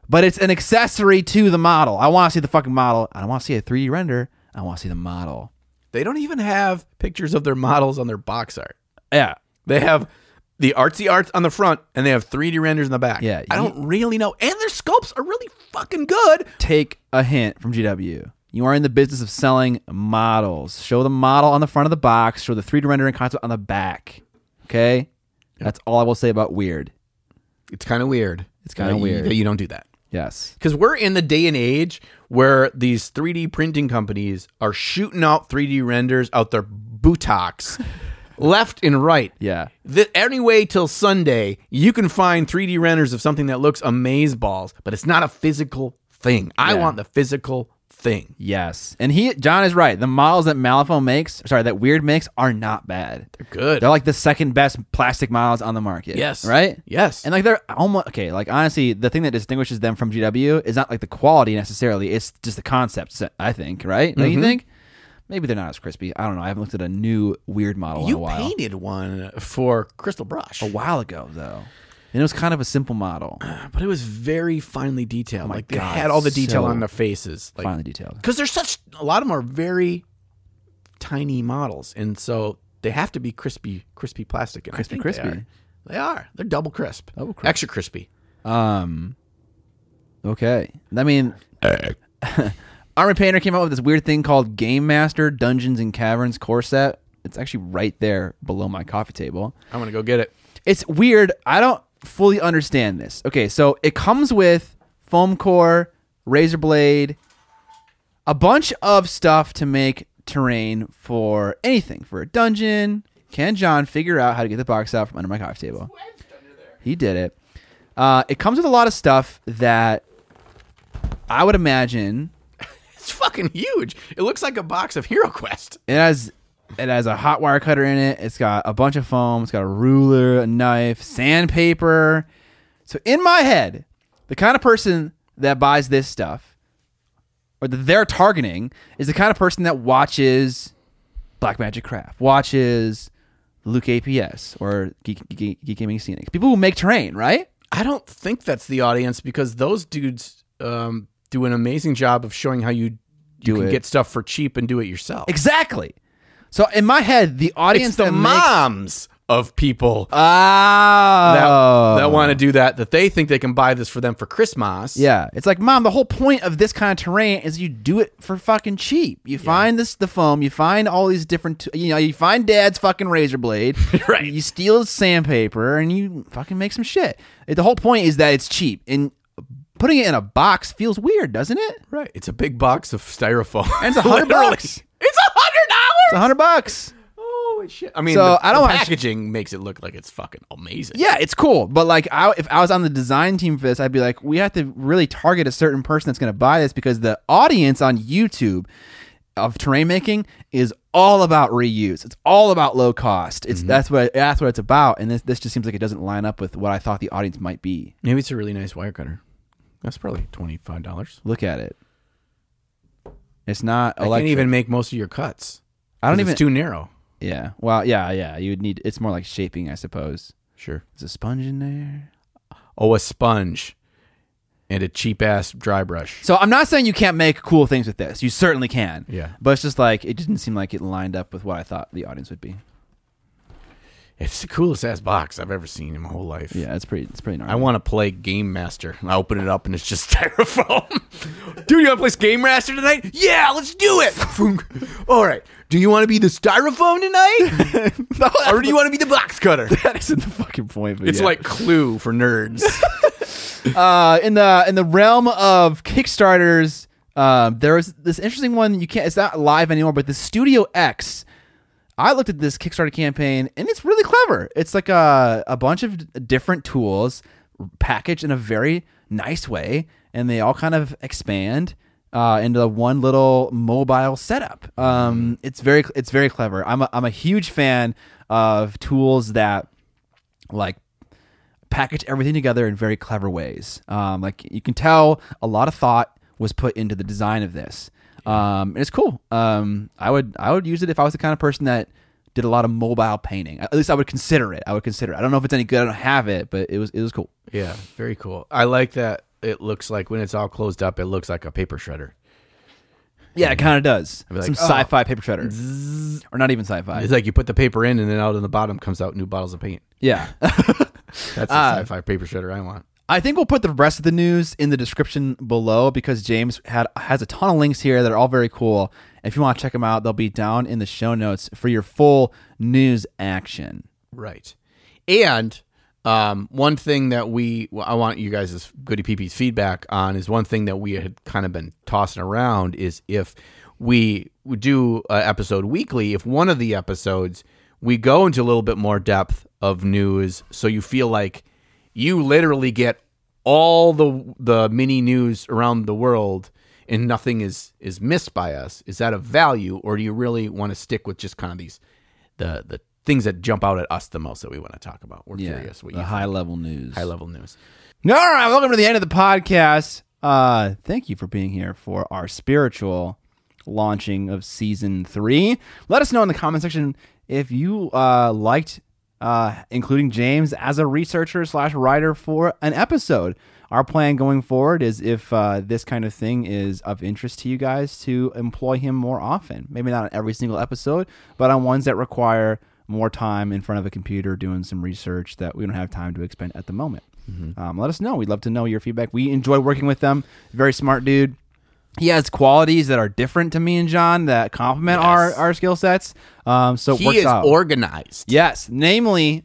But it's an accessory to the model. I want to see the fucking model. I don't want to see a 3D render. I want to see the model.
They don't even have pictures of their models on their box art.
Yeah.
They have the artsy arts on the front and they have 3D renders in the back.
Yeah,
I don't really know. And their sculpts are really fucking good.
take a hint from GW. You are in the business of selling models. Show the model on the front of the box, show the 3D rendering concept on the back. Okay? That's all I will say about weird.
It's kind of weird.
It's kinda
Uh, you-
weird.
You don't do that.
Yes.
because we're in the day and age where these 3D printing companies are shooting out 3D renders out their buttocks, left and right.
Yeah.
The, anyway, till Sunday, you can find 3D renders of something that looks amaze balls, but it's not a physical thing. I want the physical thing.
Yes. And he John is right. The models that Malifaux makes, sorry, that Weird makes are not bad.
Good.
They're like the second best plastic models on the market.
Yes.
Right?
Yes.
And like they're almost okay. Like honestly, the thing that distinguishes them from GW is not like the quality necessarily. It's just the concept. set, I think, right? Don't
Mm-hmm.
you think? Maybe they're not as crispy. I don't know. I haven't looked at a new weird model in a
you
while.
painted one for Crystal Brush,
a while ago though, and it was kind of a simple model,
but it was very finely detailed. like they
Oh God,
had all the detail
so
on their faces. Like
finely detailed.
because there's such a lot of them are very tiny models, and so they have to be crispy, crispy plastic. And crispy,
crispy.
They are. they are. They're double crisp.
Double crisp.
Extra crispy.
Um. Okay. I mean, Armin Painter came out with this weird thing called Game Master Dungeons and Caverns core set. It's actually right there below my coffee table.
I'm gonna go get it.
it's weird. I don't fully understand this. Okay, so it comes with foam core, razor blade, a bunch of stuff to make terrain for anything for a dungeon. Can John figure out how to get the box out from under my coffee table? He did it. Uh, it comes with a lot of stuff that I would imagine
fucking huge. It looks like a box of Hero Quest.
It has it has a hot wire cutter in it. It's got a bunch of foam. It's got a ruler, a knife, sandpaper. So in my head, the kind of person that buys this stuff or that they're targeting is the kind of person that watches Black Magic Craft, watches Luke APS or Geek, Geek, Geek Gaming Scenic. People who make terrain, right?
I don't think that's the audience because those dudes um, do an amazing job of showing how you you
Do
can
it.
get stuff for cheap and do it yourself.
Exactly. So in my head, the audience
It's the
that makes Oh.
moms of people that,
ah
that want to do that that they think they can buy this for them for Christmas.
Yeah, it's like mom. The whole point of this kind of terrain is you do it for fucking cheap. You find this the foam. You find all these different. t- You know, you find dad's fucking razor blade.
Right.
You steal his sandpaper and you fucking make some shit. It- the whole point is that it's cheap and putting it in a box feels weird, doesn't it? It's
Right. It's a big box of styrofoam.
it's a hundred
Literally.
bucks.
It's a hundred dollars.
a hundred bucks.
Holy shit! I mean,
So,
the,
I don't
the
wanna-
packaging makes it look like it's fucking amazing.
Yeah, it's cool, but like, I, if I was on the design team for this, I'd be like, we have to really target a certain person that's going to buy this because the audience on YouTube of terrain making is all about reuse. It's all about low cost. It's
Mm-hmm.
that's what that's what it's about. And this this just seems like it doesn't line up with what I thought the audience might be.
Maybe it's a really nice wire cutter. That's probably twenty five dollars.
Look at it. It's not
I can't
electric.
even make most of your cuts.
I don't even.
It's too narrow.
yeah. Well. Yeah. Yeah. You would need. It's more like shaping, I suppose.
Sure.
Is a sponge in there?
Oh, a sponge, and a cheap ass dry brush.
So I'm not saying you can't make cool things with this. You certainly can.
Yeah.
But it's just like it didn't seem like it lined up with what I thought the audience would be.
It's the coolest ass box I've ever seen in my whole life.
Yeah, it's pretty. It's pretty gnarly.
I want to play Game Master. I open it up and it's just styrofoam. Dude, you want to play Game Master tonight? Yeah, let's do it. All right. Do you want to be the styrofoam tonight, or do you want to be the box cutter?
that isn't the fucking point. but
It's
yeah.
like Clue for nerds.
uh, in the in the realm of Kickstarters, um, there was this interesting one. You can't. It's not live anymore, but the Studio X. I looked at this Kickstarter campaign, and it's really clever. It's like a a bunch of d- different tools packaged in a very nice way, and they all kind of expand. Uh, into one little mobile setup. Um, it's very it's very clever. I'm a, I'm a huge fan of tools that like package everything together in very clever ways. Um, like you can tell, a lot of thought was put into the design of this, um, and it's cool. Um, I would I would use it if I was the kind of person that did a lot of mobile painting. At least I would consider it. I would consider it. I don't know if it's any good. I don't have it, but it was it was cool.
yeah, very cool. I like that. It looks like when it's all closed up, it looks like a paper shredder.
Yeah, it kind of does.
like,
Some
oh.
sci-fi paper shredder, or not even sci-fi.
It's like you put the paper in, and then out in the bottom comes out new bottles of paint.
Yeah.
That's the sci-fi paper shredder I want.
I think we'll put the rest of the news in the description below because James had has a ton of links here that are all very cool. If you want to check them out, they'll be down in the show notes for your full news action.
Right. And um, one thing that we, well, I want you guys' goody peepees feedback on is one thing that we had kind of been tossing around is if we would do an episode weekly, if one of the episodes we go into a little bit more depth of news, so you feel like you literally get all the the mini news around the world and nothing is is missed by us is that a value or do you really want to stick with just kind of these the the things that jump out at us the most that we want to talk about we're curious what
the
you
high level news.
high level news
All right, welcome to the end of the podcast. Uh, thank you for being here for our spiritual launching of season three. Let us know in the comment section if you uh, liked uh, including James as a researcher slash writer for an episode. Our plan going forward is if uh, this kind of thing is of interest to you guys to employ him more often. Maybe not on every single episode, but on ones that require more time in front of a computer doing some research that we don't have time to expend at the moment.
Mm-hmm.
Um, let us know. We'd love to know your feedback. We enjoy working with them. Very smart dude. He has qualities that are different to me and John that complement our, our skill sets. Um, so it
he
works
is
out.
organized
yes, namely,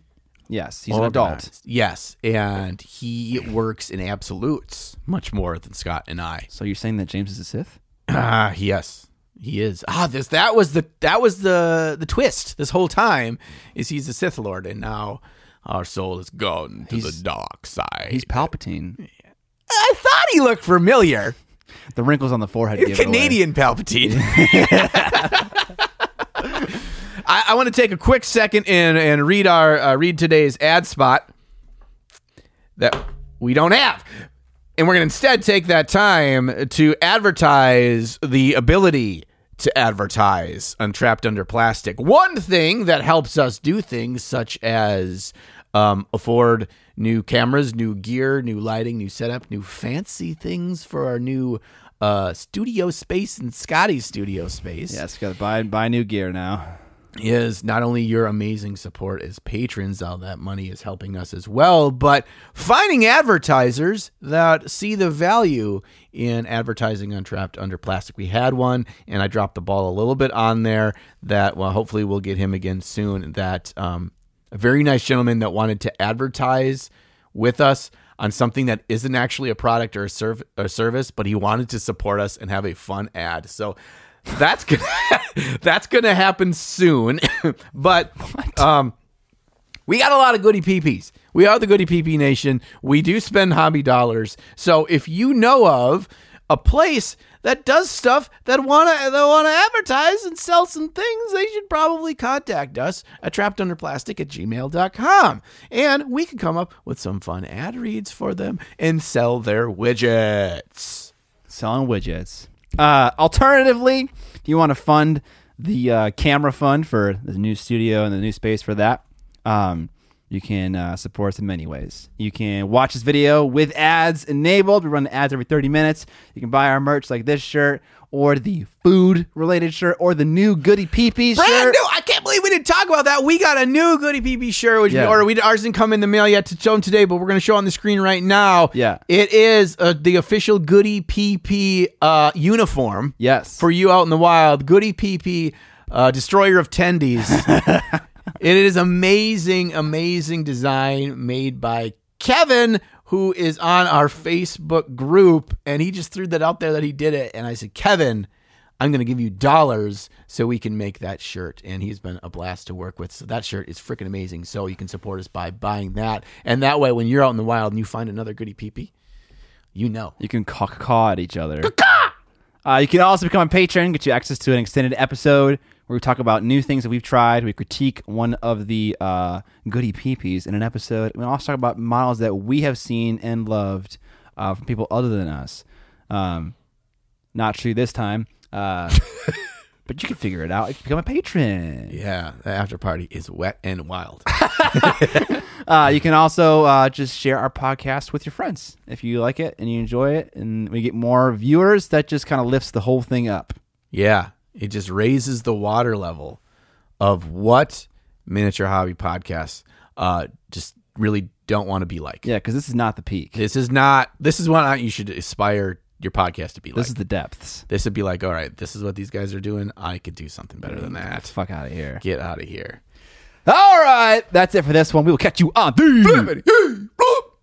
yes, he's an adult.
Organized. yes and he works in absolutes much more than scott and i
So you're saying that James is a Sith?
Ah, yes, he is. Ah, this that was the that was the the twist this whole time is he's a Sith Lord, and now our soul is gone to the dark side.
He's Palpatine.
I thought he looked familiar.
the wrinkles on the forehead. give it away.
Canadian Palpatine. I, I want to take a quick second and, and read our uh, read today's ad spot that we don't have. And we're going to instead take that time to advertise the ability to advertise Untrapped Under Plastic. One thing that helps us do things such as um, afford new cameras, new gear, new lighting, new setup, new fancy things for our new uh, studio space and Scotty's studio space
Yes, got to buy buy new gear now.
is not only your amazing support as patrons, all that money is helping us as well, but finding advertisers that see the value in advertising Untrapped Under Plastic. We had one, and I dropped the ball a little bit on there that, well, hopefully we'll get him again soon. That um, a very nice gentleman that wanted to advertise with us on something that isn't actually a product or a, serv- or service, but he wanted to support us and have a fun ad. So that's gonna, that's gonna happen soon. but um, we got a lot of goody peepees. We are the goody peepee nation. We do spend hobby dollars. So if you know of a place that does stuff that wanna that wanna advertise and sell some things, they should probably contact us at trappedunderplastic at gmail.com. And we can come up with some fun ad reads for them and sell their widgets.
Selling widgets. Uh, alternatively, if you want to fund the uh, camera fund for the new studio and the new space for that, um, you can uh, support us in many ways. You can watch this video with ads enabled. We run ads every 30 minutes. You can buy our merch like this shirt or the food related shirt or the new Goody Pee Pee shirt.
Brand new. I can't believe we didn't talk about that. We got a new Goody PB shirt, which
Yeah.
we ordered. We ours didn't come in the mail yet to show them today, but we're going to show on the screen right now.
Yeah.
it is uh, the official Goody PP uh, uniform.
Yes.
for you out in the wild, Goody PP, uh, destroyer of tendies. it is amazing, amazing design made by Kevin. Who is on our Facebook group? And he just threw that out there that he did it. And I said, Kevin, I'm going to give you dollars so we can make that shirt. And he's been a blast to work with. So that shirt is freaking amazing. So you can support us by buying that. And that way, when you're out in the wild and you find another goody peepee, you know.
You can caw caw at each other. Uh, you can also become a patron, get you access to an extended episode where we talk about new things that we've tried. We critique one of the uh, goody peepees in an episode. We also talk about models that we have seen and loved uh, from people other than us. Um, not true this time, uh, but you can figure it out if you become a patron.
Yeah, the after party is wet and wild.
Uh, you can also uh, just share our podcast with your friends if you like it and you enjoy it, and we get more viewers. That just kind of lifts the whole thing up.
yeah, it just raises the water level of what miniature hobby podcasts uh, just really don't want to be like.
Yeah, because this is not the peak.
This is not, this is what you should aspire your podcast to be like.
This is the depths.
this would be like, all right, this is what these guys are doing. I could do something better than that.
Fuck out of here.
Get out of here.
All right, that's it for this one. We will catch you on the.
Bloop.